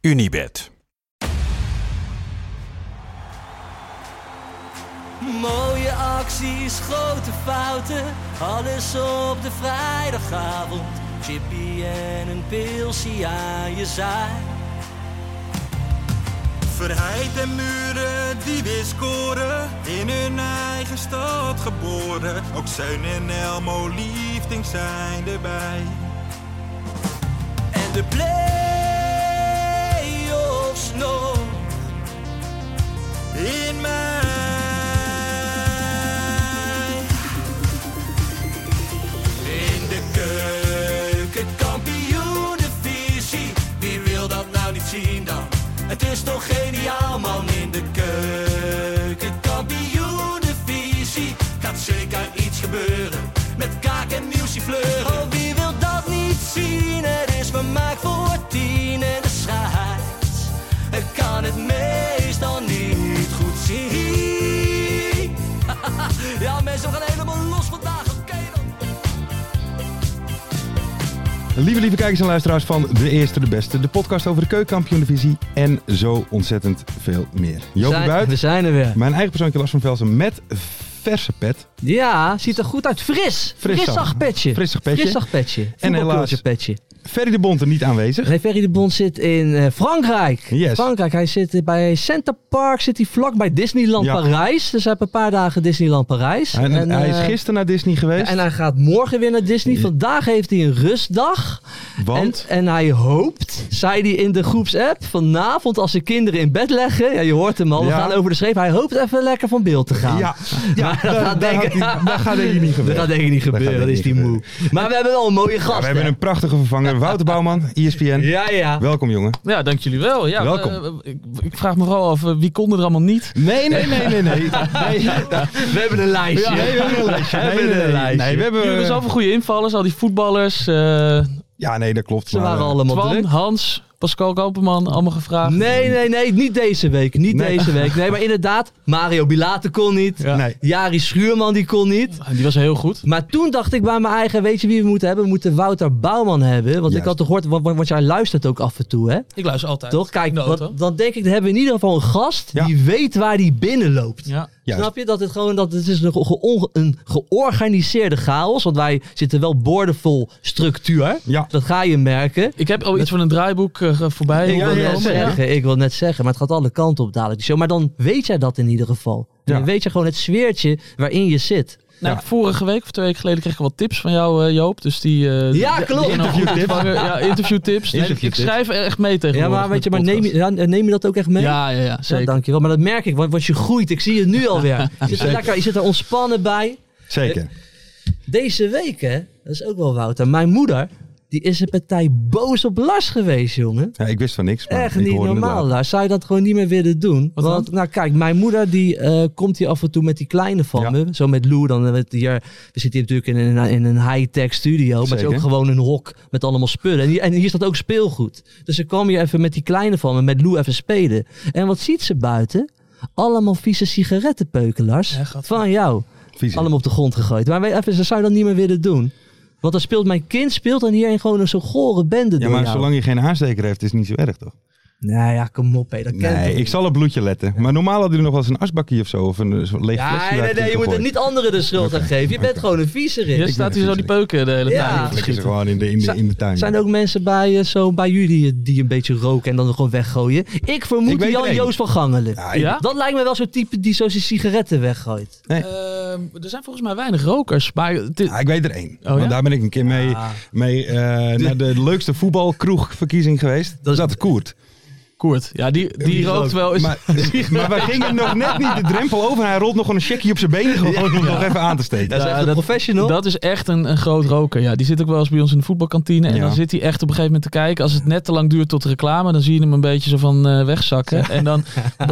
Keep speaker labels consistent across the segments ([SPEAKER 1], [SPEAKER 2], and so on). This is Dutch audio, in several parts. [SPEAKER 1] Unibed.
[SPEAKER 2] Mooie acties, grote fouten, alles op de vrijdagavond. Chippy en een pilsie aan je zaai.
[SPEAKER 3] Verheid en muren die weer scoren, in hun eigen stad geboren. Ook Zijn en Elmo liefding zijn erbij.
[SPEAKER 2] En de play-offs nog.
[SPEAKER 3] In mij.
[SPEAKER 2] In de keuken, kampioenenvisie. Wie wil dat nou niet zien dan? Het is toch geniaal man in de keuken, kampioenenvisie. Gaat zeker iets gebeuren met kaak en muziek fleuren. Oh, wie wil dat niet zien? Het is vermaakt voor tien en de scheids. Ik kan het meestal niet goed zien. Ja mensen, we gaan helemaal los vandaag, oké dan.
[SPEAKER 4] Lieve, lieve kijkers en luisteraars van De Eerste de Beste, de podcast over de keukenkampioen-divisie en zo ontzettend veel meer. Joopie
[SPEAKER 5] zijn, We
[SPEAKER 4] Buit,
[SPEAKER 5] zijn er weer.
[SPEAKER 4] mijn eigen persoontje Lars van Velsen met verse pet.
[SPEAKER 5] Ja, ziet er goed uit. Fris. Frissig
[SPEAKER 4] dan.
[SPEAKER 5] petje.
[SPEAKER 4] Frissig petje.
[SPEAKER 5] Frissig petje.
[SPEAKER 4] En helaas-
[SPEAKER 5] Voetbalculture petje.
[SPEAKER 4] Ferry de Bonte niet aanwezig.
[SPEAKER 5] Nee, Ferry de Bond zit in eh, Frankrijk.
[SPEAKER 4] Yes.
[SPEAKER 5] Frankrijk. Hij zit bij Center Park, zit hij vlak bij Disneyland
[SPEAKER 4] Ja.
[SPEAKER 5] Parijs. Dus hij heeft een paar dagen Disneyland Parijs.
[SPEAKER 4] Hij, hij is
[SPEAKER 5] eh,
[SPEAKER 4] gisteren naar Disney geweest,
[SPEAKER 5] En hij gaat morgen weer naar Disney. Vandaag heeft hij een rustdag.
[SPEAKER 4] want...
[SPEAKER 5] En, en hij hoopt, zei hij in de groepsapp, vanavond als de kinderen in bed leggen. Ja, je hoort hem al, we
[SPEAKER 4] Ja.
[SPEAKER 5] gaan over de schreef. Hij hoopt even lekker van beeld te gaan.
[SPEAKER 4] ja, ja
[SPEAKER 5] Maar dat
[SPEAKER 4] daar-
[SPEAKER 5] gaat
[SPEAKER 4] daar
[SPEAKER 5] denk ik-
[SPEAKER 4] gaat hij- daar gaat denk ik niet
[SPEAKER 5] Dat
[SPEAKER 4] gebeuren.
[SPEAKER 5] gaat denk ik niet
[SPEAKER 4] Dat gaat
[SPEAKER 5] gebeuren, dat
[SPEAKER 4] denk
[SPEAKER 5] is
[SPEAKER 4] ik
[SPEAKER 5] die
[SPEAKER 4] niet
[SPEAKER 5] moe. Maar we hebben wel een mooie gast.
[SPEAKER 4] Ja, we hebben
[SPEAKER 5] hè?
[SPEAKER 4] een prachtige vervanger, Wouter Bouwman, E ESPN.
[SPEAKER 5] Ja, ja.
[SPEAKER 4] Welkom jongen.
[SPEAKER 6] Ja, dank jullie wel. Ja,
[SPEAKER 4] Welkom.
[SPEAKER 6] eh, ik, ik vraag me vooral af, eh, wie kon er allemaal niet?
[SPEAKER 4] Nee, nee, nee, nee, nee. Nee,
[SPEAKER 5] We hebben een lijstje.
[SPEAKER 4] nee, we hebben een lijstje. Nee, nee, nee. Nee, we
[SPEAKER 6] Jullie hebben
[SPEAKER 4] hebben...
[SPEAKER 6] zoveel goede invallers, al die voetballers. eh
[SPEAKER 4] Ja, nee, dat klopt.
[SPEAKER 5] Ze
[SPEAKER 4] maar,
[SPEAKER 5] waren
[SPEAKER 4] eh,
[SPEAKER 5] allemaal
[SPEAKER 6] Twan,
[SPEAKER 5] druk.
[SPEAKER 6] Hans, Pascal Koperman, allemaal gevraagd.
[SPEAKER 5] Nee, nee, nee, niet deze week. Niet
[SPEAKER 4] Nee.
[SPEAKER 5] deze week. Nee, maar inderdaad, Mario Bilate kon niet.
[SPEAKER 6] Ja.
[SPEAKER 4] Nee.
[SPEAKER 5] Jari Schuurman die kon niet.
[SPEAKER 6] Ah, Die was heel goed.
[SPEAKER 5] Maar toen dacht ik bij mijn eigen, weet je wie we moeten hebben? We moeten Wouter Bouwman hebben. Want ik
[SPEAKER 4] Juist.
[SPEAKER 5] had toch gehoord, want, want- want jij luistert ook af en toe, hè?
[SPEAKER 6] Ik luister altijd.
[SPEAKER 5] Toch? Kijk, want, dan denk ik, dan hebben we in ieder geval een gast
[SPEAKER 4] Ja.
[SPEAKER 5] die weet waar die binnenloopt.
[SPEAKER 6] Ja.
[SPEAKER 4] Juist.
[SPEAKER 5] Snap je dat het gewoon dat het is een, ge- onge- een georganiseerde chaos? Want wij zitten wel boordevol structuur.
[SPEAKER 4] Ja.
[SPEAKER 5] Dat ga je merken.
[SPEAKER 6] Ik heb al iets van een draaiboek eh, ge- voorbij.
[SPEAKER 5] Ik wil,
[SPEAKER 6] horen
[SPEAKER 5] net
[SPEAKER 6] komen.
[SPEAKER 5] zeggen, ik wil net zeggen, maar het gaat alle kanten op dadelijk. de show. Maar dan weet jij dat in ieder geval. En
[SPEAKER 4] Ja.
[SPEAKER 5] Dan weet je gewoon het sfeertje waarin je zit.
[SPEAKER 6] Nou, ik- vorige week of twee weken geleden kreeg ik wat tips van jou, eh, Joop. Dus die... eh
[SPEAKER 5] Ja, klopt.
[SPEAKER 4] Interviewtip.
[SPEAKER 6] die- ja, interviewtips. Nee, ik- ik
[SPEAKER 4] Interviewtips.
[SPEAKER 6] schrijf er echt mee
[SPEAKER 5] Ja,
[SPEAKER 6] tegenwoordig.
[SPEAKER 5] maar weet je, maar
[SPEAKER 6] met
[SPEAKER 5] neem, je-
[SPEAKER 6] podcasts.
[SPEAKER 5] ja, neem je dat ook echt mee?
[SPEAKER 6] Ja, ja, ja,
[SPEAKER 5] Ja,
[SPEAKER 6] zeker.
[SPEAKER 5] dankjewel. Maar dat merk ik, want, want je groeit. Ik zie het nu alweer. Je zit, er
[SPEAKER 4] Zeker.
[SPEAKER 5] lekker, je zit er ontspannen bij. Eh,
[SPEAKER 4] Zeker.
[SPEAKER 5] Deze week, hè, dat is ook wel Wouter. Mijn moeder, die is een partij boos op Lars geweest, jongen.
[SPEAKER 4] Ja, ik wist van niks. Maar
[SPEAKER 5] Echt
[SPEAKER 4] Nou, ik
[SPEAKER 5] niet
[SPEAKER 4] hoorde het
[SPEAKER 5] normaal,
[SPEAKER 4] wel.
[SPEAKER 5] Lars. Zou je dat gewoon niet meer willen doen?
[SPEAKER 6] Wat
[SPEAKER 5] Want, nou kijk, mijn moeder die eh, komt hier af en toe met die kleine van
[SPEAKER 4] Ja.
[SPEAKER 5] me. Zo met Lou, dan eh, met hier, we zitten hier natuurlijk in een, in een high-tech studio. Maar het is
[SPEAKER 4] Zeker.
[SPEAKER 5] ook gewoon een hok met allemaal spullen. En hier, en hier staat ook speelgoed. Dus ze kwam hier even met die kleine van me, met Lou even spelen. En wat ziet ze buiten? Allemaal vieze sigarettenpeuken, Lars.
[SPEAKER 6] Ja, gadver.
[SPEAKER 5] van jou.
[SPEAKER 4] Vies.
[SPEAKER 5] Allemaal op de grond gegooid. Maar weet even, ze zou je dat niet meer willen doen. Want dan speelt mijn kind speelt dan hierin gewoon een zo'n gore bende
[SPEAKER 4] Ja,
[SPEAKER 5] door
[SPEAKER 4] maar
[SPEAKER 5] jou.
[SPEAKER 4] zolang je geen aansteker heeft, is het niet zo erg, toch?
[SPEAKER 5] Nou ja, kom op, hé. Dat kent
[SPEAKER 4] Nee,
[SPEAKER 5] toch
[SPEAKER 4] ik zal op bloedje letten. Maar normaal hadden we nog wel eens een asbakje of zo. Of een eh, zo'n leeg
[SPEAKER 5] Ja,
[SPEAKER 4] flesje.
[SPEAKER 5] nee, nee, je moet er niet anderen de schuld aan geven. Je bent gewoon een viezerik.
[SPEAKER 6] Hier staat hier zo die peuken de hele
[SPEAKER 5] Ja.
[SPEAKER 6] tijd.
[SPEAKER 4] Lekker ze gewoon in de, in de, in de tuin.
[SPEAKER 5] Zijn er ook mensen bij, eh, zo, bij jullie eh, die een beetje roken en dan gewoon weggooien? Ik
[SPEAKER 4] Ik
[SPEAKER 5] vermoed
[SPEAKER 4] weet er
[SPEAKER 5] Jan
[SPEAKER 4] één.
[SPEAKER 5] Joost van Gangelen.
[SPEAKER 4] Ja, ik-
[SPEAKER 6] Ja?
[SPEAKER 5] Dat lijkt me wel zo'n type die zo zijn sigaretten weggooit.
[SPEAKER 6] Ehm, er zijn volgens mij weinig rokers. Maar het is-
[SPEAKER 4] Ja, ik weet er één.
[SPEAKER 5] Oh,
[SPEAKER 6] ja?
[SPEAKER 4] Want daar ben ik een keer
[SPEAKER 5] Ah.
[SPEAKER 4] mee, mee eh, naar de leukste voetbalkroegverkiezing geweest.
[SPEAKER 5] Dat
[SPEAKER 4] Dat
[SPEAKER 5] is-
[SPEAKER 4] is dat Koert.
[SPEAKER 6] Koert. Ja, die, die,
[SPEAKER 5] Die
[SPEAKER 6] rookt
[SPEAKER 5] rookt.
[SPEAKER 6] wel eens.
[SPEAKER 4] Maar, maar wij gingen nog net niet de drempel over. En hij rolt nog gewoon een checkie op zijn benen gewoon om nog even aan te steken.
[SPEAKER 5] Dat is
[SPEAKER 6] Ja,
[SPEAKER 5] echt een
[SPEAKER 6] dat-
[SPEAKER 5] professional.
[SPEAKER 6] Dat is echt een, een groot roker. Ja, die zit ook wel eens bij ons in de voetbalkantine. En
[SPEAKER 4] Ja.
[SPEAKER 6] dan zit hij echt op een gegeven moment te kijken. Als het net te lang duurt tot de reclame, dan zie je hem een beetje zo van eh, wegzakken. En dan,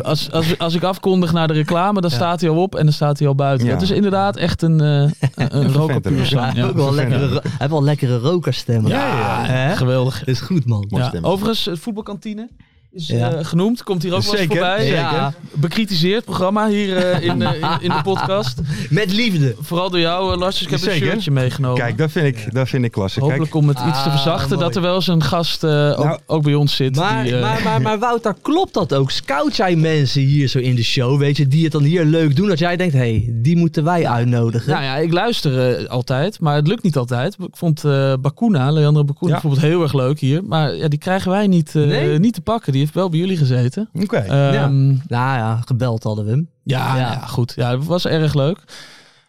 [SPEAKER 6] als, als, als ik afkondig naar de reclame, dan staat hij al op en dan staat hij al buiten.
[SPEAKER 4] Ja.
[SPEAKER 6] Dat is inderdaad echt een, eh, een- een roker
[SPEAKER 4] venter,
[SPEAKER 6] puur
[SPEAKER 4] ja.
[SPEAKER 6] zang.
[SPEAKER 5] Ja,
[SPEAKER 6] Ja.
[SPEAKER 5] ook wel
[SPEAKER 4] Ja.
[SPEAKER 5] lekkere, ro- hij heeft wel lekkere rokerstemmen.
[SPEAKER 6] Ja,
[SPEAKER 5] Hè?
[SPEAKER 6] geweldig.
[SPEAKER 5] Dat is goed, man.
[SPEAKER 4] Mooi
[SPEAKER 6] Ja,
[SPEAKER 4] stemmen.
[SPEAKER 6] Overigens, het voetbalkantine is
[SPEAKER 5] Ja.
[SPEAKER 6] eh, genoemd. Komt hier ook wel eens
[SPEAKER 4] Zeker,
[SPEAKER 6] voorbij.
[SPEAKER 4] zeker.
[SPEAKER 6] Ja, bekritiseerd programma hier eh, in, eh, in, in de podcast.
[SPEAKER 5] Met liefde.
[SPEAKER 6] Vooral door jou, eh, Lars. Dus ik heb
[SPEAKER 4] Zeker.
[SPEAKER 6] een shirtje meegenomen.
[SPEAKER 4] Kijk, dat vind ik, dat vind ik klasse. Kijk,
[SPEAKER 6] Hopelijk om het iets te
[SPEAKER 5] Ah,
[SPEAKER 6] verzachten
[SPEAKER 5] mooi.
[SPEAKER 6] dat er wel eens een gast eh, ook,
[SPEAKER 4] Nou,
[SPEAKER 6] ook bij ons zit.
[SPEAKER 5] Maar,
[SPEAKER 6] die, eh,
[SPEAKER 5] maar, maar, maar Wouter, klopt dat ook? Scout jij mensen hier zo in de show, weet je, die het dan hier leuk doen? Dat jij denkt, hé, hey, die moeten wij uitnodigen.
[SPEAKER 6] Nou ja, ik luister eh, altijd, maar het lukt niet altijd. Ik vond eh Bakuna, Leandro Bakuna
[SPEAKER 4] Ja.
[SPEAKER 6] bijvoorbeeld heel erg leuk hier. Maar ja, die krijgen wij niet, eh,
[SPEAKER 5] Nee?
[SPEAKER 6] niet te pakken. Die heeft wel bij jullie gezeten.
[SPEAKER 4] oké.
[SPEAKER 5] Ja.
[SPEAKER 6] Ehm,
[SPEAKER 5] Nou ja, gebeld hadden we hem.
[SPEAKER 6] Ja, nou
[SPEAKER 5] Ja.
[SPEAKER 6] ja. goed. Ja, het was erg leuk.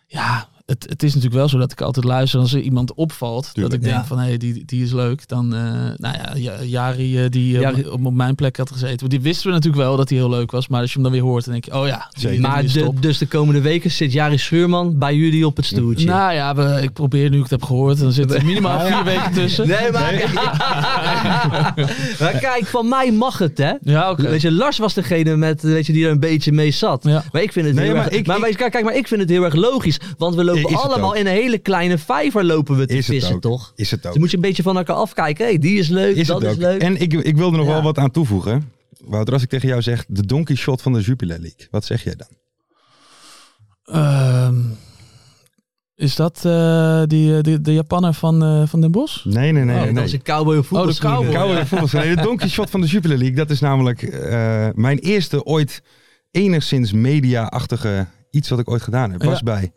[SPEAKER 6] Ja, het, het is natuurlijk wel zo dat ik altijd luister als er iemand opvalt.
[SPEAKER 4] Tuurlijk.
[SPEAKER 6] dat ik denk
[SPEAKER 5] Ja.
[SPEAKER 6] van, hé, die, die is leuk. Dan, eh, nou ja, Ja- Jari eh, die eh,
[SPEAKER 5] Jari-
[SPEAKER 6] Op, op mijn plek had gezeten. Want Die wisten we natuurlijk wel dat hij heel leuk was. Maar als je hem dan weer hoort, dan denk je, oh ja, die-
[SPEAKER 4] Zeker.
[SPEAKER 6] die
[SPEAKER 5] Maar
[SPEAKER 6] is
[SPEAKER 5] de-
[SPEAKER 6] top.
[SPEAKER 5] dus de komende weken zit Jari Schuurman bij jullie op het stoeltje.
[SPEAKER 6] Nou ja, we, ik probeer nu ik het heb gehoord. Dan zit er minimaal vier weken tussen.
[SPEAKER 5] Nee, maar... maar kijk, van mij mag het, hè?
[SPEAKER 6] Ja, oké.
[SPEAKER 5] Weet je, Lars was degene met, weet je, die er een beetje mee zat.
[SPEAKER 6] Ja.
[SPEAKER 5] Maar ik vind het
[SPEAKER 4] Nee,
[SPEAKER 5] heel
[SPEAKER 4] maar
[SPEAKER 5] erg...
[SPEAKER 4] ik-
[SPEAKER 5] maar
[SPEAKER 4] ik-
[SPEAKER 5] wij- kijk, kijk, maar ik vind het heel erg logisch. Want we
[SPEAKER 4] Is
[SPEAKER 5] lopen
[SPEAKER 4] het
[SPEAKER 5] allemaal
[SPEAKER 4] ook.
[SPEAKER 5] in een hele kleine vijver lopen we te
[SPEAKER 4] Is het
[SPEAKER 5] vissen,
[SPEAKER 4] ook.
[SPEAKER 5] toch?
[SPEAKER 4] Is het ook.
[SPEAKER 5] Dus moet je een beetje van elkaar afkijken. Hé, hey, die is leuk,
[SPEAKER 4] Is
[SPEAKER 5] dat
[SPEAKER 4] het
[SPEAKER 5] is
[SPEAKER 4] ook.
[SPEAKER 5] leuk.
[SPEAKER 4] En ik, ik wilde nog
[SPEAKER 5] Ja.
[SPEAKER 4] wel wat aan toevoegen. Wouter, als ik tegen jou zeg de donkey shot van de Jupiler League. Wat zeg jij dan?
[SPEAKER 6] Ehm, is dat eh, die, eh, die, de Japanner van, eh, van Den Bosch?
[SPEAKER 4] Nee, nee, nee.
[SPEAKER 5] oh,
[SPEAKER 4] nee.
[SPEAKER 5] dat is een cowboy op
[SPEAKER 6] Oh, de
[SPEAKER 5] voetbalschoenen.
[SPEAKER 6] cowboy.
[SPEAKER 4] Koude voetbal. Nee, de donkey shot van de Jupiler League. Dat is namelijk eh, mijn eerste ooit enigszins media-achtige iets wat ik ooit gedaan heb. Was
[SPEAKER 6] Ja.
[SPEAKER 4] bij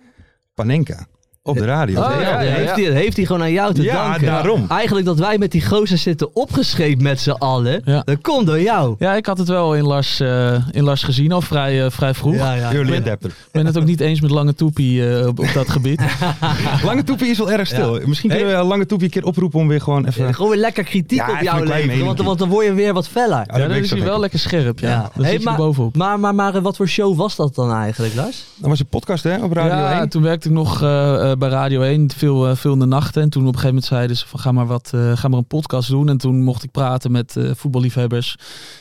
[SPEAKER 4] Panenka. Op de radio.
[SPEAKER 6] Oh, ja, ja,
[SPEAKER 5] Heeft,
[SPEAKER 6] ja.
[SPEAKER 5] hij, heeft hij gewoon aan jou te
[SPEAKER 4] Ja,
[SPEAKER 5] danken.
[SPEAKER 4] daarom.
[SPEAKER 5] Eigenlijk dat wij met die gozer zitten opgescheept met z'n allen.
[SPEAKER 6] Ja.
[SPEAKER 5] Dat komt door jou.
[SPEAKER 6] Ja, ik had het wel in Lars, eh, in Lars gezien, al vrij, eh, vrij vroeg.
[SPEAKER 5] Ja, ja.
[SPEAKER 4] Early adapter.
[SPEAKER 6] Ik ben het ook niet eens met Lange Toepie eh, op, op dat gebied.
[SPEAKER 4] Lange Toepie is wel erg stil. Misschien kunnen we Lange Toepie een keer oproepen om weer gewoon even...
[SPEAKER 5] Ja, Gewoon weer lekker kritiek
[SPEAKER 4] Ja,
[SPEAKER 5] op
[SPEAKER 4] even
[SPEAKER 5] jou
[SPEAKER 4] een klein
[SPEAKER 5] leveren. Want,
[SPEAKER 4] meningje.
[SPEAKER 5] want dan word je weer wat feller.
[SPEAKER 4] Ja,
[SPEAKER 6] Ja,
[SPEAKER 4] dat
[SPEAKER 6] dan
[SPEAKER 4] ben ik
[SPEAKER 6] is
[SPEAKER 4] zo
[SPEAKER 6] hij
[SPEAKER 4] gek
[SPEAKER 6] wel
[SPEAKER 4] op.
[SPEAKER 6] lekker scherp, ja.
[SPEAKER 5] Ja.
[SPEAKER 6] Daar
[SPEAKER 5] Hey,
[SPEAKER 6] zit je
[SPEAKER 5] maar-
[SPEAKER 6] bovenop.
[SPEAKER 5] Maar, maar, maar eh, wat voor show was dat dan eigenlijk, Lars?
[SPEAKER 4] Dat was een podcast hè, op Radio
[SPEAKER 6] Ja,
[SPEAKER 4] 1.
[SPEAKER 6] toen werkte ik nog eh, eh, bij Radio 1, veel, eh, veel in de nachten. En toen op een gegeven moment zeiden ze van ga maar, wat, eh, ga maar een podcast doen. En toen mocht ik praten met eh, voetballiefhebbers.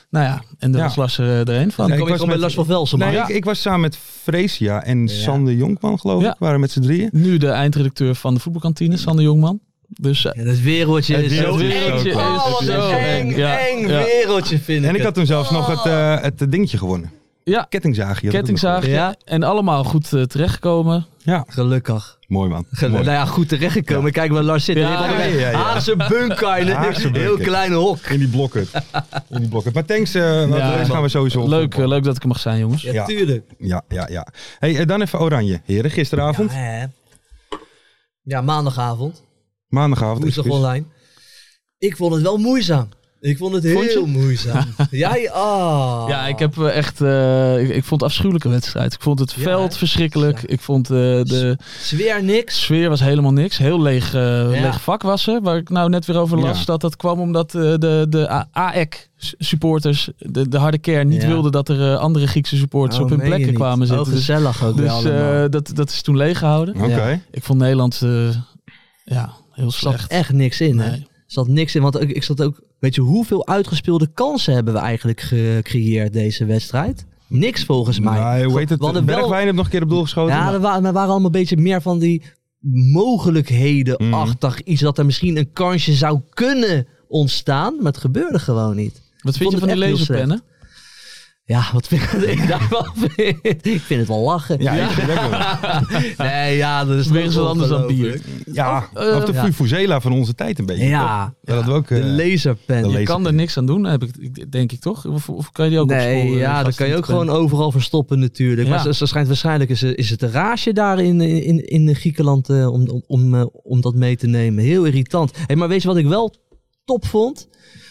[SPEAKER 6] Nou ja, en daar
[SPEAKER 4] Ja.
[SPEAKER 6] was Lars er, eh, er een van.
[SPEAKER 4] Ja,
[SPEAKER 5] Dan
[SPEAKER 4] ik
[SPEAKER 5] kom ik
[SPEAKER 4] was
[SPEAKER 5] al met
[SPEAKER 4] met-
[SPEAKER 5] Lars van Velsen,
[SPEAKER 4] Nee,
[SPEAKER 5] maar.
[SPEAKER 4] ik, ik was samen met Freesia en Sander Jonkman geloof
[SPEAKER 6] Ja.
[SPEAKER 4] ik. Waren met z'n drieën.
[SPEAKER 6] Nu de eindredacteur van de voetbalkantine, Sander Jongman. Dus eh,
[SPEAKER 5] Ja, dat wereldje
[SPEAKER 4] Het
[SPEAKER 5] is zo
[SPEAKER 4] wereldje
[SPEAKER 5] eng.
[SPEAKER 4] is zo klein.
[SPEAKER 5] Oh, wat
[SPEAKER 4] Het is
[SPEAKER 5] een
[SPEAKER 4] zo
[SPEAKER 5] eng,
[SPEAKER 6] eng. Ja,
[SPEAKER 5] eng
[SPEAKER 6] ja.
[SPEAKER 5] wereldje vind ik
[SPEAKER 4] En ik had
[SPEAKER 5] het.
[SPEAKER 4] toen zelfs nog het, eh, het eh, dingetje gewonnen.
[SPEAKER 6] Ja.
[SPEAKER 4] Kettingzaagje. had ik ook nog
[SPEAKER 6] kettingzaag.
[SPEAKER 5] Ja.
[SPEAKER 6] En allemaal goed eh, terechtgekomen.
[SPEAKER 4] gewonnen. Ja,
[SPEAKER 5] Gelukkig.
[SPEAKER 4] mooi man.
[SPEAKER 5] Gelu-
[SPEAKER 4] Mooi.
[SPEAKER 5] Nou ja, goed terechtgekomen. Kijk waar Lars zit.
[SPEAKER 6] Ja,
[SPEAKER 5] Hij heeft al
[SPEAKER 4] ja,
[SPEAKER 5] een
[SPEAKER 4] ja, ja.
[SPEAKER 5] Haagse bunker in een
[SPEAKER 4] Haagse bunker.
[SPEAKER 5] heel klein hok.
[SPEAKER 4] In die blokken. In die blokken. Maar thanks, eh want
[SPEAKER 6] Ja,
[SPEAKER 4] deze gaan we sowieso op.
[SPEAKER 6] Leuk, eh, leuk dat ik er mag zijn, jongens.
[SPEAKER 5] Ja,
[SPEAKER 4] Ja.
[SPEAKER 5] tuurlijk.
[SPEAKER 4] Ja, ja, ja. Hey, eh, dan even Oranje. Heren, gisteravond.
[SPEAKER 5] Ja, Ah, hè. ja, maandagavond.
[SPEAKER 4] Maandagavond.
[SPEAKER 5] Woensdag
[SPEAKER 4] excuus.
[SPEAKER 5] online. Ik vond het wel moeizaam. Ik vond het
[SPEAKER 6] Vond je?
[SPEAKER 5] heel moeizaam. Jij, ah.
[SPEAKER 6] Ja, ik heb eh, echt. eh, ik, ik vond het afschuwelijke wedstrijd. Ik vond het
[SPEAKER 5] Ja,
[SPEAKER 6] veld
[SPEAKER 5] hè?
[SPEAKER 6] verschrikkelijk.
[SPEAKER 5] Ja.
[SPEAKER 6] Ik vond eh, de
[SPEAKER 5] Zweer niks.
[SPEAKER 6] sfeer was helemaal niks. Heel leeg, eh, leeg vak was er. Waar ik nou net weer over las.
[SPEAKER 4] Ja.
[SPEAKER 6] Dat dat kwam omdat eh, de, de A- AEK s- supporters, de, de harde kern, niet
[SPEAKER 5] Ja.
[SPEAKER 6] wilden dat er eh, andere Griekse supporters
[SPEAKER 5] Oh,
[SPEAKER 6] op hun
[SPEAKER 5] meen je
[SPEAKER 6] plekken
[SPEAKER 5] niet.
[SPEAKER 6] kwamen zitten.
[SPEAKER 5] Oh,
[SPEAKER 6] dus
[SPEAKER 5] gezellig ook wel
[SPEAKER 6] dus eh,
[SPEAKER 5] allemaal.
[SPEAKER 6] dat, dat is toen leeggehouden.
[SPEAKER 4] Oké.
[SPEAKER 6] Ik vond Nederland eh, ja, heel
[SPEAKER 5] zat
[SPEAKER 6] slecht.
[SPEAKER 5] echt niks in. Hè?
[SPEAKER 6] Nee.
[SPEAKER 5] Zat niks in, want ik, ik zat ook... Weet je, hoeveel uitgespeelde kansen hebben we eigenlijk gecreëerd deze wedstrijd? Niks volgens mij.
[SPEAKER 4] Maar hoe heet het?
[SPEAKER 5] We hadden wel-
[SPEAKER 4] Bergwijn heeft nog een keer op doel geschoten.
[SPEAKER 5] Ja, er waren, er waren allemaal een beetje meer van die
[SPEAKER 4] Mm.
[SPEAKER 5] mogelijkheden-achtig iets. Dat er misschien een kansje zou kunnen ontstaan, maar het gebeurde gewoon niet.
[SPEAKER 6] Wat vind je
[SPEAKER 5] het
[SPEAKER 6] van die
[SPEAKER 5] echt heel
[SPEAKER 6] laserpennen?
[SPEAKER 5] Ja, wat vind ik daarvan? vind? ik vind het wel lachen.
[SPEAKER 4] Ja, ik vind het ook wel.
[SPEAKER 5] Nee, ja, dat is
[SPEAKER 6] Weer
[SPEAKER 5] toch
[SPEAKER 6] eens wat anders dan
[SPEAKER 5] ongelooflijk.
[SPEAKER 4] Ja,
[SPEAKER 6] eh,
[SPEAKER 4] of de
[SPEAKER 5] ja.
[SPEAKER 4] Fui Fuzela van onze tijd een beetje. toch?
[SPEAKER 5] Ja,
[SPEAKER 4] Dat hadden we ook... eh,
[SPEAKER 5] de laserpen.
[SPEAKER 4] de
[SPEAKER 6] Je kan er
[SPEAKER 4] laserpen.
[SPEAKER 6] niks aan doen, heb ik, ik- denk ik toch? Of, of kan je die ook op
[SPEAKER 5] Nee,
[SPEAKER 6] school? eh,
[SPEAKER 5] ja, dat
[SPEAKER 6] gasten
[SPEAKER 5] kan je ook
[SPEAKER 6] niet pennen?
[SPEAKER 5] gewoon overal verstoppen natuurlijk.
[SPEAKER 6] Ja.
[SPEAKER 5] Maar ze- ze schijnt, waarschijnlijk is, is het een raasje daar in, in, in Griekenland eh, om, om, om, eh, om dat mee te nemen. Heel irritant. Hey, maar weet je wat ik wel top vond?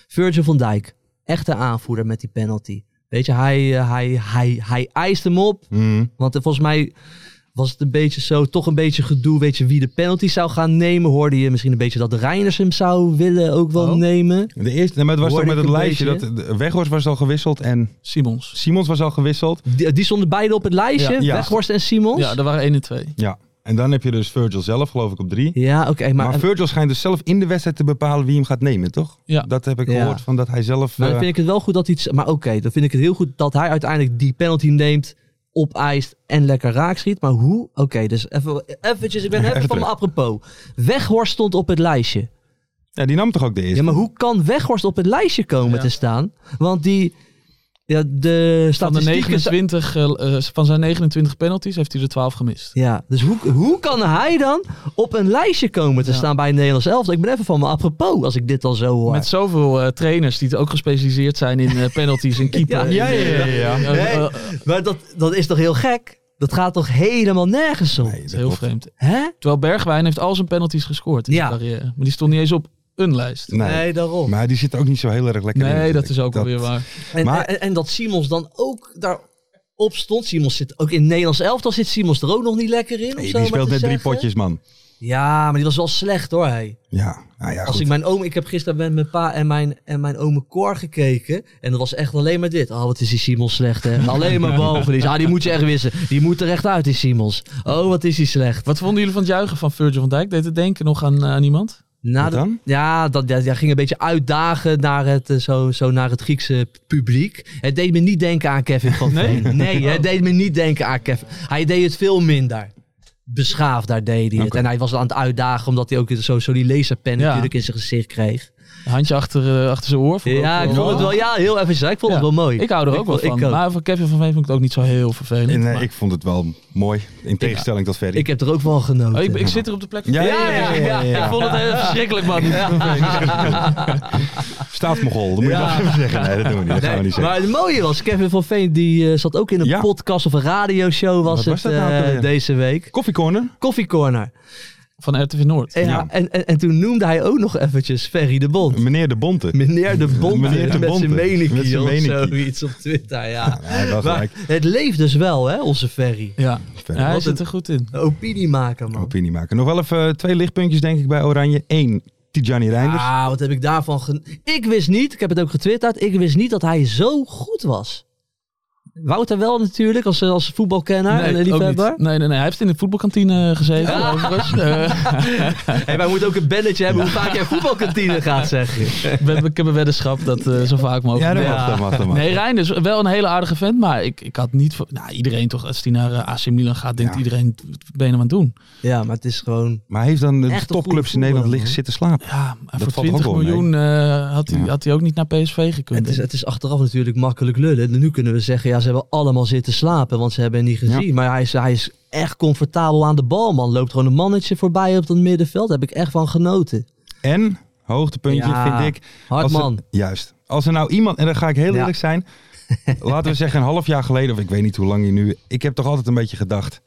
[SPEAKER 5] Virgil van Dijk. Echte aanvoerder met die penalty. Weet je, hij, eh, hij, hij, hij eist hem op.
[SPEAKER 4] Mm.
[SPEAKER 5] Want eh, volgens mij was het een beetje zo, toch een beetje gedoe, weet je, wie de penalty zou gaan nemen. Hoorde je misschien een beetje dat de Reiners hem zou willen ook wel
[SPEAKER 6] Oh.
[SPEAKER 5] nemen.
[SPEAKER 4] De eerste, nee, maar het was
[SPEAKER 5] Hoorde
[SPEAKER 4] toch met
[SPEAKER 5] ik
[SPEAKER 4] het
[SPEAKER 5] een
[SPEAKER 4] lijstje. Dat,
[SPEAKER 5] beetje.
[SPEAKER 4] de- Weghorst was al gewisseld en
[SPEAKER 6] Simons.
[SPEAKER 4] Simons was al gewisseld.
[SPEAKER 5] Die, die stonden beide op het lijstje,
[SPEAKER 6] Ja.
[SPEAKER 4] Ja.
[SPEAKER 5] Weghorst en Simons.
[SPEAKER 6] Ja,
[SPEAKER 5] Ja,
[SPEAKER 6] er waren 1 en 2.
[SPEAKER 4] Ja. En dan heb je dus Virgil zelf, geloof ik, op drie.
[SPEAKER 5] oké, maar, eh,
[SPEAKER 4] Maar, Virgil schijnt dus zelf in de wedstrijd te bepalen wie hem gaat nemen, toch?
[SPEAKER 6] Ja.
[SPEAKER 4] Dat heb ik
[SPEAKER 5] Ah, Ja.
[SPEAKER 4] gehoord van dat hij zelf.
[SPEAKER 5] maar dan
[SPEAKER 4] eh,
[SPEAKER 5] vind ik het wel goed dat hij iets, maar oké, dan vind ik het heel goed dat hij uiteindelijk die penalty neemt, opeist en lekker raak schiet. Maar hoe? Oké, dus even, eventjes, ik ben even,
[SPEAKER 4] Even
[SPEAKER 5] van mijn apropos. Weghorst stond op het lijstje.
[SPEAKER 4] Ja, die nam toch ook de eerste?
[SPEAKER 5] Ja, maar hoe kan Weghorst op het lijstje komen
[SPEAKER 6] Ja.
[SPEAKER 5] te staan? Want die, ja, de
[SPEAKER 6] Van, de
[SPEAKER 5] statistieken...
[SPEAKER 6] 29, eh, eh, van zijn 29 penalties heeft hij er 12 gemist.
[SPEAKER 5] Ja, dus hoe, hoe kan hij dan op een lijstje komen te
[SPEAKER 6] Ja.
[SPEAKER 5] staan bij het Nederlands elftal? Ik ben even van me apropos als ik dit al zo hoor.
[SPEAKER 6] Met zoveel eh, trainers die het ook gespecialiseerd zijn in eh, penalties en keeper.
[SPEAKER 5] Ja,
[SPEAKER 6] En,
[SPEAKER 5] ja,
[SPEAKER 6] eh,
[SPEAKER 4] ja, ja, ja.
[SPEAKER 6] eh, eh,
[SPEAKER 5] Nee,
[SPEAKER 6] eh,
[SPEAKER 5] maar dat, dat is toch heel gek? Dat gaat toch helemaal nergens om?
[SPEAKER 4] Nee, dat
[SPEAKER 6] heel
[SPEAKER 4] klopt.
[SPEAKER 6] vreemd.
[SPEAKER 5] Hè?
[SPEAKER 6] Terwijl Bergwijn heeft al zijn penalties gescoord in
[SPEAKER 5] Ja.
[SPEAKER 6] zijn carrière. Maar die stond niet eens op een lijst.
[SPEAKER 4] Nee.
[SPEAKER 5] daarom.
[SPEAKER 4] Maar die zit ook niet zo heel erg lekker in.
[SPEAKER 6] Nee, dat
[SPEAKER 4] natuurlijk.
[SPEAKER 6] is ook alweer waar.
[SPEAKER 5] en,
[SPEAKER 4] maar-
[SPEAKER 5] en, en dat Simons dan ook daarop stond. Simons zit ook in het Nederlands elftal. Zit Simons er ook nog niet lekker in? om zo
[SPEAKER 4] Nee, die
[SPEAKER 5] maar
[SPEAKER 4] speelt
[SPEAKER 5] te
[SPEAKER 4] net drie
[SPEAKER 5] zeggen?
[SPEAKER 4] potjes, man.
[SPEAKER 5] Ja, maar die was wel slecht hoor. Hij.
[SPEAKER 4] Ja, nou ja,
[SPEAKER 5] Als
[SPEAKER 4] goed.
[SPEAKER 5] ik mijn oom, ik heb gisteren met mijn pa en mijn, en mijn ome Cor gekeken. En dat was echt alleen maar dit. Oh, wat is die Simons slecht, hè? Alleen maar balverlies. Ah, die moet je echt wissen. Die moet er echt uit, die Simons. Oh, wat is die slecht.
[SPEAKER 6] Wat vonden jullie van het juichen van Virgil van Dijk? Deed het denken nog aan, eh, aan iemand?
[SPEAKER 5] Na
[SPEAKER 4] Wat
[SPEAKER 5] de-
[SPEAKER 4] dan?
[SPEAKER 5] ja, dat, ja, ja, ging een beetje uitdagen naar het, eh, zo, zo naar het Griekse publiek. Het deed me niet denken aan Kevin van Nee, nee
[SPEAKER 6] Oh.
[SPEAKER 5] het deed me niet denken aan Kevin. Hij deed het veel minder. Beschaafd, daar deed hij het.
[SPEAKER 4] Oké.
[SPEAKER 5] En hij was aan het uitdagen omdat hij ook zo, zo die laserpen
[SPEAKER 6] Ja.
[SPEAKER 5] natuurlijk in zijn gezicht kreeg.
[SPEAKER 6] Handje achter, eh, achter zijn oor? vond
[SPEAKER 5] Ja,
[SPEAKER 6] ook
[SPEAKER 5] ik vond het wel ja, heel even. Ik vond het
[SPEAKER 6] Ja.
[SPEAKER 5] wel mooi.
[SPEAKER 6] Ik hou er ook wel
[SPEAKER 5] vond-
[SPEAKER 6] van.
[SPEAKER 5] ik eh, ook.
[SPEAKER 6] Maar van Kevin van Veen vond ik het ook niet zo heel vervelend.
[SPEAKER 4] Nee,
[SPEAKER 6] maar- Oh,
[SPEAKER 4] ik vond het wel mooi. In tegenstelling tot Ferry.
[SPEAKER 5] Ik heb er ook van genoten.
[SPEAKER 6] Oh, ik, ik zit er op de plek van
[SPEAKER 4] Ja,
[SPEAKER 6] Kevin.
[SPEAKER 4] ja, ja, ja, ja.
[SPEAKER 6] Ik vond het heel verschrikkelijk, man.
[SPEAKER 4] Staatsmogol, dat moet je
[SPEAKER 5] Ja.
[SPEAKER 4] wel even zeggen. Nee, dat doen we niet. Dat gaan we niet zeggen.
[SPEAKER 5] maar het mooie was, Kevin van Veen die eh, zat ook in een
[SPEAKER 4] Ja.
[SPEAKER 5] podcast of een radioshow was
[SPEAKER 4] Wat
[SPEAKER 5] het
[SPEAKER 4] was dat nou ook
[SPEAKER 5] eh,
[SPEAKER 4] alweer?
[SPEAKER 5] deze week.
[SPEAKER 4] Koffie Corner?
[SPEAKER 5] Coffee Corner.
[SPEAKER 6] Van RTV Noord.
[SPEAKER 5] En,
[SPEAKER 4] Ja.
[SPEAKER 5] en, en, en toen noemde hij ook nog eventjes Ferry de Bond.
[SPEAKER 4] Meneer De Bonte.
[SPEAKER 5] Meneer de Bond
[SPEAKER 4] Meneer de
[SPEAKER 5] met zijn
[SPEAKER 4] Bonte. Met
[SPEAKER 5] meningje
[SPEAKER 4] zijn
[SPEAKER 5] of
[SPEAKER 4] meningje.
[SPEAKER 5] zoiets op Twitter, ja.
[SPEAKER 4] Nee, wel
[SPEAKER 5] Maar
[SPEAKER 4] gelijk.
[SPEAKER 5] het leeft dus wel, hè, onze Ferry.
[SPEAKER 6] Ja,
[SPEAKER 4] Verder.
[SPEAKER 6] Ja, hij
[SPEAKER 5] Wat
[SPEAKER 6] zit
[SPEAKER 5] een-
[SPEAKER 6] er goed in.
[SPEAKER 5] Een Opinie maken, man.
[SPEAKER 4] Opinie maken. Nog wel even eh, twee lichtpuntjes denk ik bij Oranje. Eén, Tijani Reinders.
[SPEAKER 5] Ah, wat heb ik daarvan gen... Ik wist niet, ik heb het ook getwitterd, ik wist niet dat hij zo goed was. Wouter wel natuurlijk, als, als
[SPEAKER 4] Nou,
[SPEAKER 5] voetbalkenner en
[SPEAKER 6] ook niet.
[SPEAKER 5] liefhebber.
[SPEAKER 6] nee, nee, nee, hij heeft in de voetbalkantine gezeten.
[SPEAKER 5] Ja.
[SPEAKER 6] Overigens. Eh,
[SPEAKER 5] Hey, wij moeten ook een belletje hebben hoe vaak jij voetbalkantine gaat, zeg je.
[SPEAKER 6] ik ben- ik heb een weddenschap dat eh, zo vaak mogelijk.
[SPEAKER 4] ja, dat
[SPEAKER 6] Nee.
[SPEAKER 4] mag, dat mag, dat mag.
[SPEAKER 6] Nee, Rijn is wel een hele aardige vent, maar ik, ik had niet... voor- Nou, iedereen toch, als die naar eh, AC Milan gaat, denkt
[SPEAKER 4] Ja.
[SPEAKER 6] iedereen, wat ben je nou aan het doen?
[SPEAKER 5] Ja, maar het is gewoon...
[SPEAKER 4] Maar hij heeft dan de
[SPEAKER 5] Echt een
[SPEAKER 4] topclubs in
[SPEAKER 5] goede
[SPEAKER 4] Nederland
[SPEAKER 5] voetballer,
[SPEAKER 4] liggen zitten slapen?
[SPEAKER 6] Ja, maar voor
[SPEAKER 4] valt ook
[SPEAKER 6] 20
[SPEAKER 4] wel mee.
[SPEAKER 6] miljoen eh, had, hij,
[SPEAKER 4] Ja.
[SPEAKER 6] had hij ook niet naar PSV gekund.
[SPEAKER 5] Het is, het is achteraf natuurlijk makkelijk lullen. Nu kunnen we zeggen, ja, ze hebben allemaal zitten slapen, want ze hebben hem niet gezien. Maar hij is, hij is echt comfortabel aan de bal, man. Loopt gewoon een mannetje voorbij op dat middenveld. Daar heb ik echt van genoten.
[SPEAKER 4] En, hoogtepuntje
[SPEAKER 5] Ja.
[SPEAKER 4] vind ik,
[SPEAKER 5] Hard
[SPEAKER 4] Als er-
[SPEAKER 5] man.
[SPEAKER 4] juist. Als er nou iemand, en dan ga ik heel
[SPEAKER 5] Ja.
[SPEAKER 4] eerlijk zijn. laten we zeggen een half jaar geleden, of ik weet niet hoe lang je nu. Ik heb toch altijd een beetje gedacht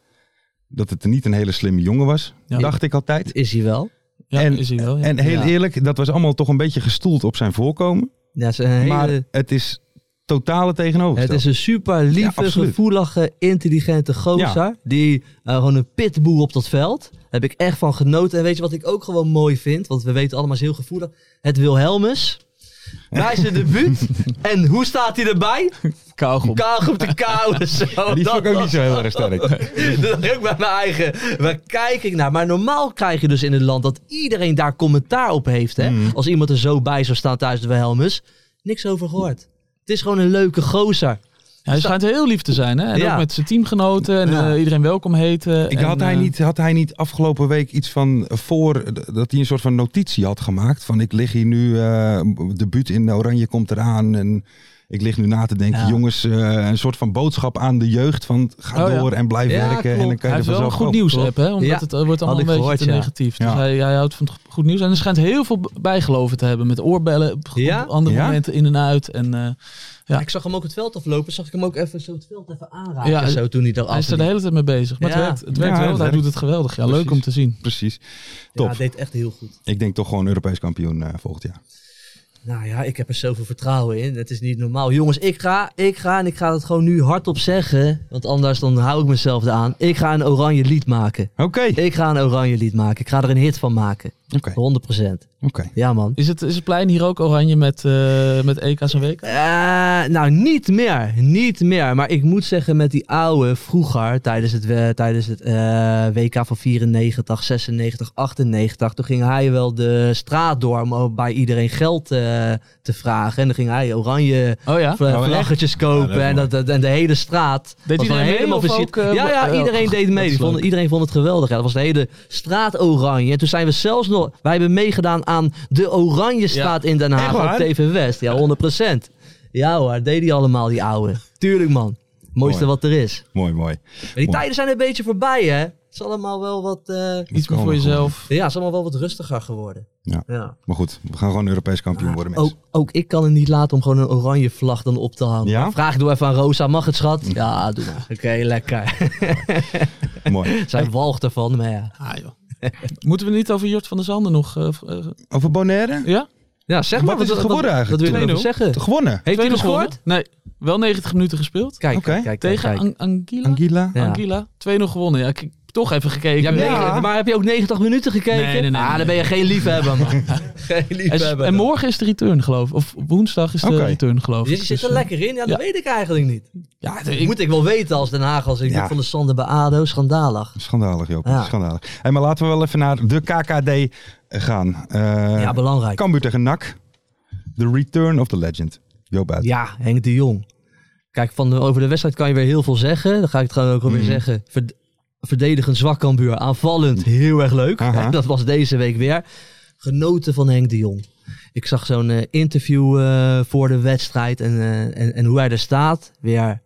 [SPEAKER 4] dat het niet een hele slimme jongen was.
[SPEAKER 6] Ja.
[SPEAKER 4] Dacht ik altijd.
[SPEAKER 5] Is hij wel.
[SPEAKER 6] ja,
[SPEAKER 4] en-
[SPEAKER 6] is hij wel. ja.
[SPEAKER 4] En heel
[SPEAKER 5] Ja.
[SPEAKER 4] eerlijk, dat was allemaal toch een beetje gestoeld op zijn voorkomen.
[SPEAKER 5] Ja, het is een hele...
[SPEAKER 4] Maar het is totale
[SPEAKER 5] Het
[SPEAKER 4] tegenovergestelde.
[SPEAKER 5] is een super lieve,
[SPEAKER 4] Oh, Ja, absoluut.
[SPEAKER 5] gevoelige, intelligente gozer. Die eh, gewoon een pitboel op dat veld. Daar heb ik echt van genoten. En weet je wat ik ook gewoon mooi vind? Want we weten allemaal, is heel gevoelig. Het Wilhelmus. Bij zijn debuut. En hoe staat hij erbij?
[SPEAKER 6] Kauwgom.
[SPEAKER 5] Kaag op de koude. Zo.
[SPEAKER 4] Die vond ik ook
[SPEAKER 5] Oh, was-
[SPEAKER 4] niet zo heel erg sterk.
[SPEAKER 5] dat is ook bij mijn eigen. Waar kijk ik naar? Maar normaal krijg je dus in het land dat iedereen daar commentaar op heeft. Hè?
[SPEAKER 4] Mm.
[SPEAKER 5] Als iemand er zo bij zou staan thuis de Wilhelmus. Niks over gehoord. Het is gewoon een leuke gozer.
[SPEAKER 6] Hij
[SPEAKER 4] Dus
[SPEAKER 6] schijnt heel lief te zijn, hè? En
[SPEAKER 5] Ja.
[SPEAKER 6] ook met zijn teamgenoten en
[SPEAKER 5] Ja.
[SPEAKER 6] eh, iedereen welkom heten.
[SPEAKER 4] Ik,
[SPEAKER 6] en,
[SPEAKER 4] had, hij
[SPEAKER 6] eh,
[SPEAKER 4] niet, had hij niet afgelopen week iets van voor eh, dat hij een soort van notitie had gemaakt? Van ik lig hier nu, eh debuut in Oranje komt eraan. En ik lig nu na te denken,
[SPEAKER 6] Ja.
[SPEAKER 4] jongens, eh, een soort van boodschap aan de jeugd. Van ga
[SPEAKER 6] Oh ja.
[SPEAKER 4] door en blijf
[SPEAKER 5] Ja,
[SPEAKER 4] werken. En dan
[SPEAKER 5] klopt.
[SPEAKER 4] kan
[SPEAKER 6] Hij
[SPEAKER 4] je er
[SPEAKER 6] heeft wel een
[SPEAKER 4] vanzelf
[SPEAKER 6] goed
[SPEAKER 4] op,
[SPEAKER 6] nieuws
[SPEAKER 4] toch?
[SPEAKER 6] app, hè? Omdat
[SPEAKER 5] Ja.
[SPEAKER 6] het eh,
[SPEAKER 5] Had
[SPEAKER 6] wordt
[SPEAKER 5] ik
[SPEAKER 6] allemaal een beetje
[SPEAKER 5] gehoord,
[SPEAKER 6] te
[SPEAKER 5] ja.
[SPEAKER 6] negatief. Dus
[SPEAKER 4] Ja.
[SPEAKER 6] hij, hij houdt van het goed nieuws. En er schijnt heel veel bijgeloven te hebben met oorbellen op goed-
[SPEAKER 5] Ja?
[SPEAKER 6] op andere
[SPEAKER 4] Ja?
[SPEAKER 6] momenten in en uit. En eh, Ja.
[SPEAKER 5] Ik zag hem ook het veld aflopen, zag ik hem ook even zo het veld even aanraken.
[SPEAKER 6] Ja,
[SPEAKER 5] zo toen hij daar
[SPEAKER 6] hij is er de
[SPEAKER 5] afliep.
[SPEAKER 6] hele tijd mee bezig. Maar het
[SPEAKER 5] Ja.
[SPEAKER 6] werkt, het werkt
[SPEAKER 4] Ja, het
[SPEAKER 6] wel. Hij
[SPEAKER 4] werkt.
[SPEAKER 6] doet het geweldig. Ja, leuk
[SPEAKER 4] Precies.
[SPEAKER 6] om te zien.
[SPEAKER 4] Precies.
[SPEAKER 5] Ja,
[SPEAKER 4] Top.
[SPEAKER 5] hij deed echt heel goed.
[SPEAKER 4] Ik denk toch gewoon Europees kampioen eh, volgend jaar.
[SPEAKER 5] Nou ja, ik heb er zoveel vertrouwen in. Het is niet normaal. Jongens, ik ga, ik ga en ik ga het gewoon nu hardop zeggen. Want anders dan hou ik mezelf eraan. Ik ga een oranje lied maken.
[SPEAKER 4] Oké,
[SPEAKER 5] Ik ga een oranje lied maken. Ik ga er een hit van maken.
[SPEAKER 4] oké,
[SPEAKER 5] 100%.
[SPEAKER 4] oké.
[SPEAKER 5] Ja, man.
[SPEAKER 6] Is het, is het plein hier ook oranje met, eh, met EK's en WK's?
[SPEAKER 5] Eh, nou, niet meer. Niet meer. Maar ik moet zeggen, met die oude vroeger, tijdens het, eh, tijdens het eh, WK van 94, 96, 98, toen ging hij wel de straat door om ook bij iedereen geld eh, te vragen. En dan ging hij oranje
[SPEAKER 6] Oh ja?
[SPEAKER 5] vla-
[SPEAKER 4] Oh, echt?
[SPEAKER 5] vlaggeetjes
[SPEAKER 4] Ja,
[SPEAKER 5] kopen
[SPEAKER 4] dat is
[SPEAKER 5] en, dat, dat- en de hele straat.
[SPEAKER 6] Deed
[SPEAKER 5] was dan
[SPEAKER 6] iedereen mee
[SPEAKER 5] helemaal
[SPEAKER 6] of
[SPEAKER 5] versierd.
[SPEAKER 6] ook, eh,
[SPEAKER 5] ja, ja,
[SPEAKER 6] eh,
[SPEAKER 5] iedereen
[SPEAKER 6] oh,
[SPEAKER 5] deed
[SPEAKER 6] dat
[SPEAKER 5] mee.
[SPEAKER 6] is
[SPEAKER 5] Die vonden-
[SPEAKER 6] leuk.
[SPEAKER 5] iedereen vond het geweldig. Ja, dat was de hele straat oranje. En toen zijn we zelfs nog... Wij hebben meegedaan aan de Oranje Straat in Den
[SPEAKER 4] Echt
[SPEAKER 5] Haag
[SPEAKER 4] waar?
[SPEAKER 5] op TV West. Ja, 100%. Ja hoor, deed die allemaal, die ouwe. Tuurlijk man. Mooiste
[SPEAKER 4] Mooi.
[SPEAKER 5] wat er is.
[SPEAKER 4] Mooi, mooi.
[SPEAKER 5] Maar die tijden zijn een beetje voorbij hè. Het is allemaal wel wat... eh,
[SPEAKER 6] Iets
[SPEAKER 4] kan
[SPEAKER 6] meer voor
[SPEAKER 4] wel
[SPEAKER 6] jezelf.
[SPEAKER 5] ja, het is allemaal wel wat rustiger geworden.
[SPEAKER 4] Ja.
[SPEAKER 5] ja.
[SPEAKER 4] Maar goed, we gaan gewoon Europees
[SPEAKER 6] Ah,
[SPEAKER 4] kampioen worden,
[SPEAKER 5] Ook,
[SPEAKER 4] mensen.
[SPEAKER 6] oh.
[SPEAKER 5] ook ik kan het niet laten om gewoon een oranje vlag dan op te hangen.
[SPEAKER 4] Ja? Mm.
[SPEAKER 5] Vraag doe even aan Rosa, mag het schat? Ja, doe maar. Oké, lekker.
[SPEAKER 4] Mooi.
[SPEAKER 5] Zij walgt ervan, maar ja.
[SPEAKER 6] Ah, joh. Moeten we niet over Jort van der Zanden nog... eh, v- eh,
[SPEAKER 4] Over Bonaire?
[SPEAKER 6] ja?
[SPEAKER 5] Ja, zeg
[SPEAKER 4] Wat
[SPEAKER 5] maar.
[SPEAKER 4] is het geworden eigenlijk?
[SPEAKER 5] Wat wil je erover zeggen?
[SPEAKER 4] Gewonnen.
[SPEAKER 5] Heeft hij
[SPEAKER 6] Tweede
[SPEAKER 5] gescoord?
[SPEAKER 6] gewonnen? Nee, wel 90 minuten gespeeld.
[SPEAKER 5] Kijk,
[SPEAKER 4] Oké.
[SPEAKER 5] kijk, kijk,
[SPEAKER 6] Tegen
[SPEAKER 5] kijk.
[SPEAKER 6] An- Anguilla.
[SPEAKER 4] Anguilla.
[SPEAKER 5] Ja.
[SPEAKER 6] Anguilla. 2-0 gewonnen. Ja, ik heb toch even gekeken.
[SPEAKER 5] Ja,
[SPEAKER 6] Eh,
[SPEAKER 5] negen- Maar heb je ook 90 minuten gekeken?
[SPEAKER 6] Nee, nee, nee,
[SPEAKER 5] ah,
[SPEAKER 6] nee.
[SPEAKER 5] dan ben je geen liefhebber, man. geen
[SPEAKER 6] en,
[SPEAKER 5] liefhebber.
[SPEAKER 6] en morgen is de return, geloof ik. Of woensdag is de
[SPEAKER 4] Oké.
[SPEAKER 6] return, geloof ik.
[SPEAKER 5] Je zit er
[SPEAKER 6] Dus, eh,
[SPEAKER 5] lekker in? Ja, dat
[SPEAKER 6] ja.
[SPEAKER 5] weet ik eigenlijk niet.
[SPEAKER 6] Ja,
[SPEAKER 5] Ik
[SPEAKER 6] ik,
[SPEAKER 5] moet ik wel weten als Den Haag, als ik
[SPEAKER 4] Ja.
[SPEAKER 5] van de Sander bij ADO, schandalig.
[SPEAKER 4] Schandalig, Joop.
[SPEAKER 5] Ja.
[SPEAKER 4] Schandalig. Hey, maar laten we wel even naar de KKD gaan. Eh
[SPEAKER 5] ja, belangrijk.
[SPEAKER 4] Cambuur tegen NAC. The Return of the Legend. Joop uit.
[SPEAKER 5] Ja, Henk de Jong. Kijk, van de- over de wedstrijd kan je weer heel veel zeggen. Dan ga ik het gewoon ook weer
[SPEAKER 4] Mhm.
[SPEAKER 5] zeggen. Verd- verdedigend zwak Cambuur. Aanvallend heel erg leuk.
[SPEAKER 4] Aha.
[SPEAKER 5] Dat was deze week weer. Genoten van Henk de Jong. Ik zag zo'n eh, interview eh, voor de wedstrijd. En, eh, en, en hoe hij er staat. Weer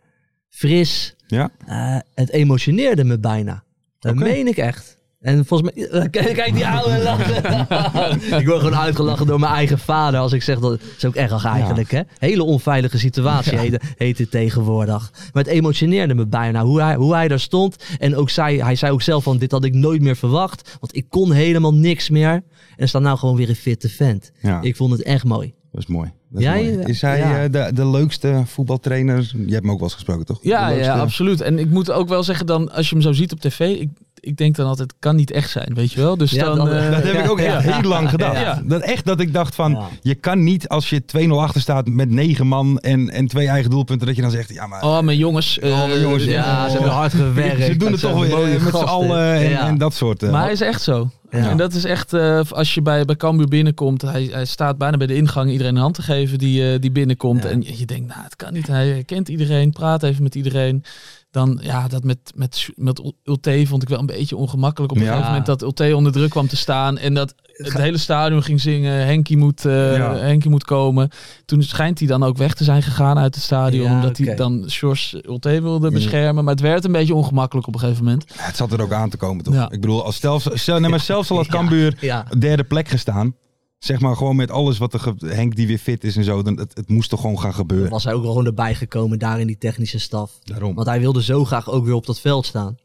[SPEAKER 5] fris.
[SPEAKER 4] Ja?
[SPEAKER 5] Eh, het emotioneerde me bijna. Dat
[SPEAKER 4] Oké.
[SPEAKER 5] meen ik echt. En volgens mij... Kijk, kijk die oude lachen. ik word gewoon uitgelachen door mijn eigen vader als ik zeg dat... Dat is ook erg eigenlijk, hè? Hele onveilige situatie heet, heet het tegenwoordig. Maar het emotioneerde me bijna hoe hij, hoe hij daar stond. En ook zei, hij zei ook zelf van dit had ik nooit meer verwacht. Want ik kon helemaal niks meer. En er staat nou gewoon weer een fitte vent.
[SPEAKER 4] Ja.
[SPEAKER 5] Ik vond het echt mooi.
[SPEAKER 4] Dat is mooi. Dat is,
[SPEAKER 5] Jij,
[SPEAKER 4] mooi. is hij
[SPEAKER 5] ja.
[SPEAKER 4] eh, de, de leukste voetbaltrainer? Je hebt hem ook wel eens gesproken, toch?
[SPEAKER 6] ja,
[SPEAKER 4] De leukste-
[SPEAKER 6] ja, absoluut. En ik moet ook wel zeggen dan, als je hem zo ziet op tv... Ik, ik denk dan altijd, kan niet echt zijn, weet je wel? Dus
[SPEAKER 5] Ja,
[SPEAKER 6] dan...
[SPEAKER 5] dat-
[SPEAKER 6] eh,
[SPEAKER 4] Dat heb ik ook echt heel lang gedacht.
[SPEAKER 6] Ja.
[SPEAKER 4] Dat echt dat ik dacht van,
[SPEAKER 5] Ja.
[SPEAKER 4] je kan niet als je 2-0 achter staat met 9 man en, en twee eigen doelpunten, dat je dan zegt, ja maar
[SPEAKER 6] Oh, mijn jongens. eh,
[SPEAKER 4] Oh, mijn jongens,
[SPEAKER 6] ja.
[SPEAKER 5] Ja,
[SPEAKER 4] Oh.
[SPEAKER 5] ze hebben hard gewerkt.
[SPEAKER 4] ze doen het
[SPEAKER 5] zijn
[SPEAKER 4] toch weer
[SPEAKER 5] mooie
[SPEAKER 4] eh, met z'n
[SPEAKER 5] gasten.
[SPEAKER 4] allen en,
[SPEAKER 5] Ja.
[SPEAKER 4] en dat soort. eh,
[SPEAKER 6] Maar hij is echt zo.
[SPEAKER 5] Ja.
[SPEAKER 6] En dat is echt, eh, als je bij, bij Cambuur binnenkomt, hij, hij staat bijna bij de ingang iedereen een hand te geven die, eh, die binnenkomt.
[SPEAKER 5] Ja.
[SPEAKER 6] En je, je denkt, nou, het kan niet. Hij kent iedereen, praat even met iedereen. Dan, ja, dat met, met, met Ulte vond ik wel een beetje ongemakkelijk. Op een
[SPEAKER 4] Ja.
[SPEAKER 6] gegeven moment dat Ulte onder druk kwam te staan en dat het hele stadion ging zingen, Henkie moet, eh,
[SPEAKER 4] Ja.
[SPEAKER 6] Henkie moet komen. Toen schijnt hij dan ook weg te zijn gegaan uit het stadion,
[SPEAKER 5] Ja,
[SPEAKER 6] omdat
[SPEAKER 5] oké.
[SPEAKER 6] hij dan George Ulte wilde beschermen. Maar het werd een beetje ongemakkelijk op een gegeven moment.
[SPEAKER 4] Ja, Het zat er ook aan te komen, toch?
[SPEAKER 6] Ja.
[SPEAKER 4] Ik bedoel, als zelfs, zelf, nee, maar zelfs al had Cambuur
[SPEAKER 5] Ja.
[SPEAKER 4] derde plek gestaan, zeg maar gewoon met alles wat er... ge- Henk die weer fit is en zo, dan, het, het moest toch gewoon gaan gebeuren.
[SPEAKER 5] was hij ook wel gewoon erbij gekomen daar in die technische staf.
[SPEAKER 4] Daarom.
[SPEAKER 5] Want hij wilde zo graag ook weer op dat veld staan.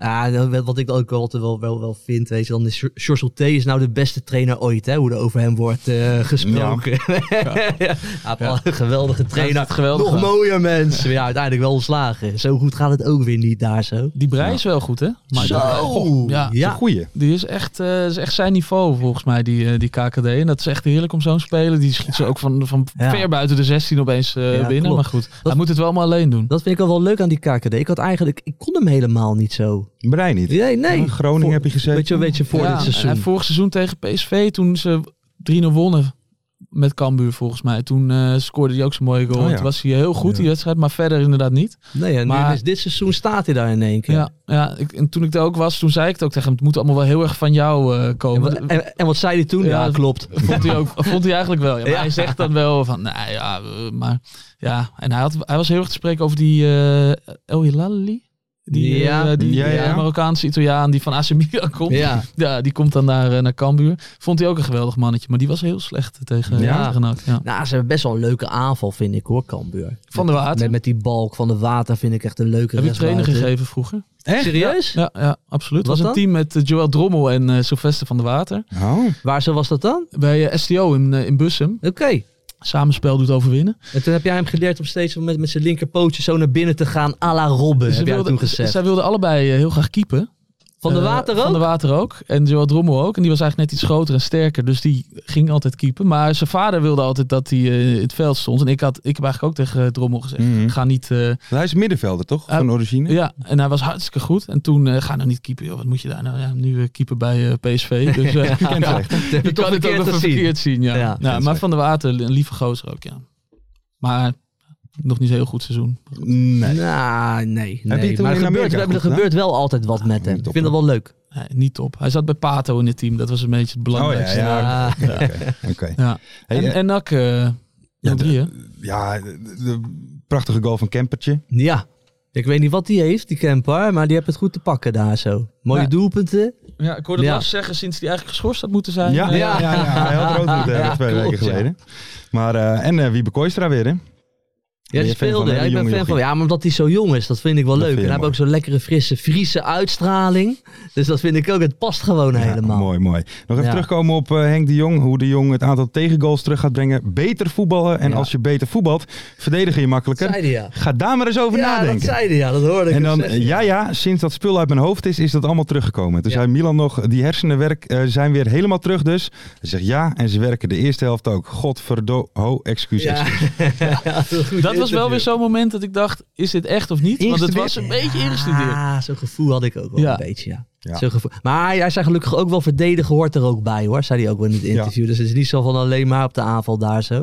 [SPEAKER 5] Ja, wat- wat ik ook altijd wel, wel, wel vind, weet je, dan is George T is nou de beste trainer ooit, hè, hoe er over hem wordt eh, gesproken. Ja. wel een geweldige trainer.
[SPEAKER 6] het geweldig
[SPEAKER 5] nou, Nog
[SPEAKER 6] gedaan.
[SPEAKER 5] mooier mensen. Ja, uiteindelijk wel ontslagen. Zo goed gaat het ook weer niet daar zo.
[SPEAKER 6] Die brei is wel goed, hè? Maar
[SPEAKER 5] zo!
[SPEAKER 6] ja.
[SPEAKER 4] Dat is een goeie.
[SPEAKER 6] Die is echt, eh, is echt zijn niveau, volgens mij, die, eh, die KKD. En dat is echt heerlijk om zo'n speler. Die schiet ze ook van, van
[SPEAKER 5] Ja.
[SPEAKER 6] ver buiten de 16 opeens eh,
[SPEAKER 5] Ja,
[SPEAKER 6] binnen.
[SPEAKER 5] klopt.
[SPEAKER 6] Maar goed, hij moet het wel maar alleen doen.
[SPEAKER 5] Dat vind ik al wel leuk aan die KKD. Ik had eigenlijk, ik kon hem helemaal niet zo.
[SPEAKER 4] Brein niet.
[SPEAKER 5] Nee, nee.
[SPEAKER 4] In Groningen
[SPEAKER 5] Voor-
[SPEAKER 4] heb je gezeten.
[SPEAKER 5] Weet je, weet je voor
[SPEAKER 6] Ja,
[SPEAKER 5] dit seizoen.
[SPEAKER 6] En vorig seizoen tegen PSV, toen ze 3-0 wonnen met Cambuur, volgens mij. Toen eh, scoorde hij ook zo'n mooie goal.
[SPEAKER 4] Oh, ja.
[SPEAKER 6] Toen was hij heel goed,
[SPEAKER 4] Ja.
[SPEAKER 6] die wedstrijd. Maar verder inderdaad niet.
[SPEAKER 5] Nee, en nu
[SPEAKER 6] Maar-
[SPEAKER 5] is dit seizoen staat hij daar in één keer.
[SPEAKER 6] Ja, ja ik, en toen ik daar ook was, toen zei ik het ook tegen hem. Het moet allemaal wel heel erg van jou eh,
[SPEAKER 5] En,
[SPEAKER 6] komen.
[SPEAKER 5] wat, en, en wat zei hij toen? Ja,
[SPEAKER 6] Ja,
[SPEAKER 5] klopt.
[SPEAKER 6] Vond hij, ook, vond hij eigenlijk wel. Ja. Maar
[SPEAKER 5] Ja.
[SPEAKER 6] Hij zegt dan wel van, nou ja, eh, maar ja. En hij, had, hij was heel erg te spreken over die eh El Hilali. Die,
[SPEAKER 5] Ja.
[SPEAKER 6] eh, die,
[SPEAKER 4] Ja, ja.
[SPEAKER 6] die Marokkaanse Italiaan die van AC Milan komt.
[SPEAKER 5] Ja.
[SPEAKER 6] Ja, die komt dan naar, eh, naar Cambuur. Vond hij ook een geweldig mannetje, maar die was heel slecht eh, tegen
[SPEAKER 5] Ja.
[SPEAKER 6] ja. tegen NAC, ja.
[SPEAKER 5] Nou, ze hebben best wel een leuke aanval, vind ik hoor, Cambuur.
[SPEAKER 6] Van de Water.
[SPEAKER 5] Met, met die balk van de water vind ik echt een leuke
[SPEAKER 6] Heb ik trainer
[SPEAKER 5] rechtsbuiten.
[SPEAKER 6] gegeven vroeger?
[SPEAKER 4] Echt?
[SPEAKER 5] Serieus?
[SPEAKER 6] Ja, ja absoluut. Het
[SPEAKER 5] Wat
[SPEAKER 6] was een
[SPEAKER 5] dan?
[SPEAKER 6] team met eh, Joël Drommel en eh, Sylvester van der Water.
[SPEAKER 4] Oh.
[SPEAKER 5] Waar zo was dat dan?
[SPEAKER 6] Bij eh, STO in, eh, in Bussum.
[SPEAKER 5] Oké.
[SPEAKER 6] Samenspel doet overwinnen.
[SPEAKER 5] En toen heb jij hem geleerd om steeds met, met zijn linkerpootje zo naar binnen te gaan à la Robben, heb jij
[SPEAKER 6] wilden-
[SPEAKER 5] toen gezegd.
[SPEAKER 6] zij wilden allebei eh, heel graag keepen.
[SPEAKER 5] van de
[SPEAKER 6] Eh,
[SPEAKER 5] water ook?
[SPEAKER 6] Van de water ook. En Joel Drommel ook. En die was eigenlijk net iets groter en sterker. Dus die ging altijd keepen. Maar zijn vader wilde altijd dat hij eh, in het veld stond. En ik, had, ik heb eigenlijk ook tegen eh, Drommel gezegd.
[SPEAKER 4] Mhm.
[SPEAKER 6] Ga niet... eh,
[SPEAKER 4] Hij is middenvelder, toch?
[SPEAKER 5] Eh,
[SPEAKER 4] Van origine?
[SPEAKER 6] ja, en hij was hartstikke goed. En toen, eh, ga nou niet keeper. Joh, wat moet je daar nou? Ja, nu eh, keeper bij eh, PSV. Dus eh, ja,
[SPEAKER 5] heb
[SPEAKER 6] je
[SPEAKER 5] je toch
[SPEAKER 6] kan
[SPEAKER 5] verkeerd
[SPEAKER 6] het ook even
[SPEAKER 5] gezien.
[SPEAKER 6] verkeerd zien. Ja.
[SPEAKER 5] Ja,
[SPEAKER 6] Ja,
[SPEAKER 4] dat is
[SPEAKER 6] maar
[SPEAKER 4] waar.
[SPEAKER 6] Van de Water, een lieve gozer ook, ja. Maar nog niet zo'n heel goed seizoen.
[SPEAKER 4] Nee.
[SPEAKER 5] Nou, nee. nee.
[SPEAKER 4] je toen
[SPEAKER 5] maar
[SPEAKER 4] in
[SPEAKER 5] er gebeurt,
[SPEAKER 4] Amerika
[SPEAKER 5] er
[SPEAKER 4] goed
[SPEAKER 5] gebeurt wel altijd wat met hem.
[SPEAKER 4] niet
[SPEAKER 5] Ik
[SPEAKER 4] op,
[SPEAKER 5] vind dat wel leuk.
[SPEAKER 6] Nee, niet top. Hij zat bij Pato in het team. Dat was een beetje het
[SPEAKER 4] Oh ja,
[SPEAKER 6] belangrijkste.
[SPEAKER 4] ja.
[SPEAKER 5] Ah,
[SPEAKER 4] Oké. oké.
[SPEAKER 6] Ja.
[SPEAKER 4] Hey,
[SPEAKER 6] en,
[SPEAKER 4] eh,
[SPEAKER 6] en NAC, eh,
[SPEAKER 4] ja,
[SPEAKER 6] nummer drie, hè?
[SPEAKER 4] Ja, de, de prachtige goal van Kempertje.
[SPEAKER 5] ja. Ik weet niet wat die heeft, die camper, maar die heeft het goed te pakken daar zo. Mooie
[SPEAKER 6] Ja.
[SPEAKER 5] doelpunten.
[SPEAKER 6] Ja, ik hoorde
[SPEAKER 5] Ja.
[SPEAKER 6] Lars zeggen sinds hij eigenlijk geschorst had moeten zijn.
[SPEAKER 4] Ja,
[SPEAKER 6] eh,
[SPEAKER 4] ja, ja, ja, hij had rood moeten hebben eh,
[SPEAKER 5] Ja,
[SPEAKER 4] twee weken
[SPEAKER 5] klopt, ja.
[SPEAKER 4] geleden. Maar, eh, en eh Wiebe Kooistra weer, hè?
[SPEAKER 5] Ja, die
[SPEAKER 4] je fan van
[SPEAKER 5] speelde.
[SPEAKER 4] een
[SPEAKER 5] Ja, ik
[SPEAKER 4] hele
[SPEAKER 5] ben
[SPEAKER 4] jonge
[SPEAKER 5] fan van.
[SPEAKER 4] jochie.
[SPEAKER 5] Ja, maar omdat hij zo jong is, dat vind ik wel
[SPEAKER 4] Dat
[SPEAKER 5] leuk.
[SPEAKER 4] vind
[SPEAKER 5] En
[SPEAKER 4] je
[SPEAKER 5] hij heeft ook
[SPEAKER 4] mooi.
[SPEAKER 5] zo'n lekkere, frisse, Friese uitstraling. Dus dat vind ik ook. Het past gewoon
[SPEAKER 4] Ja,
[SPEAKER 5] helemaal.
[SPEAKER 4] Mooi, mooi. Nog even
[SPEAKER 5] Ja.
[SPEAKER 4] terugkomen op eh, Henk de Jong. Hoe de Jong het aantal tegengoals terug gaat brengen. Beter voetballen. En
[SPEAKER 5] Ja.
[SPEAKER 4] als je beter voetbalt, verdedigen je
[SPEAKER 5] Dat
[SPEAKER 4] makkelijker.
[SPEAKER 5] zei hij ja.
[SPEAKER 4] Ga daar maar eens over
[SPEAKER 5] Ja, dat
[SPEAKER 4] nadenken.
[SPEAKER 5] zei hij ja. Dat hoorde ik hem
[SPEAKER 4] en dan, eh,
[SPEAKER 5] zeggen.
[SPEAKER 4] ja, ja, sinds dat spul uit mijn hoofd is, is dat allemaal teruggekomen. Toen
[SPEAKER 5] Ja.
[SPEAKER 4] zei Milan nog, die hersenenwerk eh, zijn weer helemaal terug dus. Hij zegt ja, en ze werken de eerste helft ook. Godverdo, ho, excuses.
[SPEAKER 5] Ja.
[SPEAKER 6] Dat was wel weer zo'n moment dat ik dacht, is dit echt of niet? Want het was een beetje ingestudeerd.
[SPEAKER 5] Ah, zo'n gevoel had ik ook wel
[SPEAKER 6] Ja.
[SPEAKER 5] een beetje, ja.
[SPEAKER 4] Ja.
[SPEAKER 5] Zo'n gevoel. Maar hij, hij zei gelukkig ook wel verdedigen hoort er ook bij hoor, zei hij ook wel in het interview. Dus het is niet zo van alleen maar op de aanval daar zo.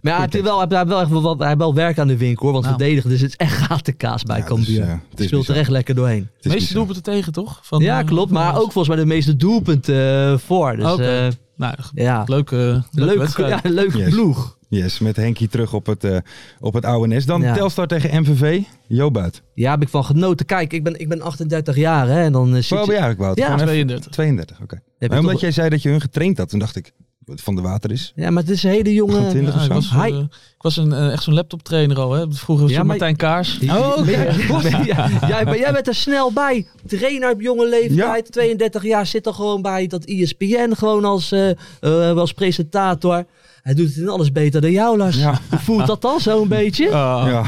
[SPEAKER 5] Maar ja, hij heeft wel, hij heeft wel, echt wel, wat- hij heeft wel werk aan de winkel hoor, want
[SPEAKER 6] Nou.
[SPEAKER 5] verdedigen, dus het is echt gatenkaas bij
[SPEAKER 4] Ja, het is,
[SPEAKER 5] Cambuur.
[SPEAKER 4] eh, het
[SPEAKER 5] het
[SPEAKER 4] is
[SPEAKER 5] speelt
[SPEAKER 4] bizar.
[SPEAKER 5] er echt lekker doorheen.
[SPEAKER 4] Het
[SPEAKER 6] De
[SPEAKER 4] is
[SPEAKER 6] meeste
[SPEAKER 4] bizar.
[SPEAKER 6] doelpunten tegen, toch? Van,
[SPEAKER 5] ja,
[SPEAKER 6] eh,
[SPEAKER 5] klopt.
[SPEAKER 6] van
[SPEAKER 5] Maar
[SPEAKER 6] ons.
[SPEAKER 5] ook volgens mij de meeste doelpunten eh, voor. Dus
[SPEAKER 6] Oké.
[SPEAKER 5] eh,
[SPEAKER 6] Nou,
[SPEAKER 5] ja,
[SPEAKER 6] leuke, leuke
[SPEAKER 5] leuk,
[SPEAKER 6] wedstrijd.
[SPEAKER 5] ja, leuke
[SPEAKER 4] Yes.
[SPEAKER 5] ploeg.
[SPEAKER 4] Yes, met Henkie terug op het, eh, op het oude nest. Dan
[SPEAKER 5] Ja.
[SPEAKER 4] Telstar tegen MVV. Jo Buit.
[SPEAKER 5] Ja, heb ik van genoten. Kijk, ik ben, ik ben 38 jaar hè, en dan eh, zit
[SPEAKER 4] Hoe oud
[SPEAKER 5] je-
[SPEAKER 4] ben je eigenlijk, Wout?
[SPEAKER 5] Ja,
[SPEAKER 4] Gewoon even-
[SPEAKER 6] 32.
[SPEAKER 4] 32, oké.
[SPEAKER 5] heb je
[SPEAKER 4] Maar Omdat
[SPEAKER 5] toch-
[SPEAKER 4] jij zei dat je hun getraind had, toen dacht ik, wat van de water is.
[SPEAKER 5] Ja, maar het is een hele jonge...
[SPEAKER 4] 28
[SPEAKER 6] Ja, ik,
[SPEAKER 4] of
[SPEAKER 6] was,
[SPEAKER 4] zo.
[SPEAKER 6] eh, ik was een, eh, echt zo'n laptop trainer al. Hè. Vroeger was
[SPEAKER 5] Ja, maar-
[SPEAKER 6] het Martijn Kaars.
[SPEAKER 5] Oh, jij, bent- jij bent er snel bij. Trainer op jonge leeftijd, 32 jaar, zit er gewoon bij dat E ESPN gewoon als, eh, eh, als presentator. Hij doet het in alles beter dan jou, Lars.
[SPEAKER 4] Ja.
[SPEAKER 5] Hoe voelt dat dan zo'n beetje?
[SPEAKER 6] Ah.
[SPEAKER 4] Ja.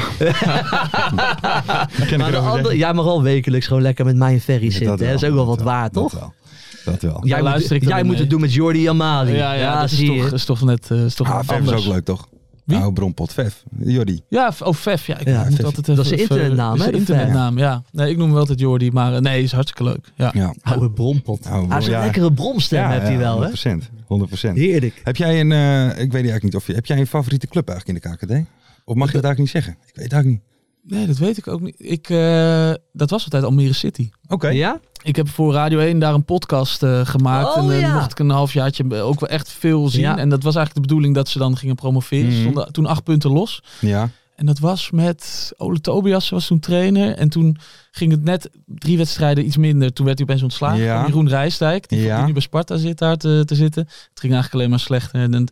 [SPEAKER 4] Ken
[SPEAKER 5] maar
[SPEAKER 4] ik
[SPEAKER 5] de
[SPEAKER 4] erover
[SPEAKER 5] andere,
[SPEAKER 4] zeggen.
[SPEAKER 5] jij mag al wekelijks gewoon lekker met mij in ferry zitten.
[SPEAKER 4] dat
[SPEAKER 5] hè. Dat is
[SPEAKER 4] wel,
[SPEAKER 5] ook wel
[SPEAKER 4] dat
[SPEAKER 5] wat waar,
[SPEAKER 4] Dat
[SPEAKER 5] toch?
[SPEAKER 4] wel. Dat wel.
[SPEAKER 5] Jij,
[SPEAKER 6] Daar
[SPEAKER 5] moet,
[SPEAKER 6] luister ik dan
[SPEAKER 5] jij
[SPEAKER 6] in
[SPEAKER 5] moet
[SPEAKER 6] mee.
[SPEAKER 5] het doen met Jordi Amali.
[SPEAKER 6] Ja, ja, dat is
[SPEAKER 5] zie
[SPEAKER 6] toch,
[SPEAKER 5] je.
[SPEAKER 6] dat is toch net eh, is toch
[SPEAKER 4] Ah, Vef is
[SPEAKER 6] anders.
[SPEAKER 4] ook leuk, toch?
[SPEAKER 6] Wie?
[SPEAKER 4] Oude bronpot, Vef. Jordi.
[SPEAKER 6] Ja, of- oh, Vef. Ja, ik
[SPEAKER 5] Ja,
[SPEAKER 6] moet
[SPEAKER 4] Vef.
[SPEAKER 6] altijd even,
[SPEAKER 5] Dat is een internetnaam,
[SPEAKER 6] even-
[SPEAKER 5] hè,
[SPEAKER 6] is een
[SPEAKER 5] de E Vef.
[SPEAKER 6] internetnaam, ja. Nee, ik noem hem altijd Jordi, maar eh, nee, is hartstikke leuk. Ja.
[SPEAKER 4] Ja.
[SPEAKER 5] Oude brompot.
[SPEAKER 4] Oude
[SPEAKER 5] Hij is een
[SPEAKER 4] brom- Nou, ja.
[SPEAKER 5] lekkere bromstem, heeft hij wel, hè?
[SPEAKER 4] 100%. 100%.
[SPEAKER 5] Heerlijk.
[SPEAKER 4] Heb jij een, eh, ik weet eigenlijk niet of je, heb jij een favoriete club eigenlijk in de KKD? Of mag je dat eigenlijk niet zeggen? Ik weet het eigenlijk niet.
[SPEAKER 6] Nee, dat weet ik ook niet. Ik, eh, dat was altijd Almere City.
[SPEAKER 4] Oké.
[SPEAKER 5] Ja?
[SPEAKER 6] Ik heb voor Radio 1 daar een podcast eh, gemaakt.
[SPEAKER 5] Oh,
[SPEAKER 6] en dan
[SPEAKER 5] ja.
[SPEAKER 6] mocht ik een halfjaartje ook wel echt veel zien.
[SPEAKER 5] Ja.
[SPEAKER 6] En dat was eigenlijk de bedoeling dat ze dan gingen promoveren. Ze
[SPEAKER 4] Mhm.
[SPEAKER 6] stonden toen acht punten los.
[SPEAKER 4] Ja.
[SPEAKER 6] En dat was met Ole Tobias, ze was toen trainer. En toen ging het net drie wedstrijden iets minder. Toen werd hij opeens ontslagen.
[SPEAKER 4] Ja.
[SPEAKER 6] van Jeroen Rijsdijk, die,
[SPEAKER 4] Ja.
[SPEAKER 6] die nu bij Sparta zit, daar te, te zitten. Het ging eigenlijk alleen maar slechter. En, en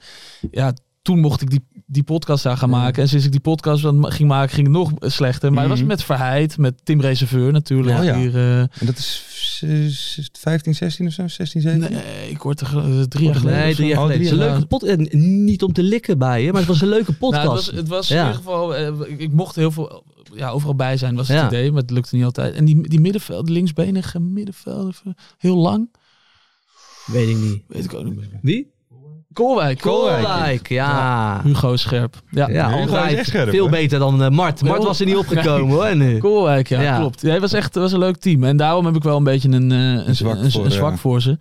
[SPEAKER 6] ja, toen mocht ik die, die podcast daar gaan maken. En sinds ik die podcast dan ma- ging maken, ging het nog slechter. Maar dat was
[SPEAKER 4] Mhm.
[SPEAKER 6] met Verheid, met Tim Reserveur natuurlijk.
[SPEAKER 4] Oh ja.
[SPEAKER 6] Hier, eh,
[SPEAKER 4] En dat is z- z- 15, 16 of zo? 16, 17?
[SPEAKER 6] nee, ik hoorde er eh, drie jaar geleden.
[SPEAKER 5] Nee,
[SPEAKER 6] of zo.
[SPEAKER 5] drie jaar
[SPEAKER 4] Oh,
[SPEAKER 5] geleden. Het is een
[SPEAKER 4] drie jaar
[SPEAKER 5] leuke pot. en Niet om te likken bij je, maar het was een leuke podcast.
[SPEAKER 6] Nou, het was, het was
[SPEAKER 5] Ja.
[SPEAKER 6] in ieder geval, eh, ik- ik mocht heel veel, ja, overal bij zijn was het
[SPEAKER 5] Ja.
[SPEAKER 6] idee, maar het lukte niet altijd. En die, die middenveld, die linksbenige middenvelder, heel lang,
[SPEAKER 5] Weet ik niet.
[SPEAKER 6] weet ik ook niet meer.
[SPEAKER 5] Wie?
[SPEAKER 6] Koolwijk.
[SPEAKER 5] Koolwijk, ja.
[SPEAKER 6] Hugo Scherp. Ja,
[SPEAKER 5] Ja,
[SPEAKER 4] Hugo
[SPEAKER 5] altijd.
[SPEAKER 4] is echt scherp,
[SPEAKER 5] Veel
[SPEAKER 4] hè?
[SPEAKER 5] beter dan eh, Mart. Mart was er niet opgekomen hoor. eh, Nu.
[SPEAKER 6] Koolwijk, ja,
[SPEAKER 5] Ja.
[SPEAKER 6] klopt. Hij was echt was een leuk team. En daarom heb ik wel een beetje een, eh, een, een-
[SPEAKER 4] zwak
[SPEAKER 6] een- een
[SPEAKER 4] voor,
[SPEAKER 6] zwak
[SPEAKER 4] ja.
[SPEAKER 6] voor ze.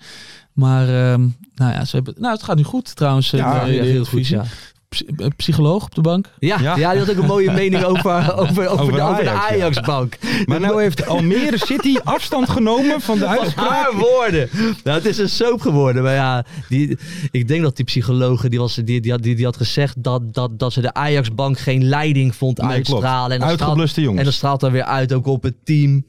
[SPEAKER 6] Maar ehm, nou ja, ze hebben, nou, het gaat nu goed trouwens. eh,
[SPEAKER 4] Ja,
[SPEAKER 6] bij de
[SPEAKER 5] heel goed,
[SPEAKER 6] Eredivisie.
[SPEAKER 5] ja.
[SPEAKER 6] ps- eh, psycholoog op de bank.
[SPEAKER 5] Ja, ja.
[SPEAKER 4] Ja.
[SPEAKER 5] die had ook een mooie mening over, over, over,
[SPEAKER 4] Over
[SPEAKER 5] de, over de
[SPEAKER 4] Ajax, ja.
[SPEAKER 5] Ajax-bank.
[SPEAKER 4] Maar nou heeft Almere City afstand genomen van de uitspraak.
[SPEAKER 5] Haar woorden. Nou, het is een soap geworden. Maar ja, die, ik denk dat die psychologe die, was, die, die, had- die, die had gezegd dat, dat, dat ze de Ajax-bank geen leiding vond
[SPEAKER 4] Nee, klopt.
[SPEAKER 5] uitstralen. En dat straalt,
[SPEAKER 4] Uitgebluste jongens.
[SPEAKER 5] en dat straalt dan weer uit ook op het team.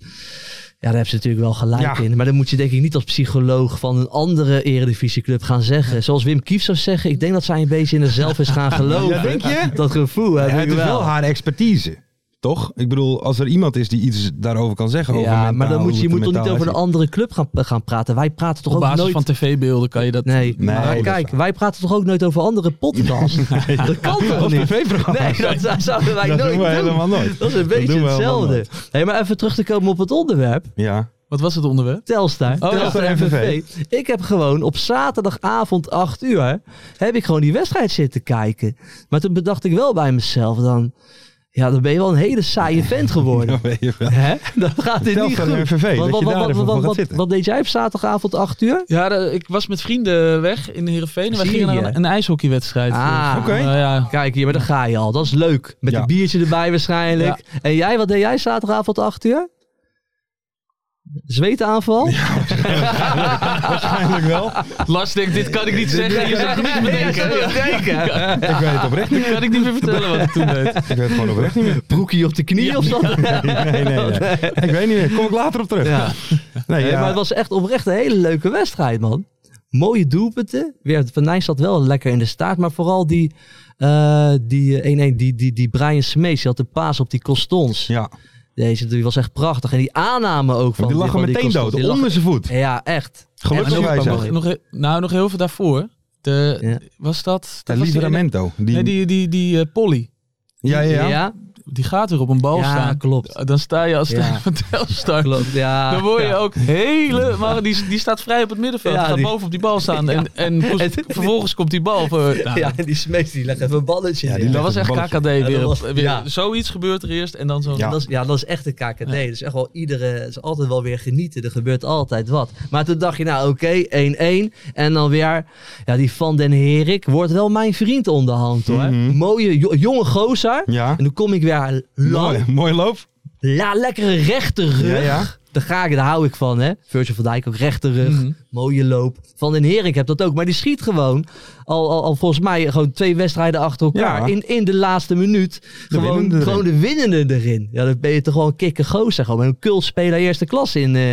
[SPEAKER 5] Ja, daar hebben ze natuurlijk wel gelijk
[SPEAKER 4] Ja.
[SPEAKER 5] in. Maar dan moet je denk ik niet als psycholoog van een andere eredivisieclub gaan zeggen. Zoals Wim Kief zou zeggen, ik denk dat zij een beetje in zichzelf is gaan geloven.
[SPEAKER 4] Ja, denk je?
[SPEAKER 5] Dat gevoel heb
[SPEAKER 4] Ja,
[SPEAKER 5] ik
[SPEAKER 4] het is
[SPEAKER 5] wel.
[SPEAKER 4] dus wel haar expertise. Toch? Ik bedoel, als er iemand is die iets daarover kan zeggen. over
[SPEAKER 5] ja, maar
[SPEAKER 4] mentaal,
[SPEAKER 5] dan
[SPEAKER 4] hoe
[SPEAKER 5] moet je, je
[SPEAKER 4] het
[SPEAKER 5] moet toch niet
[SPEAKER 4] mentaal
[SPEAKER 5] over een
[SPEAKER 4] is.
[SPEAKER 5] andere club gaan, eh, gaan praten. Wij praten toch
[SPEAKER 6] Op
[SPEAKER 5] ook
[SPEAKER 6] basis
[SPEAKER 5] nooit...
[SPEAKER 6] van tv-beelden kan je dat...
[SPEAKER 5] Nee,
[SPEAKER 4] Nee,
[SPEAKER 5] maar
[SPEAKER 4] dat is
[SPEAKER 5] kijk, wij praten toch ook nooit over andere podcasts? Dat kan toch
[SPEAKER 4] Dat is
[SPEAKER 5] niet?
[SPEAKER 4] privéverhaal.
[SPEAKER 5] Nee, dat zou- zouden wij
[SPEAKER 4] Dat
[SPEAKER 5] nooit
[SPEAKER 4] doen we
[SPEAKER 5] doen.
[SPEAKER 4] helemaal nooit.
[SPEAKER 5] Dat is een
[SPEAKER 4] Dat
[SPEAKER 5] beetje
[SPEAKER 4] doen we helemaal
[SPEAKER 5] hetzelfde.
[SPEAKER 4] nooit.
[SPEAKER 5] Hey, maar even terug te komen op het onderwerp.
[SPEAKER 4] Ja.
[SPEAKER 6] Wat was het onderwerp?
[SPEAKER 4] Oh,
[SPEAKER 5] Telstar,
[SPEAKER 6] ja.
[SPEAKER 5] Telstar MVV. Ik heb gewoon op zaterdagavond 8 uur... heb ik gewoon die wedstrijd zitten kijken. Maar toen bedacht ik wel bij mezelf dan... Ja, dan ben je wel een hele saaie vent geworden.
[SPEAKER 4] Dan ben je wel.
[SPEAKER 5] Hè? Dan gaat dit
[SPEAKER 4] Vertel
[SPEAKER 5] niet
[SPEAKER 4] van
[SPEAKER 5] goed.
[SPEAKER 4] MVV, dat
[SPEAKER 5] wat,
[SPEAKER 4] je
[SPEAKER 5] wat,
[SPEAKER 4] daar
[SPEAKER 5] wat,
[SPEAKER 4] even voor
[SPEAKER 5] wat,
[SPEAKER 4] gaat
[SPEAKER 5] wat,
[SPEAKER 4] zitten.
[SPEAKER 5] wat deed jij op zaterdagavond 8 uur?
[SPEAKER 6] Ja, de- ik was met vrienden weg in Heerenveen. En wij
[SPEAKER 5] Zie
[SPEAKER 6] gingen naar
[SPEAKER 5] je.
[SPEAKER 6] een, een ijshockeywedstrijd.
[SPEAKER 5] Ah.
[SPEAKER 6] Eh,
[SPEAKER 4] Oké.
[SPEAKER 6] ja.
[SPEAKER 5] Kijk hier, maar daar ga je al. Dat is leuk. Met
[SPEAKER 4] Ja.
[SPEAKER 5] een biertje erbij waarschijnlijk. En jij, wat deed jij zaterdagavond 8 uur? Zweetaanval?
[SPEAKER 4] Waarschijnlijk wel.
[SPEAKER 6] Lars denkt, dit kan ik niet zeggen. Je zegt niks bedenken.
[SPEAKER 4] Ik weet het oprecht niet.
[SPEAKER 6] Kan ik niet meer vertellen wat ik toen deed.
[SPEAKER 4] Ik weet het gewoon oprecht niet meer.
[SPEAKER 5] Broekje op de knie of zo?
[SPEAKER 4] Nee, nee, nee. Ik weet niet meer. Kom ik later op terug.
[SPEAKER 5] Ja.
[SPEAKER 4] Nee,
[SPEAKER 5] Nee,
[SPEAKER 4] ja.
[SPEAKER 5] Maar het was echt oprecht een hele leuke wedstrijd, man. Mooie doelpunten. Weer, Van Nijn zat wel lekker in de staart. Maar vooral die, eh, die eh, 1-1, die, die, die Brian Smees. Die had de paas op die Costons.
[SPEAKER 4] Ja.
[SPEAKER 5] Deze die was echt prachtig. En die aanname ook van
[SPEAKER 4] Die lag er
[SPEAKER 5] van
[SPEAKER 4] meteen
[SPEAKER 5] Costons.
[SPEAKER 4] dood.
[SPEAKER 5] Die lag-
[SPEAKER 4] Onder zijn voet.
[SPEAKER 5] Ja, echt.
[SPEAKER 4] Gelukkig
[SPEAKER 6] En nog-
[SPEAKER 4] wij
[SPEAKER 6] nog,
[SPEAKER 4] zijn.
[SPEAKER 6] nog, he- nou, nog heel veel daarvoor. De,
[SPEAKER 5] Ja.
[SPEAKER 6] Was dat... dat was die ene-
[SPEAKER 4] Livramento. Die,
[SPEAKER 6] Nee, die, die, die eh, Polly.
[SPEAKER 4] ja, ja, ja.
[SPEAKER 5] ja?
[SPEAKER 6] Die gaat er op een bal
[SPEAKER 5] Ja,
[SPEAKER 6] staan.
[SPEAKER 5] klopt.
[SPEAKER 6] Dan sta je als
[SPEAKER 5] Ja.
[SPEAKER 6] trainer van Telstar.
[SPEAKER 5] Klopt, ja.
[SPEAKER 6] Dan word je
[SPEAKER 5] Ja.
[SPEAKER 6] ook helemaal... Die, die staat vrij op het middenveld.
[SPEAKER 5] Ja,
[SPEAKER 6] gaat
[SPEAKER 5] die-
[SPEAKER 6] boven op die bal staan. En, en vervolgens komt die bal. Voor, nou,
[SPEAKER 5] Ja, die smees die legt even een balletje.
[SPEAKER 4] Ja,
[SPEAKER 5] in.
[SPEAKER 4] die
[SPEAKER 6] dat
[SPEAKER 4] legt
[SPEAKER 6] was
[SPEAKER 4] een
[SPEAKER 6] echt
[SPEAKER 4] balletje.
[SPEAKER 6] KKD.
[SPEAKER 5] Ja,
[SPEAKER 6] Weer,
[SPEAKER 5] dat was-
[SPEAKER 6] weer,
[SPEAKER 5] ja.
[SPEAKER 6] Zoiets gebeurt er eerst en dan zo.
[SPEAKER 4] Ja.
[SPEAKER 5] Dat is, ja, dat is echt een KKD. Dat is echt wel iedere... Het is altijd wel weer genieten. Er gebeurt altijd wat. Maar toen dacht je, nou oké, 1-1. En dan weer... Ja, die Van den Herik wordt wel mijn vriend onderhand, hoor.
[SPEAKER 4] Mhm.
[SPEAKER 5] Mooie, jo- jonge gozer.
[SPEAKER 4] Ja.
[SPEAKER 5] En dan kom ik weer lang.
[SPEAKER 4] Mooi, mooi loop.
[SPEAKER 5] La, lekkere rechterrug.
[SPEAKER 4] Ja, ja.
[SPEAKER 5] Daar, ga ik, daar hou ik van, hè. Virgil van Dijk ook rechterrug.
[SPEAKER 6] Mhm.
[SPEAKER 5] Mooie loop. Van den Herik heb dat ook. Maar die schiet gewoon, al, al, al volgens mij, gewoon twee wedstrijden achter elkaar.
[SPEAKER 4] Ja.
[SPEAKER 5] In, in de laatste minuut. gewoon,
[SPEAKER 4] winnende erin.
[SPEAKER 5] gewoon de winnende erin. Ja, dan ben je toch gewoon een kikke gozer. Gewoon met een kultspeler eerste klas in, eh,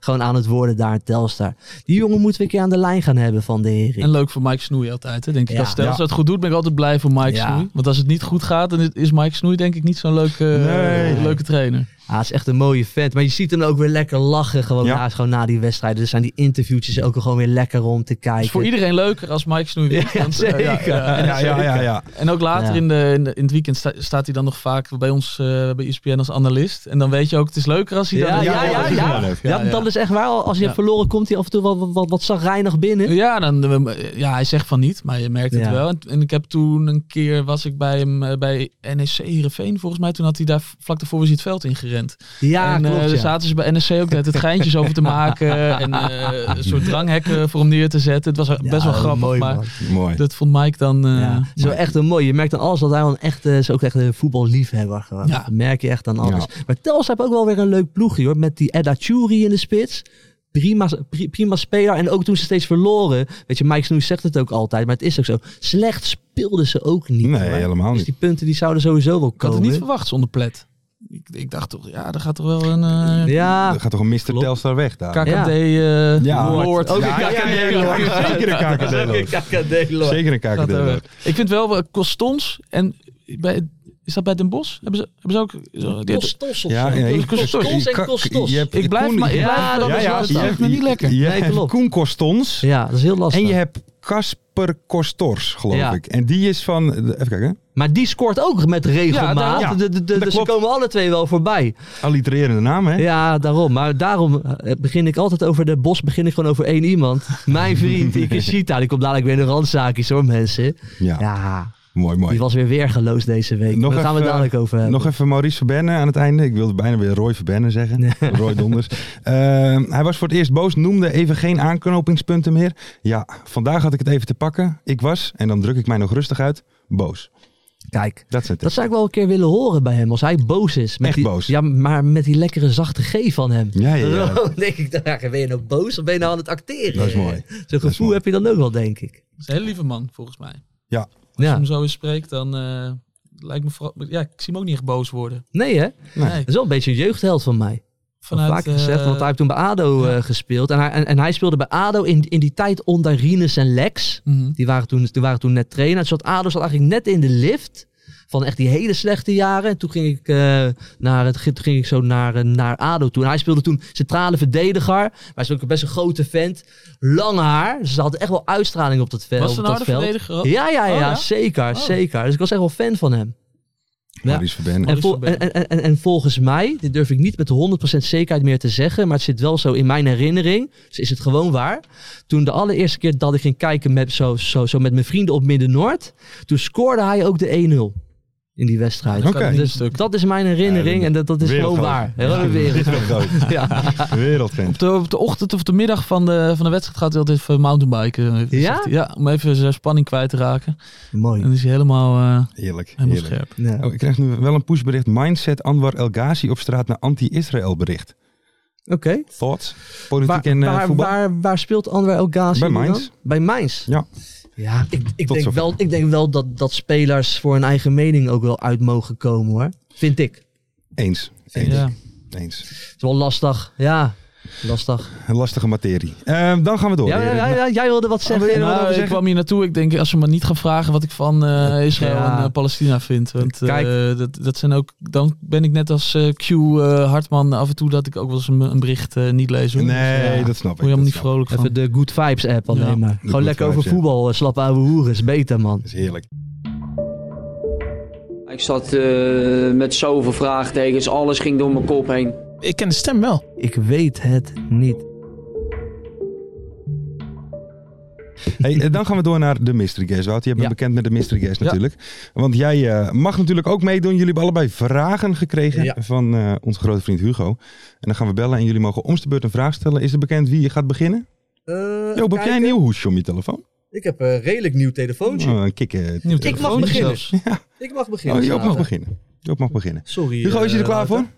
[SPEAKER 5] gewoon aan het worden daar in Telstar. Die jongen moeten we een keer aan de lijn gaan hebben van de Herik.
[SPEAKER 6] En leuk voor Mike Snoei altijd, hè, denk ik.
[SPEAKER 5] Ja.
[SPEAKER 6] Als stel
[SPEAKER 4] Ja.
[SPEAKER 6] als het goed doet, ben ik altijd blij voor Mike
[SPEAKER 5] Ja.
[SPEAKER 6] Snoei. Want als het niet goed gaat, dan is Mike Snoei denk ik niet zo'n leuke, eh,
[SPEAKER 4] Nee.
[SPEAKER 6] leuke trainer.
[SPEAKER 5] Ah, het is echt een mooie vent. Maar je ziet hem ook weer lekker lachen gewoon,
[SPEAKER 4] Ja.
[SPEAKER 5] na, gewoon na die wedstrijden. Er zijn die interviewtjes ook gewoon weer lekker om te kijken.
[SPEAKER 6] Het is voor iedereen leuker als Mike Snoei wint.
[SPEAKER 5] Ja,
[SPEAKER 6] want, eh,
[SPEAKER 5] zeker.
[SPEAKER 6] ja,
[SPEAKER 4] Ja, ja, ja, ja.
[SPEAKER 6] En ook later
[SPEAKER 5] Ja.
[SPEAKER 6] in, de, in, de- in het weekend sta- staat hij dan nog vaak bij ons eh, bij ESPN als analist. En dan weet je ook, het is leuker als hij
[SPEAKER 5] Ja,
[SPEAKER 6] dan...
[SPEAKER 5] ja, ja,
[SPEAKER 4] dat is
[SPEAKER 5] ja.
[SPEAKER 4] wel leuk.
[SPEAKER 5] Ja,
[SPEAKER 6] Ja, ja.
[SPEAKER 5] dat is echt waar. Als je
[SPEAKER 6] Ja.
[SPEAKER 5] hebt verloren, komt hij af en toe wat, wat, wat zagrijnig binnen.
[SPEAKER 6] Ja, dan, eh, ja, hij zegt van niet, maar je merkt het
[SPEAKER 5] Hm? Ja.
[SPEAKER 6] wel. En, en ik heb toen een keer, was ik bij hem eh, bij NEC Heerenveen volgens mij. Toen had hij daar vlak daarvoor weer het veld ingerend.
[SPEAKER 5] Ja,
[SPEAKER 6] en eh,
[SPEAKER 5] klopt.
[SPEAKER 6] daar
[SPEAKER 5] ja.
[SPEAKER 6] zaten ze bij NSC ook net het geintjes over te maken. En eh, een soort dranghekken voor hem neer te zetten. Het was
[SPEAKER 5] Ja,
[SPEAKER 6] best wel grappig,
[SPEAKER 5] mooi,
[SPEAKER 6] maar eh,
[SPEAKER 5] man.
[SPEAKER 4] Mooi.
[SPEAKER 6] dat vond Mike dan... eh,
[SPEAKER 5] Ja, zo echt een mooi. Je merkt dan alles dat hij wel een echte, is ook echt een voetballiefhebber. Gewoon.
[SPEAKER 6] Ja.
[SPEAKER 5] Dat merk je echt aan alles. Maar Tels heeft ook wel weer een leuk ploegje hoor. Met die Edda Churi in de spits. Prima, pri- prima speler. En ook toen ze steeds verloren. Weet je, Mike Snoes zegt het ook altijd. Maar het is ook zo. Slecht speelden ze ook niet.
[SPEAKER 4] Nee,
[SPEAKER 5] Maar-
[SPEAKER 4] helemaal
[SPEAKER 5] Dus
[SPEAKER 4] niet.
[SPEAKER 5] die punten die zouden sowieso wel
[SPEAKER 6] Ik had het
[SPEAKER 5] komen.
[SPEAKER 6] niet verwacht zonder plet. Ik, ik dacht toch, ja, er gaat toch wel een eh,
[SPEAKER 5] ja,
[SPEAKER 4] Er gaat toch een Mr.
[SPEAKER 6] Klopt.
[SPEAKER 4] Telstar weg daar?
[SPEAKER 6] KKD
[SPEAKER 5] Ja.
[SPEAKER 6] eh,
[SPEAKER 4] Ja.
[SPEAKER 6] Lord.
[SPEAKER 5] Ook een
[SPEAKER 4] Ja, ja, ja, ja,
[SPEAKER 5] KKD-lord.
[SPEAKER 4] ja, Zeker een KKD-lord.
[SPEAKER 5] KKD-lord.
[SPEAKER 4] Zeker een
[SPEAKER 6] Gaat daar
[SPEAKER 4] kakadeel.
[SPEAKER 6] weg. Ik vind wel eh, Costons en bij, is dat bij Den Bos? Hebben ze, hebben ze ook? zo- die-
[SPEAKER 5] Kostos of
[SPEAKER 4] Ja,
[SPEAKER 5] zo.
[SPEAKER 4] ja, ik-
[SPEAKER 5] Kostos en Kostos.
[SPEAKER 4] Je hebt
[SPEAKER 6] ik blijf
[SPEAKER 4] Koen-
[SPEAKER 6] maar. Ik
[SPEAKER 5] Ja,
[SPEAKER 6] blijf,
[SPEAKER 5] dat
[SPEAKER 6] dat
[SPEAKER 5] is
[SPEAKER 6] is
[SPEAKER 5] lastig.
[SPEAKER 6] lastig.
[SPEAKER 4] je-
[SPEAKER 6] niet lekker.
[SPEAKER 4] Je
[SPEAKER 5] Nee,
[SPEAKER 4] hebt
[SPEAKER 5] klopt.
[SPEAKER 4] Koen Kostons
[SPEAKER 5] Ja, dat is heel lastig.
[SPEAKER 4] en je hebt Casper Kostors, geloof
[SPEAKER 5] Ja.
[SPEAKER 4] ik. En die is van... Even kijken.
[SPEAKER 5] Maar die scoort ook met regelmaat.
[SPEAKER 6] Ja, daar-
[SPEAKER 4] ja.
[SPEAKER 5] De- de- de-
[SPEAKER 4] Dat
[SPEAKER 5] dus ze
[SPEAKER 4] klopt.
[SPEAKER 5] komen alle twee wel voorbij.
[SPEAKER 4] Allitererende naam, hè?
[SPEAKER 5] Ja, daarom. Maar daarom eh, begin ik altijd over de bos. Begin ik gewoon over één iemand. Mijn vriend Ikeshita. Die komt dadelijk weer in de randzaakjes hoor, mensen.
[SPEAKER 4] Ja.
[SPEAKER 5] Ja,
[SPEAKER 4] Mooi, mooi.
[SPEAKER 5] Die eh, was weer weer geloosd deze week.
[SPEAKER 4] Nog
[SPEAKER 5] Daar gaan we het
[SPEAKER 4] even-
[SPEAKER 5] dadelijk over hebben.
[SPEAKER 4] Nog even Maurice Verbennen aan het einde. Ik wilde bijna weer Roy Verbennen zeggen.
[SPEAKER 5] Nee.
[SPEAKER 4] Roy Donders. Eh, hij was voor het eerst boos, noemde even geen aanknopingspunten meer. Ja, vandaag had ik het even te pakken. Ik was, en dan druk ik mij nog rustig uit, boos.
[SPEAKER 5] Kijk,
[SPEAKER 4] Dat zijn
[SPEAKER 5] dat zou ik wel een keer willen horen bij hem. Als hij boos is. Met
[SPEAKER 4] Echt
[SPEAKER 5] die,
[SPEAKER 4] boos.
[SPEAKER 5] Ja, maar met die lekkere zachte G van hem.
[SPEAKER 4] Ja, ja, ja.
[SPEAKER 5] Dan denk ik, dan ben je nou boos of ben je nou aan het acteren?
[SPEAKER 4] Dat is mooi.
[SPEAKER 5] Zo'n
[SPEAKER 4] is
[SPEAKER 5] gevoel
[SPEAKER 4] mooi.
[SPEAKER 5] heb je dan ook wel, denk ik.
[SPEAKER 6] Dat is een hele lieve man, volgens mij. Als je
[SPEAKER 5] Ja.
[SPEAKER 6] hem zo eens spreekt, dan eh, lijkt me vooral... Ja, ik zie hem ook niet echt boos worden.
[SPEAKER 5] Nee hè?
[SPEAKER 6] Nee.
[SPEAKER 5] Dat is wel een beetje een jeugdheld van mij.
[SPEAKER 6] Vanuit,
[SPEAKER 5] Vaak gezegd,
[SPEAKER 6] eh,
[SPEAKER 5] want hij heeft toen bij ADO eh, gespeeld. En hij, en, en hij speelde bij ADO in, in die tijd onder Rines en Lex.
[SPEAKER 6] mhm.
[SPEAKER 5] Die waren toen, die waren toen net trainer. Dus zat ADO zat eigenlijk net in de lift van echt die hele slechte jaren. En toen ging ik, eh, naar, het, toen ging ik zo naar, eh, naar ADO toe. En hij speelde toen centrale verdediger. Maar hij is ook best een grote vent. Lang haar. Dus ze had echt wel uitstraling op dat veld.
[SPEAKER 6] Was het
[SPEAKER 5] op
[SPEAKER 6] een
[SPEAKER 5] dat
[SPEAKER 6] harde
[SPEAKER 5] veld.
[SPEAKER 6] verdediger? ook?
[SPEAKER 5] Ja, ja, ja,
[SPEAKER 6] Oh, ja?
[SPEAKER 5] zeker,
[SPEAKER 6] Oh.
[SPEAKER 5] zeker. Dus ik was echt wel fan van hem.
[SPEAKER 4] Maurice Verbennen.
[SPEAKER 6] Ja.
[SPEAKER 5] En, vol-
[SPEAKER 6] Maurice
[SPEAKER 5] en, en, en, en volgens mij, dit durf ik niet met 100% zekerheid meer te zeggen, maar het zit wel zo in mijn herinnering, dus is het gewoon waar. Toen de allereerste keer dat ik ging kijken met, zo, zo, zo met mijn vrienden op Midden-Noord, toen scoorde hij ook de 1-0 in die wedstrijd.
[SPEAKER 6] Dat kan
[SPEAKER 4] Oké.
[SPEAKER 6] niet.
[SPEAKER 5] Dus dat is mijn
[SPEAKER 4] Ja,
[SPEAKER 5] herinnering
[SPEAKER 4] dat-
[SPEAKER 5] en dat, dat is gewoon
[SPEAKER 4] Wereldgoot.
[SPEAKER 5] waar. Heel erg wereld.
[SPEAKER 4] Wereldgoot.
[SPEAKER 5] Ja.
[SPEAKER 4] Wereldgoot.
[SPEAKER 6] Op de, op de ochtend of de middag van de, van de wedstrijd gaat hij altijd even mountainbiken. eh, zegt
[SPEAKER 5] Ja?
[SPEAKER 6] hij. Ja, om even zijn spanning kwijt te raken. En
[SPEAKER 5] Mooi.
[SPEAKER 6] dan is hij helemaal, eh,
[SPEAKER 4] Heerlijk.
[SPEAKER 6] helemaal
[SPEAKER 4] heerlijk.
[SPEAKER 6] scherp.
[SPEAKER 5] Ja.
[SPEAKER 4] Oh, ik krijg nu wel een pushbericht. Mindset Anwar El Ghazi op straat naar anti-Israël bericht.
[SPEAKER 5] Oké.
[SPEAKER 4] Thoughts? Politiek
[SPEAKER 5] Waar,
[SPEAKER 4] en eh,
[SPEAKER 5] waar,
[SPEAKER 4] voetbal?
[SPEAKER 5] waar, waar speelt Anwar El Ghazi
[SPEAKER 4] Bij
[SPEAKER 5] nu
[SPEAKER 4] Mainz.
[SPEAKER 5] dan? Bij Mainz?
[SPEAKER 4] Ja.
[SPEAKER 5] Ja, ik, ik, denk,
[SPEAKER 4] zover.
[SPEAKER 5] wel, ik denk wel dat, dat spelers voor hun eigen mening ook wel uit mogen komen hoor. Vind ik.
[SPEAKER 4] Eens. Eens.
[SPEAKER 6] Ja.
[SPEAKER 4] Eens.
[SPEAKER 5] Het is wel lastig. Ja, lastig.
[SPEAKER 4] Een lastige materie. Ehm, dan gaan we door.
[SPEAKER 5] Ja, ja,
[SPEAKER 4] heren.
[SPEAKER 5] ja, ja, jij wilde wat zeggen.
[SPEAKER 4] wil je er wat
[SPEAKER 6] Nou,
[SPEAKER 4] over
[SPEAKER 6] ik
[SPEAKER 4] zeggen?
[SPEAKER 6] kwam hier naartoe. Ik denk, als ze me niet gaan vragen wat ik van eh, Israël
[SPEAKER 5] Ja.
[SPEAKER 6] en eh, Palestina vind. Want eh,
[SPEAKER 5] Kijk.
[SPEAKER 6] dat, dat zijn ook, dan ben ik net als eh, Q eh, Hartman af en toe dat ik ook wel eens een, een bericht eh, niet lees. hoor. Dus,
[SPEAKER 4] Nee,
[SPEAKER 6] eh,
[SPEAKER 4] dat snap ik.
[SPEAKER 6] Word je helemaal
[SPEAKER 4] dat
[SPEAKER 6] niet
[SPEAKER 4] snap ik.
[SPEAKER 6] vrolijk van.
[SPEAKER 5] Even de Good Vibes app alleen
[SPEAKER 6] Ja.
[SPEAKER 5] maar. Gewoon
[SPEAKER 4] Good
[SPEAKER 5] lekker
[SPEAKER 4] Vibes,
[SPEAKER 5] over
[SPEAKER 4] ja.
[SPEAKER 5] voetbal. eh, Slappe ouwe hoeren is beter man.
[SPEAKER 4] Dat is heerlijk.
[SPEAKER 7] Ik zat eh, met zoveel vraagtekens, alles ging door mijn kop heen.
[SPEAKER 8] Ik ken de stem wel.
[SPEAKER 5] Ik weet het niet.
[SPEAKER 4] Hey, eh, dan gaan we door naar de Mystery Guest, Wout. Je bent
[SPEAKER 5] Ja.
[SPEAKER 4] bekend met de Mystery Guest
[SPEAKER 5] Ja.
[SPEAKER 4] natuurlijk. Want jij eh, mag natuurlijk ook meedoen. Jullie hebben allebei vragen gekregen
[SPEAKER 5] Ja.
[SPEAKER 4] van eh onze grote vriend Hugo. En dan gaan we bellen en jullie mogen om de beurt een vraag stellen. Is er bekend wie je gaat beginnen? Joop, heb jij een nieuw hoesje om je telefoon?
[SPEAKER 5] Eh, Ik heb een redelijk nieuw telefoontje.
[SPEAKER 4] Oh, een kick, eh,
[SPEAKER 6] Nieuw
[SPEAKER 4] telefoon.
[SPEAKER 5] mag
[SPEAKER 6] telefoon
[SPEAKER 5] beginnen.
[SPEAKER 6] zelfs.
[SPEAKER 5] Ik mag beginnen.
[SPEAKER 4] Oh, Joop mag beginnen. Joop mag beginnen.
[SPEAKER 5] Sorry.
[SPEAKER 4] Hugo, is je er
[SPEAKER 5] eh,
[SPEAKER 4] klaar voor?
[SPEAKER 5] Wouter.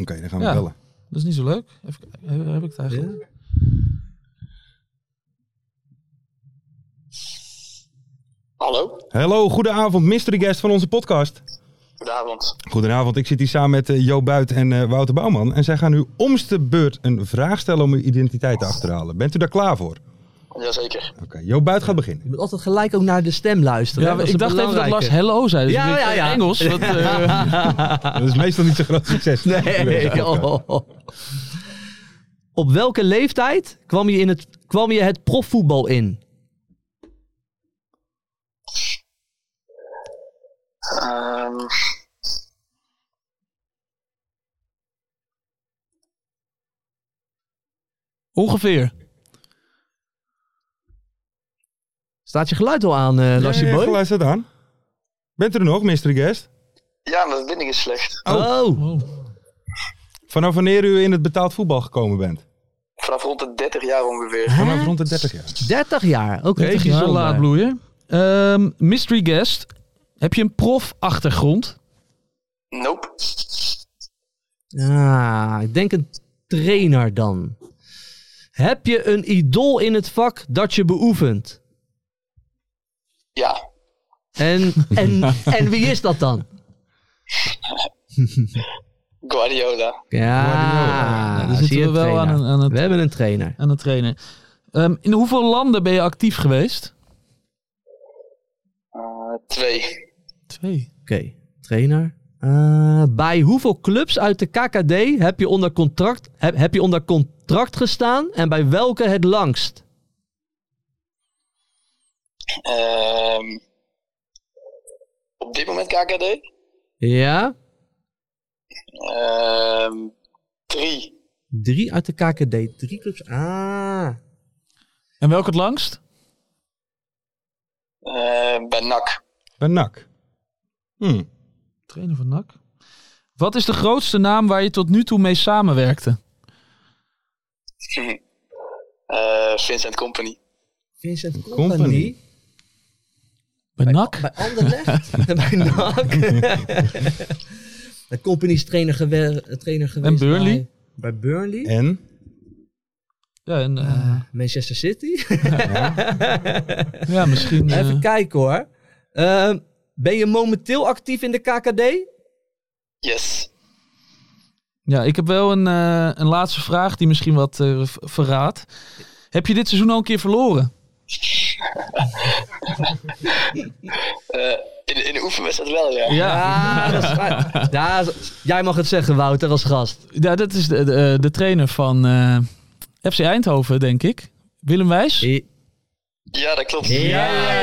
[SPEAKER 4] Oké, dan gaan we
[SPEAKER 6] Ja.
[SPEAKER 4] bellen.
[SPEAKER 6] Dat is niet zo leuk. Even, kijken, heb, heb ik het eigenlijk?
[SPEAKER 9] Hallo,
[SPEAKER 4] Hallo, goedenavond, Mystery Guest van onze podcast.
[SPEAKER 9] goedenavond.
[SPEAKER 4] Goedenavond, ik zit hier samen met eh, Jo Buit en eh, Wouter Bouwman. En zij gaan u omste beurt een vraag stellen om uw identiteit te achterhalen. Bent u daar klaar voor?
[SPEAKER 9] Jazeker.
[SPEAKER 4] Oké, Jo Buit gaat beginnen.
[SPEAKER 5] Je moet altijd gelijk ook naar de stem luisteren.
[SPEAKER 6] Ja,
[SPEAKER 5] hè?
[SPEAKER 6] ik
[SPEAKER 5] is
[SPEAKER 6] dacht
[SPEAKER 5] het
[SPEAKER 6] even dat Lars
[SPEAKER 5] belangrijke.
[SPEAKER 6] hello zei. Dus
[SPEAKER 5] Ja,
[SPEAKER 6] ik denk,
[SPEAKER 5] ja, ja.
[SPEAKER 6] Engels. Wat, eh,
[SPEAKER 4] Dat is meestal niet zo'n groot succes.
[SPEAKER 5] Ah. Nee. oh. Op welke leeftijd kwam je, in het, kwam je het profvoetbal in?
[SPEAKER 9] Ehm,
[SPEAKER 6] ongeveer.
[SPEAKER 5] Staat je geluid al aan, eh Lassie
[SPEAKER 4] Ja, ja,
[SPEAKER 5] Boy?
[SPEAKER 4] geluid staat aan. Bent u er nog, Mystery Guest?
[SPEAKER 9] ja, de verbinding is slecht.
[SPEAKER 5] Oh.
[SPEAKER 4] Vanaf wanneer u in het betaald voetbal gekomen bent?
[SPEAKER 9] Vanaf rond de 30 jaar ongeveer.
[SPEAKER 4] Vanaf rond de 30 jaar.
[SPEAKER 5] 30 jaar. Oké,
[SPEAKER 6] 30 jaar
[SPEAKER 5] bijzonder.
[SPEAKER 6] laat bloeien. Ehm, mystery guest. Heb je een prof-achtergrond?
[SPEAKER 9] Nope.
[SPEAKER 5] Ah, ik denk een trainer dan. Heb je een idool in het vak dat je beoefent?
[SPEAKER 9] Ja,
[SPEAKER 5] En, en, en wie is dat dan?
[SPEAKER 9] Guardiola.
[SPEAKER 5] Ja,
[SPEAKER 6] Ja,
[SPEAKER 5] zie
[SPEAKER 6] daar zitten
[SPEAKER 5] je
[SPEAKER 6] we wel aan
[SPEAKER 5] trainer.
[SPEAKER 6] een, aan
[SPEAKER 5] We
[SPEAKER 6] het,
[SPEAKER 5] hebben een trainer.
[SPEAKER 6] aan het trainen. Ehm, in hoeveel landen ben je actief geweest?
[SPEAKER 9] Eh, twee.
[SPEAKER 6] Twee.
[SPEAKER 5] Oké, trainer. Eh, bij hoeveel clubs uit de KKD heb je, onder contract, heb, heb je onder contract gestaan en bij welke het langst?
[SPEAKER 9] Ehm, op dit moment KKD?
[SPEAKER 5] Ja,
[SPEAKER 9] Ehm, drie.
[SPEAKER 5] drie uit de KKD. Drie clubs. Ah,
[SPEAKER 6] En welk het langst?
[SPEAKER 9] Ehm, bij NAC.
[SPEAKER 4] Bij NAC. Hm.
[SPEAKER 6] Trainer van NAC. Wat is de grootste naam waar je tot nu toe mee samenwerkte?
[SPEAKER 9] Eh, Vincent Company.
[SPEAKER 5] Vincent
[SPEAKER 4] Company.
[SPEAKER 5] Company.
[SPEAKER 6] Bij NAC?
[SPEAKER 5] Bij Anderlecht. bij NAC. de company is trainer, gewe- trainer geweest.
[SPEAKER 6] Burnley?
[SPEAKER 5] Bij, bij Burnley.
[SPEAKER 4] En?
[SPEAKER 6] Ja, en, eh,
[SPEAKER 5] Manchester City.
[SPEAKER 6] ja misschien. eh,
[SPEAKER 5] Even kijken hoor. Ehm, ben je momenteel actief in de KKD?
[SPEAKER 9] Yes.
[SPEAKER 6] ja, ik heb wel een, eh, een laatste vraag die misschien wat eh, v- verraadt. Heb je dit seizoen al een keer verloren?
[SPEAKER 9] Eh, in, in de oefenwedstrijd wel, ja.
[SPEAKER 5] Ja, dat is waar. Ja, z- jij mag het zeggen, Wouter, als gast.
[SPEAKER 6] Ja, dat is de, de, de trainer van eh, FC Eindhoven, denk ik. Willem Wijs.
[SPEAKER 5] Ja,
[SPEAKER 9] Ja, dat klopt.
[SPEAKER 5] ja,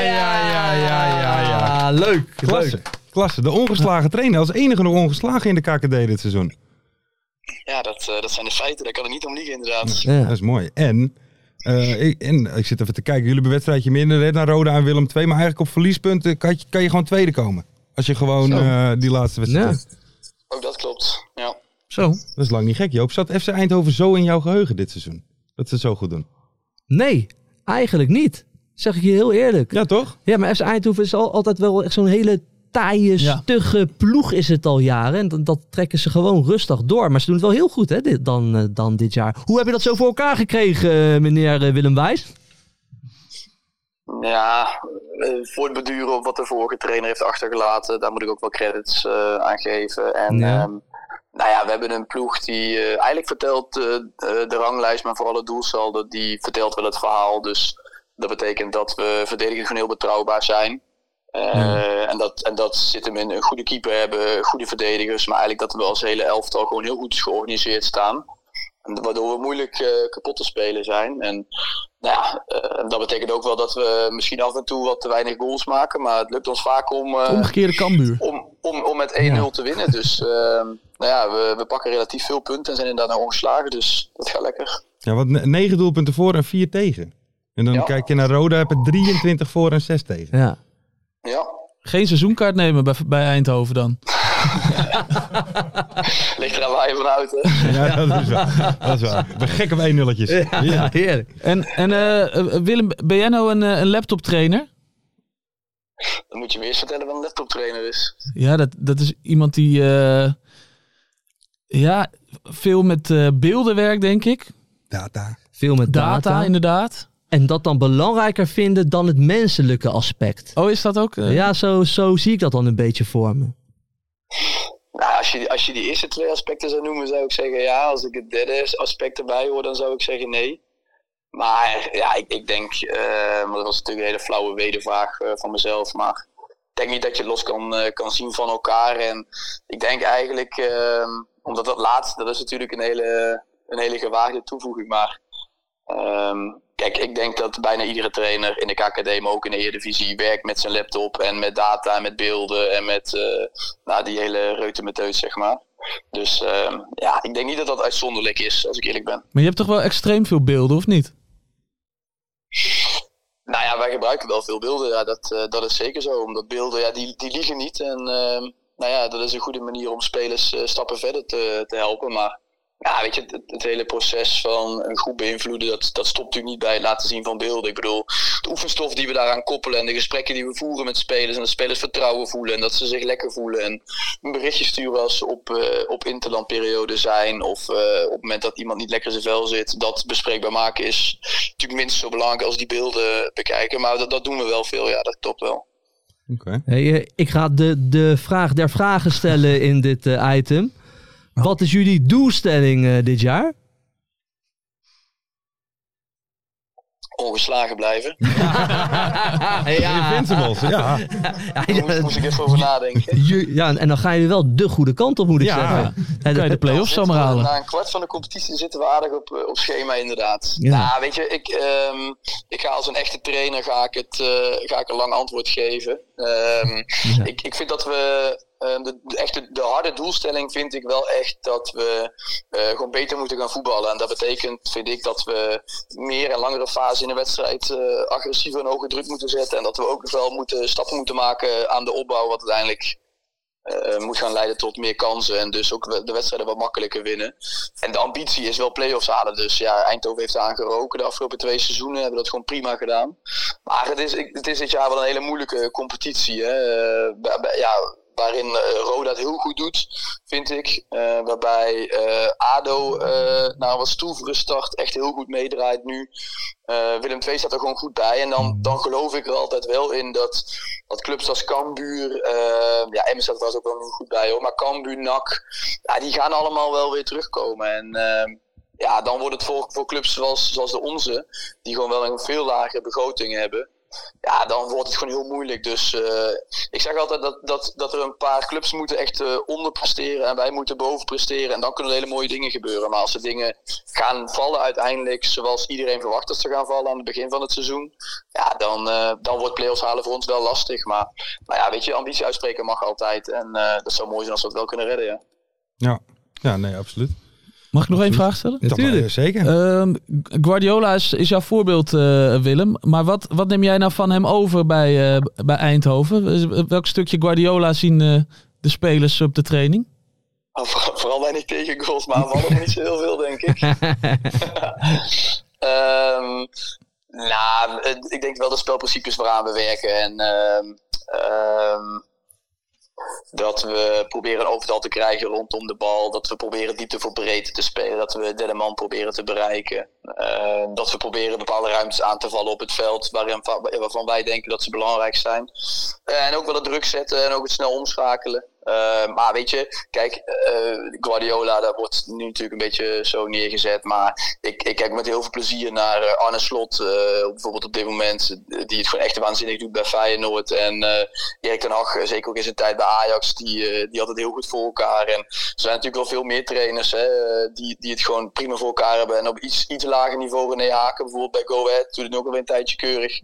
[SPEAKER 5] ja, ja, ja. Leuk,
[SPEAKER 4] Klasse.
[SPEAKER 5] leuk.
[SPEAKER 4] Klasse. De ongeslagen trainer. Als enige nog ongeslagen in de KKD dit seizoen.
[SPEAKER 9] Ja, dat, eh, dat zijn de feiten. Daar kan het niet om liegen, inderdaad.
[SPEAKER 4] Dat is mooi. En, eh, ik, en ik zit even te kijken. Jullie hebben een wedstrijdje minder hè, naar Roda en Willem II. Maar eigenlijk op verliespunten kan je, kan je gewoon tweede komen. Als je gewoon eh, die laatste wedstrijd...
[SPEAKER 5] Ja.
[SPEAKER 4] hebt.
[SPEAKER 9] Ook Oh, dat klopt. Ja.
[SPEAKER 6] Zo.
[SPEAKER 4] Dat is lang niet gek, Joop. Zat FC Eindhoven zo in jouw geheugen dit seizoen? Dat ze het zo goed doen.
[SPEAKER 5] Nee, eigenlijk niet. Zeg ik je heel eerlijk.
[SPEAKER 4] Ja, toch?
[SPEAKER 5] Ja, maar FC Eindhoven is al, altijd wel echt zo'n hele taaie,
[SPEAKER 6] Ja.
[SPEAKER 5] stugge ploeg is het al jaren. En dat, dat trekken ze gewoon rustig door. Maar ze doen het wel heel goed hè, dit, dan, eh, dan dit jaar. Hoe heb je dat zo voor elkaar gekregen, eh, meneer eh, Willem Wijs?
[SPEAKER 9] Ja, eh, voor het beduren op wat de vorige trainer heeft achtergelaten, daar moet ik ook wel credits eh, aan geven. En
[SPEAKER 5] Ja.
[SPEAKER 9] ehm, nou ja, we hebben een ploeg die eh, eigenlijk vertelt eh, eh, de ranglijst, maar vooral het doelsaldo, die vertelt wel het verhaal. Dus dat betekent dat we verdedigend gewoon heel betrouwbaar zijn. Eh, en, dat, en dat zit hem in een goede keeper hebben, goede verdedigers, maar eigenlijk dat we als hele elftal gewoon heel goed georganiseerd staan. En Waardoor we moeilijk eh, kapot te spelen zijn. En nou ja, eh, dat betekent ook wel dat we misschien af en toe wat te weinig goals maken. Maar het lukt ons vaak om, eh,
[SPEAKER 6] Omgekeerde Kambuur.
[SPEAKER 9] om, om, om met 1-0 te winnen. Dus ehm, nou ja, we, we pakken relatief veel punten en zijn inderdaad nog ongeslagen. Dus dat gaat lekker.
[SPEAKER 4] Ja, want ne- negen doelpunten voor en vier tegen. En dan
[SPEAKER 9] Ja.
[SPEAKER 4] kijk je naar Roda, heb je 23 voor en 6 tegen.
[SPEAKER 5] Ja.
[SPEAKER 9] Ja,
[SPEAKER 6] Geen seizoenkaart nemen bij, bij Eindhoven dan.
[SPEAKER 9] ligt eraan waar je van houdt. hè.
[SPEAKER 4] Ja, dat is waar. Dat is waar. Ik ben gek op 1 nulletjes. Ja.
[SPEAKER 5] heerlijk.
[SPEAKER 6] En, en eh, eh, Willem, ben jij nou een, eh, een laptop trainer?
[SPEAKER 9] Dan moet je me eerst vertellen wat een laptop trainer is.
[SPEAKER 6] Ja, dat, dat is iemand die eh, ja, veel met eh, beelden werkt, denk ik.
[SPEAKER 4] Data.
[SPEAKER 5] Veel met
[SPEAKER 6] Data,
[SPEAKER 5] data.
[SPEAKER 6] inderdaad.
[SPEAKER 5] En dat dan belangrijker vinden dan het menselijke aspect.
[SPEAKER 6] Oh, is dat ook? eh?
[SPEAKER 5] Ja, zo, zo zie ik dat dan een beetje voor me.
[SPEAKER 9] Nou, als, je, als je die eerste twee aspecten zou noemen, zou ik zeggen ja. Als ik het derde aspect erbij hoor, dan zou ik zeggen nee. Maar ja, ik, ik denk, eh, maar dat was natuurlijk een hele flauwe wedervraag eh, van mezelf. Maar ik denk niet dat je het los kan, eh, kan zien van elkaar. En ik denk eigenlijk, ehm, omdat dat laatste, dat is natuurlijk een hele, een hele gewaagde toevoeging. Maar ehm, kijk, ik denk dat bijna iedere trainer in de KKD, maar ook in de Eredivisie, werkt met zijn laptop en met data en met beelden en met eh, nou, die hele reutemeteus, zeg maar. Dus ehm, ja, ik denk niet dat dat uitzonderlijk is, als ik eerlijk ben.
[SPEAKER 6] Maar je hebt toch wel extreem veel beelden, of niet?
[SPEAKER 9] Nou ja, wij gebruiken wel veel beelden. Ja, dat, eh, dat is zeker zo. Omdat beelden, ja, die, die liegen niet. En ehm, nou ja, dat is een goede manier om spelers eh, stappen verder te, te helpen. Maar ja, weet je, het, het hele proces van een groep beïnvloeden, dat, dat stopt natuurlijk niet bij het laten zien van beelden. Ik bedoel, de oefenstof die we daaraan koppelen en de gesprekken die we voeren met spelers. En dat spelers vertrouwen voelen en dat ze zich lekker voelen. En een berichtje sturen als ze op, eh, op interlandperiode zijn. Of eh, op het moment dat iemand niet lekker in zijn vel zit. Dat bespreekbaar maken is natuurlijk minstens zo belangrijk als die beelden bekijken. Maar dat, dat doen we wel veel, ja, dat klopt wel.
[SPEAKER 4] Oké.
[SPEAKER 5] Hey, eh, ik ga de, de vraag der vragen stellen in dit eh, item. Wat is jullie doelstelling eh, dit jaar?
[SPEAKER 9] Ongeslagen blijven.
[SPEAKER 5] ja.
[SPEAKER 4] Invincibles, ja.
[SPEAKER 9] Daar moest, moest ik even over nadenken.
[SPEAKER 5] Ju- ja, en en dan gaan jullie wel de goede kant op, moet ik
[SPEAKER 4] Ja.
[SPEAKER 5] zeggen. En
[SPEAKER 6] Kan je de play-offs
[SPEAKER 9] Dan
[SPEAKER 6] zomaar
[SPEAKER 9] zitten we
[SPEAKER 6] halen?
[SPEAKER 9] Na een kwart van de competitie zitten we aardig op, eh, op schema, inderdaad.
[SPEAKER 5] Ja.
[SPEAKER 9] Nou, weet je, ik, ehm, ik ga als een echte trainer ga ik het, eh, ga ik een lang antwoord geven. Ehm, ik, ik vind dat we ehm, de, de- echt de, de harde doelstelling vind ik wel echt dat we eh, gewoon beter moeten gaan voetballen. En dat betekent, vind ik, dat we meer en langere fasen in de wedstrijd eh, agressiever en hoger druk moeten zetten. En dat we ook wel moeten, stappen moeten maken aan de opbouw, wat uiteindelijk eh, moet gaan leiden tot meer kansen. En dus ook we- de wedstrijden wat makkelijker winnen. En de ambitie is wel play-offs halen. Dus ja, Eindhoven heeft aangeroken de afgelopen twee seizoenen. Hebben dat gewoon prima gedaan. Maar het is, ik- het is dit jaar wel een hele moeilijke competitie. Hè? Eh, bij- bij- ja, waarin eh, Roda het heel goed doet, vind ik. Eh, waarbij eh, ADO eh na een wat stoelvere start echt heel goed meedraait nu. Eh, Willem II staat er gewoon goed bij. En dan, dan geloof ik er altijd wel in dat, dat clubs als Cambuur... eh ja, Emmen staat er trouwens ook wel niet goed bij hoor. Maar Cambuur, NAC, ja, die gaan allemaal wel weer terugkomen. En... ehm, ja, dan wordt het voor, voor clubs zoals, zoals de onze, die gewoon wel een veel lagere begroting hebben. Ja, dan wordt het gewoon heel moeilijk. Dus eh, ik zeg altijd dat, dat, dat er een paar clubs moeten echt eh, onderpresteren en wij moeten bovenpresteren. En dan kunnen er hele mooie dingen gebeuren. Maar als de dingen gaan vallen uiteindelijk, zoals iedereen verwacht dat ze gaan vallen aan het begin van het seizoen. Ja, dan, eh, dan wordt play-offs halen voor ons wel lastig. Maar, maar ja, weet je, ambitie uitspreken mag altijd. En eh, dat zou mooi zijn als we dat wel kunnen redden, ja.
[SPEAKER 4] Ja. ja, nee, absoluut.
[SPEAKER 6] Mag ik nog één vraag stellen?
[SPEAKER 4] Dat,
[SPEAKER 5] Tuurlijk.
[SPEAKER 4] eh, zeker.
[SPEAKER 6] Ehm, Guardiola is, is jouw voorbeeld, eh, Willem. Maar wat, wat neem jij nou van hem over bij, eh, bij Eindhoven? Eh, Welk stukje Guardiola zien eh, de spelers op de training?
[SPEAKER 9] Nou, Vooral, vooral weinig tegen goals, maar we hadden niet zo heel veel, denk ik. Ehm, nou, het- ik denk wel de spelprincipes waaraan we werken. En ehm, ehm, dat we proberen een overtal te krijgen rondom de bal. Dat we proberen diepte voor breedte te spelen. Dat we derde man proberen te bereiken. Ehm, dat we proberen bepaalde ruimtes aan te vallen op het veld. Waarin, waarvan wij denken dat ze belangrijk zijn. Eh, en ook wel het druk zetten en ook het snel omschakelen. Eh, maar weet je, kijk, eh, Guardiola, daar wordt nu natuurlijk een beetje zo neergezet. Maar ik, ik kijk met heel veel plezier naar eh, Arne Slot, eh, bijvoorbeeld op dit moment. eh, Die het gewoon echt waanzinnig doet bij Feyenoord. En eh Erik ten Hag, eh, zeker ook in zijn tijd bij Ajax, die, eh, die had het heel goed voor elkaar. En er zijn natuurlijk wel veel meer trainers hè, eh, die, die het gewoon prima voor elkaar hebben. En op iets, iets lager niveau, René Haken bijvoorbeeld bij Go Ahead, doet het ook alweer een tijdje keurig.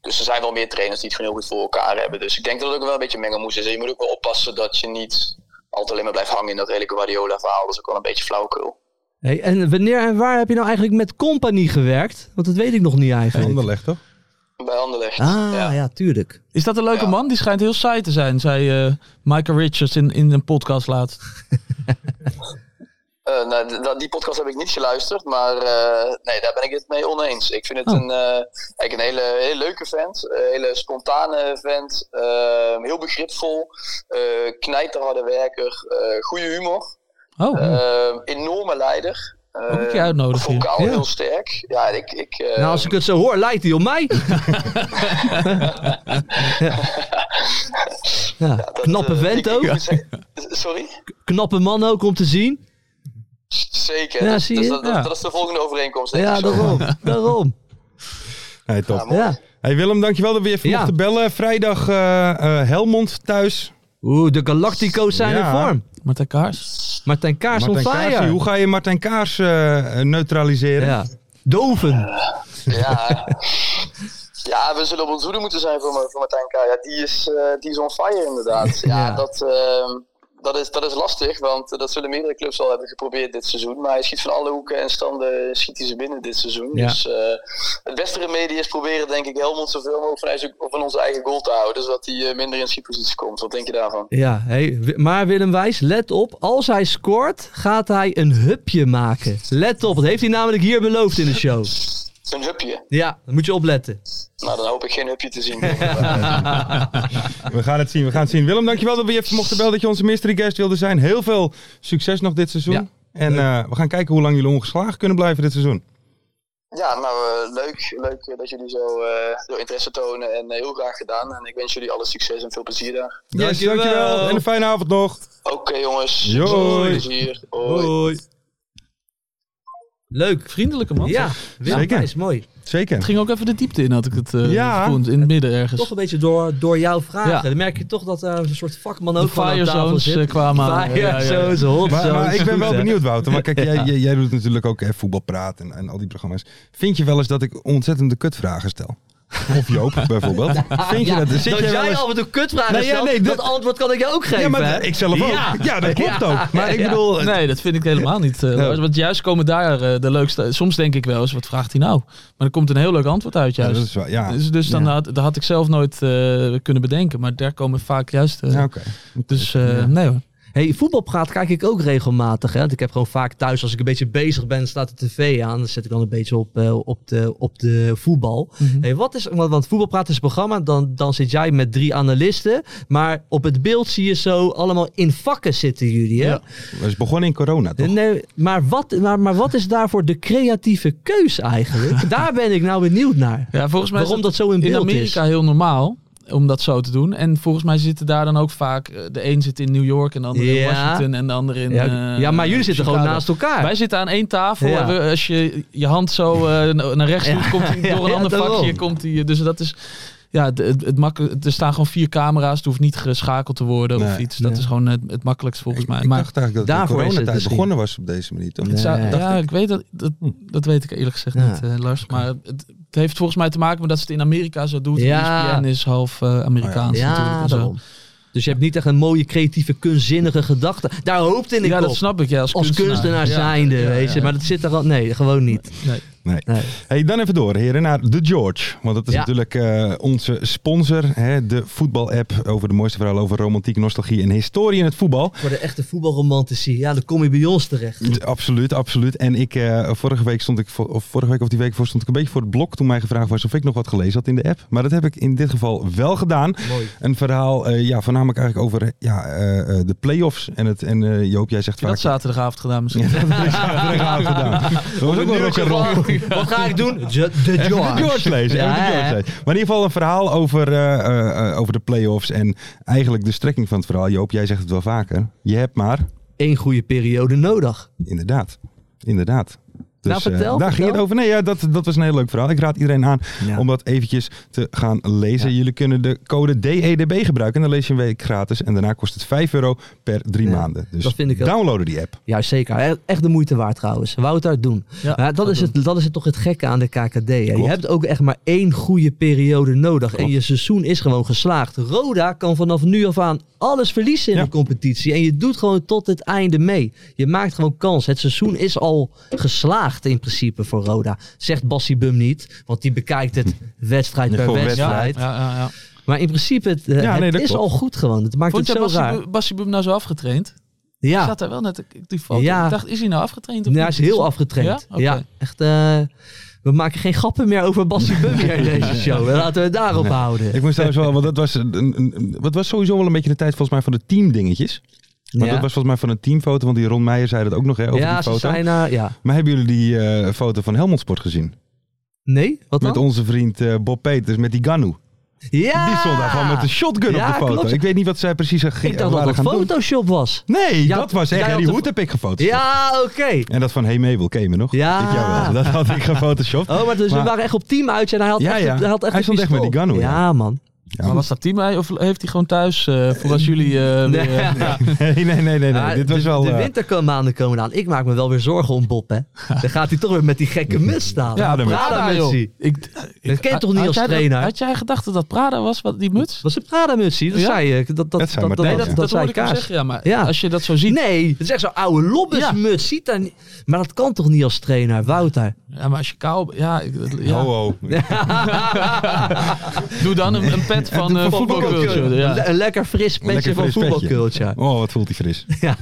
[SPEAKER 9] Dus er zijn wel meer trainers die het gewoon heel goed voor elkaar hebben. Dus ik denk dat het ook wel een beetje mengelmoes is. En je moet ook wel oppassen dat je niet altijd alleen maar blijft hangen in dat hele Guardiola-verhaal. Dat is ook wel een beetje flauwkul.
[SPEAKER 5] Hey, en wanneer en waar heb je nou eigenlijk met Company gewerkt? Want dat weet ik nog niet eigenlijk.
[SPEAKER 4] Anderlecht, toch?
[SPEAKER 9] Bij Anderlecht.
[SPEAKER 5] Ah, ja. tuurlijk.
[SPEAKER 6] Is dat een leuke
[SPEAKER 9] Ja.
[SPEAKER 6] man? Die schijnt heel saai te zijn, zei eh, Michael Richards in, in een podcast laatst.
[SPEAKER 9] Eh, nou, d- dat- die podcast heb ik niet geluisterd, maar eh, nee, daar ben ik het mee oneens. Ik vind het
[SPEAKER 6] Oh.
[SPEAKER 9] een, eh, eigenlijk een hele, hele leuke vent, een hele spontane vent, eh, heel begripvol, eh knijterharde werker, eh goede humor,
[SPEAKER 6] Oh,
[SPEAKER 9] eh, enorme leider. eh,
[SPEAKER 6] Ook een keer uitnodigen.
[SPEAKER 9] Vocaal
[SPEAKER 5] Ja.
[SPEAKER 9] heel sterk. Ja, ik, ik, eh,
[SPEAKER 5] nou, als ik het zo hoor, lijkt hij op mij. ja,
[SPEAKER 9] dat,
[SPEAKER 5] knappe
[SPEAKER 9] eh, ik-
[SPEAKER 5] vent
[SPEAKER 9] ik
[SPEAKER 5] ook.
[SPEAKER 9] moet zeggen- Sorry?
[SPEAKER 5] Knappe man ook om te zien.
[SPEAKER 9] Zeker.
[SPEAKER 5] Ja,
[SPEAKER 9] dus,
[SPEAKER 5] zie
[SPEAKER 9] dus
[SPEAKER 5] je?
[SPEAKER 9] dat, dat-
[SPEAKER 6] Ja.
[SPEAKER 9] dat is de volgende overeenkomst. denk
[SPEAKER 5] Ja,
[SPEAKER 9] ik zo.
[SPEAKER 5] daarom. daarom.
[SPEAKER 4] Nee, top.
[SPEAKER 9] Ja, mooi.
[SPEAKER 5] Ja.
[SPEAKER 4] Hey Willem, dankjewel dat we je
[SPEAKER 5] Ja.
[SPEAKER 4] vanochtend bellen. Vrijdag eh, eh, Helmond thuis.
[SPEAKER 5] Oeh, de Galactico's zijn
[SPEAKER 4] Ja.
[SPEAKER 5] in vorm.
[SPEAKER 6] Martijn Kaars.
[SPEAKER 5] Martijn Kaars
[SPEAKER 4] Martijn
[SPEAKER 5] on fire.
[SPEAKER 4] Kaars, hoe ga je Martijn Kaars eh, neutraliseren?
[SPEAKER 5] ja. Doven.
[SPEAKER 9] Ja. ja, we zullen op ons hoede moeten zijn voor, Ma- voor Martijn K. Ja, die, is, eh, die is on fire inderdaad. Ja,
[SPEAKER 5] Ja.
[SPEAKER 9] Dat, ehm, dat, is, dat is lastig, want eh, dat zullen meerdere clubs al hebben geprobeerd dit seizoen. Maar hij schiet van alle hoeken en standen schiet hij ze binnen dit seizoen.
[SPEAKER 5] Ja.
[SPEAKER 9] Dus eh, het beste remedie is proberen, denk ik, Helmond zoveel mogelijk van, zijn- van onze eigen goal te houden. Zodat hij eh, minder in schietpositie komt. Wat denk je daarvan?
[SPEAKER 5] Ja, hey, Wi- maar Willem Wijs, let op. Als hij scoort, gaat hij een hupje maken. Let op, dat heeft hij namelijk hier beloofd in de show.
[SPEAKER 9] Een hupje.
[SPEAKER 5] Ja, daar moet je opletten.
[SPEAKER 9] Nou, dan hoop ik geen hupje te zien.
[SPEAKER 4] We gaan het zien, we gaan het zien. Willem, dankjewel dat we je mochten bellen dat je onze mystery guest wilde zijn. Heel veel succes nog dit seizoen.
[SPEAKER 5] Ja.
[SPEAKER 4] En eh, we gaan kijken hoe lang jullie ongeslagen kunnen blijven dit seizoen.
[SPEAKER 9] Ja, nou eh, leuk, leuk eh, dat jullie zo, eh, zo interesse tonen en eh, heel graag gedaan. En ik wens jullie alle succes en veel plezier daar.
[SPEAKER 4] Yes,
[SPEAKER 5] Dankjewel.
[SPEAKER 4] dankjewel. En een fijne avond nog.
[SPEAKER 9] Oké jongens,
[SPEAKER 4] Yo.
[SPEAKER 9] veel plezier. Hoi.
[SPEAKER 5] Leuk.
[SPEAKER 6] Vriendelijke man.
[SPEAKER 5] Ja, Willem
[SPEAKER 4] Zeker.
[SPEAKER 5] Wijs, mooi.
[SPEAKER 6] Het
[SPEAKER 4] Zeker.
[SPEAKER 6] ging ook even de diepte in, had ik het eh
[SPEAKER 4] Ja.
[SPEAKER 6] gevoeld. In het midden ergens.
[SPEAKER 5] Toch een beetje door, door jouw vragen.
[SPEAKER 6] Ja.
[SPEAKER 5] Dan merk je toch dat daar een soort vakman
[SPEAKER 6] de
[SPEAKER 5] ook van aan
[SPEAKER 6] fire
[SPEAKER 5] tafel
[SPEAKER 6] zones
[SPEAKER 5] zit.
[SPEAKER 6] eh, kwamen aan.
[SPEAKER 5] Fire
[SPEAKER 6] Ja, ja, ja.
[SPEAKER 5] zones, hot
[SPEAKER 4] Maar, maar
[SPEAKER 5] zones.
[SPEAKER 4] ik ben
[SPEAKER 5] Goed,
[SPEAKER 4] wel
[SPEAKER 5] hè?
[SPEAKER 4] benieuwd, Wouter. Maar kijk, jij, jij, jij doet natuurlijk ook eh, voetbalpraat en, en al die programma's. Vind je wel eens dat ik ontzettende kutvragen stel? Of Joop bijvoorbeeld. Vind je
[SPEAKER 5] Ja,
[SPEAKER 4] dat? dus Zit
[SPEAKER 5] dat
[SPEAKER 4] jij
[SPEAKER 5] jij
[SPEAKER 4] wel eens-
[SPEAKER 5] af en toe kutvragen
[SPEAKER 4] Nee, ja,
[SPEAKER 5] stelt,
[SPEAKER 4] nee,
[SPEAKER 5] dat...
[SPEAKER 4] dat-
[SPEAKER 5] antwoord kan ik je ook geven.
[SPEAKER 4] Ja,
[SPEAKER 5] hè?
[SPEAKER 4] maar ik zelf ook.
[SPEAKER 5] Ja.
[SPEAKER 4] Ja, dat klopt ook. Maar ik bedoel... eh,
[SPEAKER 6] Nee, dat vind ik helemaal niet. eh, Lars, want juist komen daar eh, de leukste. Soms denk ik wel eens, wat vraagt hij nou? Maar er komt een heel leuk antwoord uit
[SPEAKER 4] Ja,
[SPEAKER 6] juist.
[SPEAKER 4] dat is wel, ja.
[SPEAKER 6] dus dus dan had, dat had ik zelf nooit eh, kunnen bedenken. Maar daar komen vaak juist. eh,
[SPEAKER 4] Ja, oké.
[SPEAKER 6] Dus eh, nee hoor.
[SPEAKER 5] Hey, voetbalpraat kijk ik ook regelmatig. Hè? Want ik heb gewoon vaak thuis, als ik een beetje bezig ben, staat de tv aan. Dan zet ik dan een beetje op, eh, op, de, op de voetbal.
[SPEAKER 6] Mhm.
[SPEAKER 5] Hey, wat is, want, want voetbalpraat is een programma, dan, dan zit jij met drie analisten. Maar op het beeld zie je zo allemaal in vakken zitten jullie. Hè?
[SPEAKER 6] Ja.
[SPEAKER 4] We is begonnen in corona, toch?
[SPEAKER 5] Nee, maar, wat, maar, maar wat is daarvoor de creatieve keus eigenlijk? Daar ben ik nou benieuwd naar.
[SPEAKER 6] Ja, volgens mij is
[SPEAKER 5] Waarom
[SPEAKER 6] dat
[SPEAKER 5] dat zo in beeld
[SPEAKER 6] in Amerika
[SPEAKER 5] is.
[SPEAKER 6] heel normaal om dat zo te doen. En volgens mij zitten daar dan ook vaak. eh, De een zit in New York en de ander in
[SPEAKER 5] Ja.
[SPEAKER 6] Washington en de ander in.
[SPEAKER 5] Ja,
[SPEAKER 6] eh,
[SPEAKER 5] ja, maar jullie zitten gewoon
[SPEAKER 6] Chicago.
[SPEAKER 5] naast elkaar.
[SPEAKER 6] Wij zitten aan één tafel.
[SPEAKER 5] Ja.
[SPEAKER 6] en we- als je je hand zo eh, na- naar rechts doet,
[SPEAKER 5] Ja,
[SPEAKER 6] komt hij
[SPEAKER 5] ja,
[SPEAKER 6] door een
[SPEAKER 5] ja,
[SPEAKER 6] ander
[SPEAKER 5] daarom.
[SPEAKER 6] vakje. Komt hij, dus dat is. Ja, het, het, het makkel- er staan gewoon vier camera's. Het hoeft niet geschakeld te worden of
[SPEAKER 4] Nee,
[SPEAKER 6] iets. Dat
[SPEAKER 5] nee.
[SPEAKER 6] is gewoon het, het makkelijkst volgens
[SPEAKER 4] ik,
[SPEAKER 6] mij.
[SPEAKER 4] ik
[SPEAKER 6] maar
[SPEAKER 4] dacht eigenlijk dat de
[SPEAKER 5] daarvoor is het dus
[SPEAKER 4] coronatijd
[SPEAKER 5] misschien.
[SPEAKER 4] begonnen was op deze manier, toch?
[SPEAKER 6] het zou-
[SPEAKER 5] Nee.
[SPEAKER 6] ja, ik Hm. weet dat, dat. Dat weet ik eerlijk gezegd
[SPEAKER 5] Ja.
[SPEAKER 6] niet, eh, Lars. Maar het, het heeft volgens mij te maken met dat ze het in Amerika zo doet. E
[SPEAKER 5] Ja. Oh
[SPEAKER 6] Ja. ESPN is half eh, Amerikaans natuurlijk.
[SPEAKER 5] Ja,
[SPEAKER 6] en zo.
[SPEAKER 5] daarom. Dus je hebt niet echt een mooie, creatieve, kunstzinnige gedachte. Daar hoopte ik
[SPEAKER 6] ja
[SPEAKER 5] op.
[SPEAKER 6] dat snap ik. Ja, als,
[SPEAKER 5] Als kunstenaar zijnde,
[SPEAKER 6] Ja, ja,
[SPEAKER 5] weet je.
[SPEAKER 6] ja.
[SPEAKER 5] Maar dat zit er al... Nee, gewoon niet.
[SPEAKER 6] Nee.
[SPEAKER 4] Nee.
[SPEAKER 5] Nee.
[SPEAKER 4] Hey, dan even door, heren, naar The George. Want dat is
[SPEAKER 5] Ja.
[SPEAKER 4] natuurlijk eh, onze sponsor. Hè, de voetbalapp over de mooiste verhalen over romantiek, nostalgie en historie in het voetbal.
[SPEAKER 5] Voor de echte voetbalromantici. Ja, dan kom je bij ons terecht.
[SPEAKER 4] D- Absoluut, absoluut. En ik, eh, vorige week stond ik, voor- of vorige week of die week voor, stond ik een beetje voor het blok toen mij gevraagd was of ik nog wat gelezen had in de app. Maar dat heb ik in dit geval wel gedaan.
[SPEAKER 5] Mooi.
[SPEAKER 4] Een verhaal, eh, ja, voornamelijk eigenlijk over ja, eh, eh, de play-offs. En, het, en eh, Joop, jij zegt
[SPEAKER 6] Heb je dat
[SPEAKER 4] vaak...
[SPEAKER 6] zaterdagavond gedaan misschien?
[SPEAKER 4] Ja, dat heb ik zaterdagavond gedaan. Dat was ook wel rock and roll.
[SPEAKER 5] Wat ga ik doen? Jo- De
[SPEAKER 4] Even
[SPEAKER 5] George.
[SPEAKER 4] de George lezen.
[SPEAKER 5] Ja,
[SPEAKER 4] even de George
[SPEAKER 5] hè?
[SPEAKER 4] lezen. Maar in ieder geval een verhaal over, eh, eh, eh, over de play-offs en eigenlijk de strekking van het verhaal. Joop, jij zegt het wel vaker. Je hebt maar,
[SPEAKER 5] Eén goede periode nodig.
[SPEAKER 4] inderdaad, inderdaad. Dus
[SPEAKER 5] Nou, vertel,
[SPEAKER 4] eh, daar
[SPEAKER 5] vertel.
[SPEAKER 4] ging het over. Nee, ja, dat, dat was een heel leuk verhaal. Ik raad iedereen aan
[SPEAKER 5] Ja.
[SPEAKER 4] om dat eventjes te gaan lezen.
[SPEAKER 5] Ja.
[SPEAKER 4] Jullie kunnen de code DEDB gebruiken. En dan lees je een week gratis. En daarna kost het 5 euro per drie
[SPEAKER 5] Ja,
[SPEAKER 4] maanden. Dus
[SPEAKER 5] dat vind ik ook.
[SPEAKER 4] downloaden die app.
[SPEAKER 5] Ja, zeker. E- Echt de moeite waard trouwens. Wouter, doen.
[SPEAKER 6] Ja,
[SPEAKER 5] Maar dat,
[SPEAKER 6] dat
[SPEAKER 5] is het, dat is het toch het gekke aan de KKD. hè? Je
[SPEAKER 4] Klopt.
[SPEAKER 5] hebt ook echt maar één goede periode nodig. En je seizoen is gewoon geslaagd. Roda kan vanaf nu af aan alles verliezen in
[SPEAKER 4] Ja.
[SPEAKER 5] de competitie. En je doet gewoon tot het einde mee. Je maakt gewoon kans. Het seizoen is al geslaagd in principe voor Roda. Zegt Bassie Bum niet. Want die bekijkt het wedstrijd per
[SPEAKER 4] Voor
[SPEAKER 6] Ja,
[SPEAKER 5] wedstrijd.
[SPEAKER 6] ja, ja, ja.
[SPEAKER 5] Maar in principe, het, eh,
[SPEAKER 4] Ja,
[SPEAKER 5] het
[SPEAKER 4] nee, dat
[SPEAKER 5] is
[SPEAKER 4] klopt.
[SPEAKER 5] al goed gewoon. Het maakt
[SPEAKER 6] Vond
[SPEAKER 5] het
[SPEAKER 6] je
[SPEAKER 5] zo raar.
[SPEAKER 6] Bassie, Bassie Boem nou zo afgetraind? Ja.
[SPEAKER 5] ja.
[SPEAKER 6] Zat daar wel net ik- die foto.
[SPEAKER 5] Ja.
[SPEAKER 6] Ik dacht, is hij nou afgetraind? Of
[SPEAKER 5] Ja, hij
[SPEAKER 6] niet?
[SPEAKER 5] is heel afgetraind. Ja,
[SPEAKER 6] Ja? Oké.
[SPEAKER 5] echt. eh, we maken geen grappen meer over Bassie Bum meer in deze show. Laten we het daarop
[SPEAKER 4] Nee.
[SPEAKER 5] houden.
[SPEAKER 4] Ik moest trouwens wel, want dat was, een, een, een- wat was sowieso wel een beetje de tijd volgens mij van de teamdingetjes. Maar
[SPEAKER 5] Ja.
[SPEAKER 4] dat was volgens mij van een teamfoto, want die Ron Meijer zei dat ook nog hè, over
[SPEAKER 5] ja,
[SPEAKER 4] die
[SPEAKER 5] ze
[SPEAKER 4] foto.
[SPEAKER 5] zijn eh, ja.
[SPEAKER 4] Maar hebben jullie die eh, foto van Helmond Sport gezien?
[SPEAKER 5] Nee, wat dan?
[SPEAKER 4] Met onze vriend eh, Bob Peters, met die Ganu.
[SPEAKER 5] ja!
[SPEAKER 4] Die stond daar gewoon met een shotgun
[SPEAKER 5] Ja,
[SPEAKER 4] op de foto.
[SPEAKER 5] klopt.
[SPEAKER 4] Ik weet niet wat zij precies ge-
[SPEAKER 5] Ik dacht dat
[SPEAKER 4] waren
[SPEAKER 5] dat
[SPEAKER 4] gaan doen.
[SPEAKER 5] Photoshop was.
[SPEAKER 4] Nee,
[SPEAKER 5] Ja,
[SPEAKER 4] dat was echt.
[SPEAKER 5] jij
[SPEAKER 4] Harry
[SPEAKER 5] had de-
[SPEAKER 4] Hoed heb ik gefotoshopt.
[SPEAKER 5] Ja, oké.
[SPEAKER 4] En dat van Hey Mabel, ken je me nog?
[SPEAKER 5] Ja.
[SPEAKER 4] Ik jawel, dat had ik gefotoshopt.
[SPEAKER 5] Oh, maar dus
[SPEAKER 4] Maar-
[SPEAKER 5] we waren echt op team uit en hij had
[SPEAKER 4] Ja,
[SPEAKER 5] echt,
[SPEAKER 4] ja.
[SPEAKER 5] Hij, had echt
[SPEAKER 4] Hij
[SPEAKER 5] een
[SPEAKER 4] stond echt met die
[SPEAKER 5] pistool.
[SPEAKER 4] Ganu, ja.
[SPEAKER 5] Ja, man.
[SPEAKER 6] Maar was dat team of heeft hij gewoon thuis eh, voor als jullie... eh,
[SPEAKER 5] Nee.
[SPEAKER 6] weer, eh,
[SPEAKER 4] Nee, nee, nee, nee. nee.
[SPEAKER 5] Maar
[SPEAKER 4] Dit was
[SPEAKER 5] Oh. de,
[SPEAKER 4] wel...
[SPEAKER 5] de
[SPEAKER 4] eh,
[SPEAKER 5] wintermaanden komen aan. Ik maak me wel weer zorgen om Bob, hè. Dan gaat hij toch weer met die gekke muts staan.
[SPEAKER 6] Ja,
[SPEAKER 4] Prada
[SPEAKER 5] Oh, Prada
[SPEAKER 6] joh.
[SPEAKER 5] mutsie.
[SPEAKER 6] Ik,
[SPEAKER 5] Dat ken je toch niet
[SPEAKER 6] Had
[SPEAKER 5] als
[SPEAKER 6] jij dat-
[SPEAKER 5] trainer?
[SPEAKER 6] had jij gedacht dat dat Prada was, wat, die muts?
[SPEAKER 5] Was het Prada mutsie? Dat
[SPEAKER 6] Ja.
[SPEAKER 5] zei je. Dat, dat, dat,
[SPEAKER 4] Dat zei Martijn, ja.
[SPEAKER 5] dat,
[SPEAKER 4] Dat
[SPEAKER 5] dat zei
[SPEAKER 6] hoorde ik hem
[SPEAKER 5] Kaas.
[SPEAKER 6] zeggen, ja. Maar
[SPEAKER 5] Ja.
[SPEAKER 6] als je dat zo ziet...
[SPEAKER 5] Nee, dat is echt zo'n oude lobbesmuts. Ziet daar niet. Maar dat kan toch niet als trainer, Wouter?
[SPEAKER 6] Ja, maar als je kou... Ja, ik- dat- ja.
[SPEAKER 4] Ho, ho.
[SPEAKER 6] doe dan een, een pet van eh voetbalculture.
[SPEAKER 5] Le-
[SPEAKER 6] Ja.
[SPEAKER 5] Een lekker fris petje
[SPEAKER 4] Lekker
[SPEAKER 5] van
[SPEAKER 4] fris petje.
[SPEAKER 5] voetbalculture.
[SPEAKER 4] Oh, wat voelt hij fris.
[SPEAKER 5] Ja.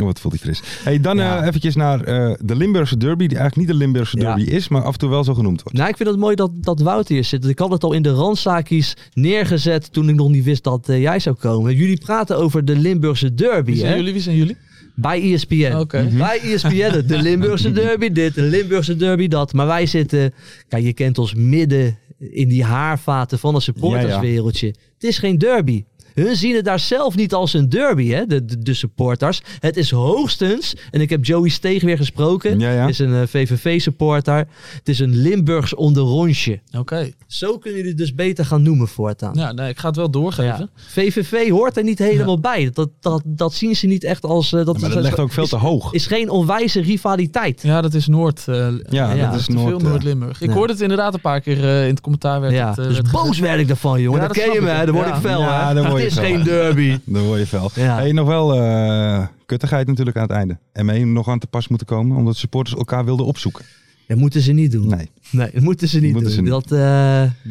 [SPEAKER 4] Oh, wat voelt hij fris. Hey, dan
[SPEAKER 5] Ja.
[SPEAKER 4] eh, eventjes naar eh, de Limburgse derby, die eigenlijk niet de Limburgse
[SPEAKER 5] Ja.
[SPEAKER 4] derby is, maar af en toe wel zo genoemd wordt.
[SPEAKER 5] Nou, ik vind het mooi dat, dat Wouter hier zit. Ik had het al in de randzaakjes neergezet toen ik nog niet wist dat eh, jij zou komen. Jullie praten over de Limburgse derby,
[SPEAKER 6] Wie zijn
[SPEAKER 5] hè?
[SPEAKER 6] jullie? Wie zijn jullie?
[SPEAKER 5] Bij E ESPN.
[SPEAKER 6] Oké. Mhm.
[SPEAKER 5] Bij E ESPN. het. De Limburgse derby dit, de Limburgse derby dat. Maar wij zitten... Kijk, je kent ons midden in die haarvaten van een supporterswereldje. Het is geen derby. Hun zien het daar zelf niet als een derby, hè, de, de, de supporters. Het is hoogstens, en ik heb Joey Steeg weer gesproken.
[SPEAKER 4] Ja, ja.
[SPEAKER 5] Het is een eh, VVV-supporter. Het is een Limburgs onderrondje.
[SPEAKER 6] Oké.
[SPEAKER 5] Zo kunnen jullie het dus beter gaan noemen voortaan.
[SPEAKER 6] Ja, nee, ik ga het wel doorgeven.
[SPEAKER 5] VVV hoort er niet helemaal bij. Dat, dat, dat zien ze niet echt als... eh, dat
[SPEAKER 4] maar
[SPEAKER 5] is-
[SPEAKER 4] dat ligt ook veel
[SPEAKER 5] is-
[SPEAKER 4] te hoog.
[SPEAKER 5] is geen onwijze rivaliteit.
[SPEAKER 6] Ja, dat is Noord. eh,
[SPEAKER 4] Ja,
[SPEAKER 5] ja,
[SPEAKER 4] dat is
[SPEAKER 6] te veel
[SPEAKER 4] Noord. eh,
[SPEAKER 6] Noord-Limburg. ik
[SPEAKER 5] ja.
[SPEAKER 6] hoorde het inderdaad een paar keer eh, in het commentaar. Werd
[SPEAKER 5] Ja,
[SPEAKER 6] het, eh,
[SPEAKER 5] dus
[SPEAKER 6] werd gezegd.
[SPEAKER 5] boos werd ik daarvan, jongen.
[SPEAKER 6] Ja,
[SPEAKER 5] dat
[SPEAKER 6] dat
[SPEAKER 5] ken je
[SPEAKER 6] snap
[SPEAKER 5] me,
[SPEAKER 6] ik.
[SPEAKER 5] hè. Dan word
[SPEAKER 6] Ja.
[SPEAKER 5] ik fel,
[SPEAKER 4] Ja,
[SPEAKER 5] hè.
[SPEAKER 4] dan word
[SPEAKER 5] Het
[SPEAKER 4] je
[SPEAKER 5] is
[SPEAKER 4] fel.
[SPEAKER 5] geen derby.
[SPEAKER 4] Dan word je fel.
[SPEAKER 5] Ja.
[SPEAKER 4] Hey, nog wel eh, kuttigheid natuurlijk aan het einde. ME nog aan te pas moeten komen, omdat supporters elkaar wilden opzoeken.
[SPEAKER 5] Dat moeten ze niet doen. Nee,
[SPEAKER 4] Nee.
[SPEAKER 5] dat moeten ze niet
[SPEAKER 4] Moeten
[SPEAKER 5] doen.
[SPEAKER 4] ze
[SPEAKER 5] Dat, eh,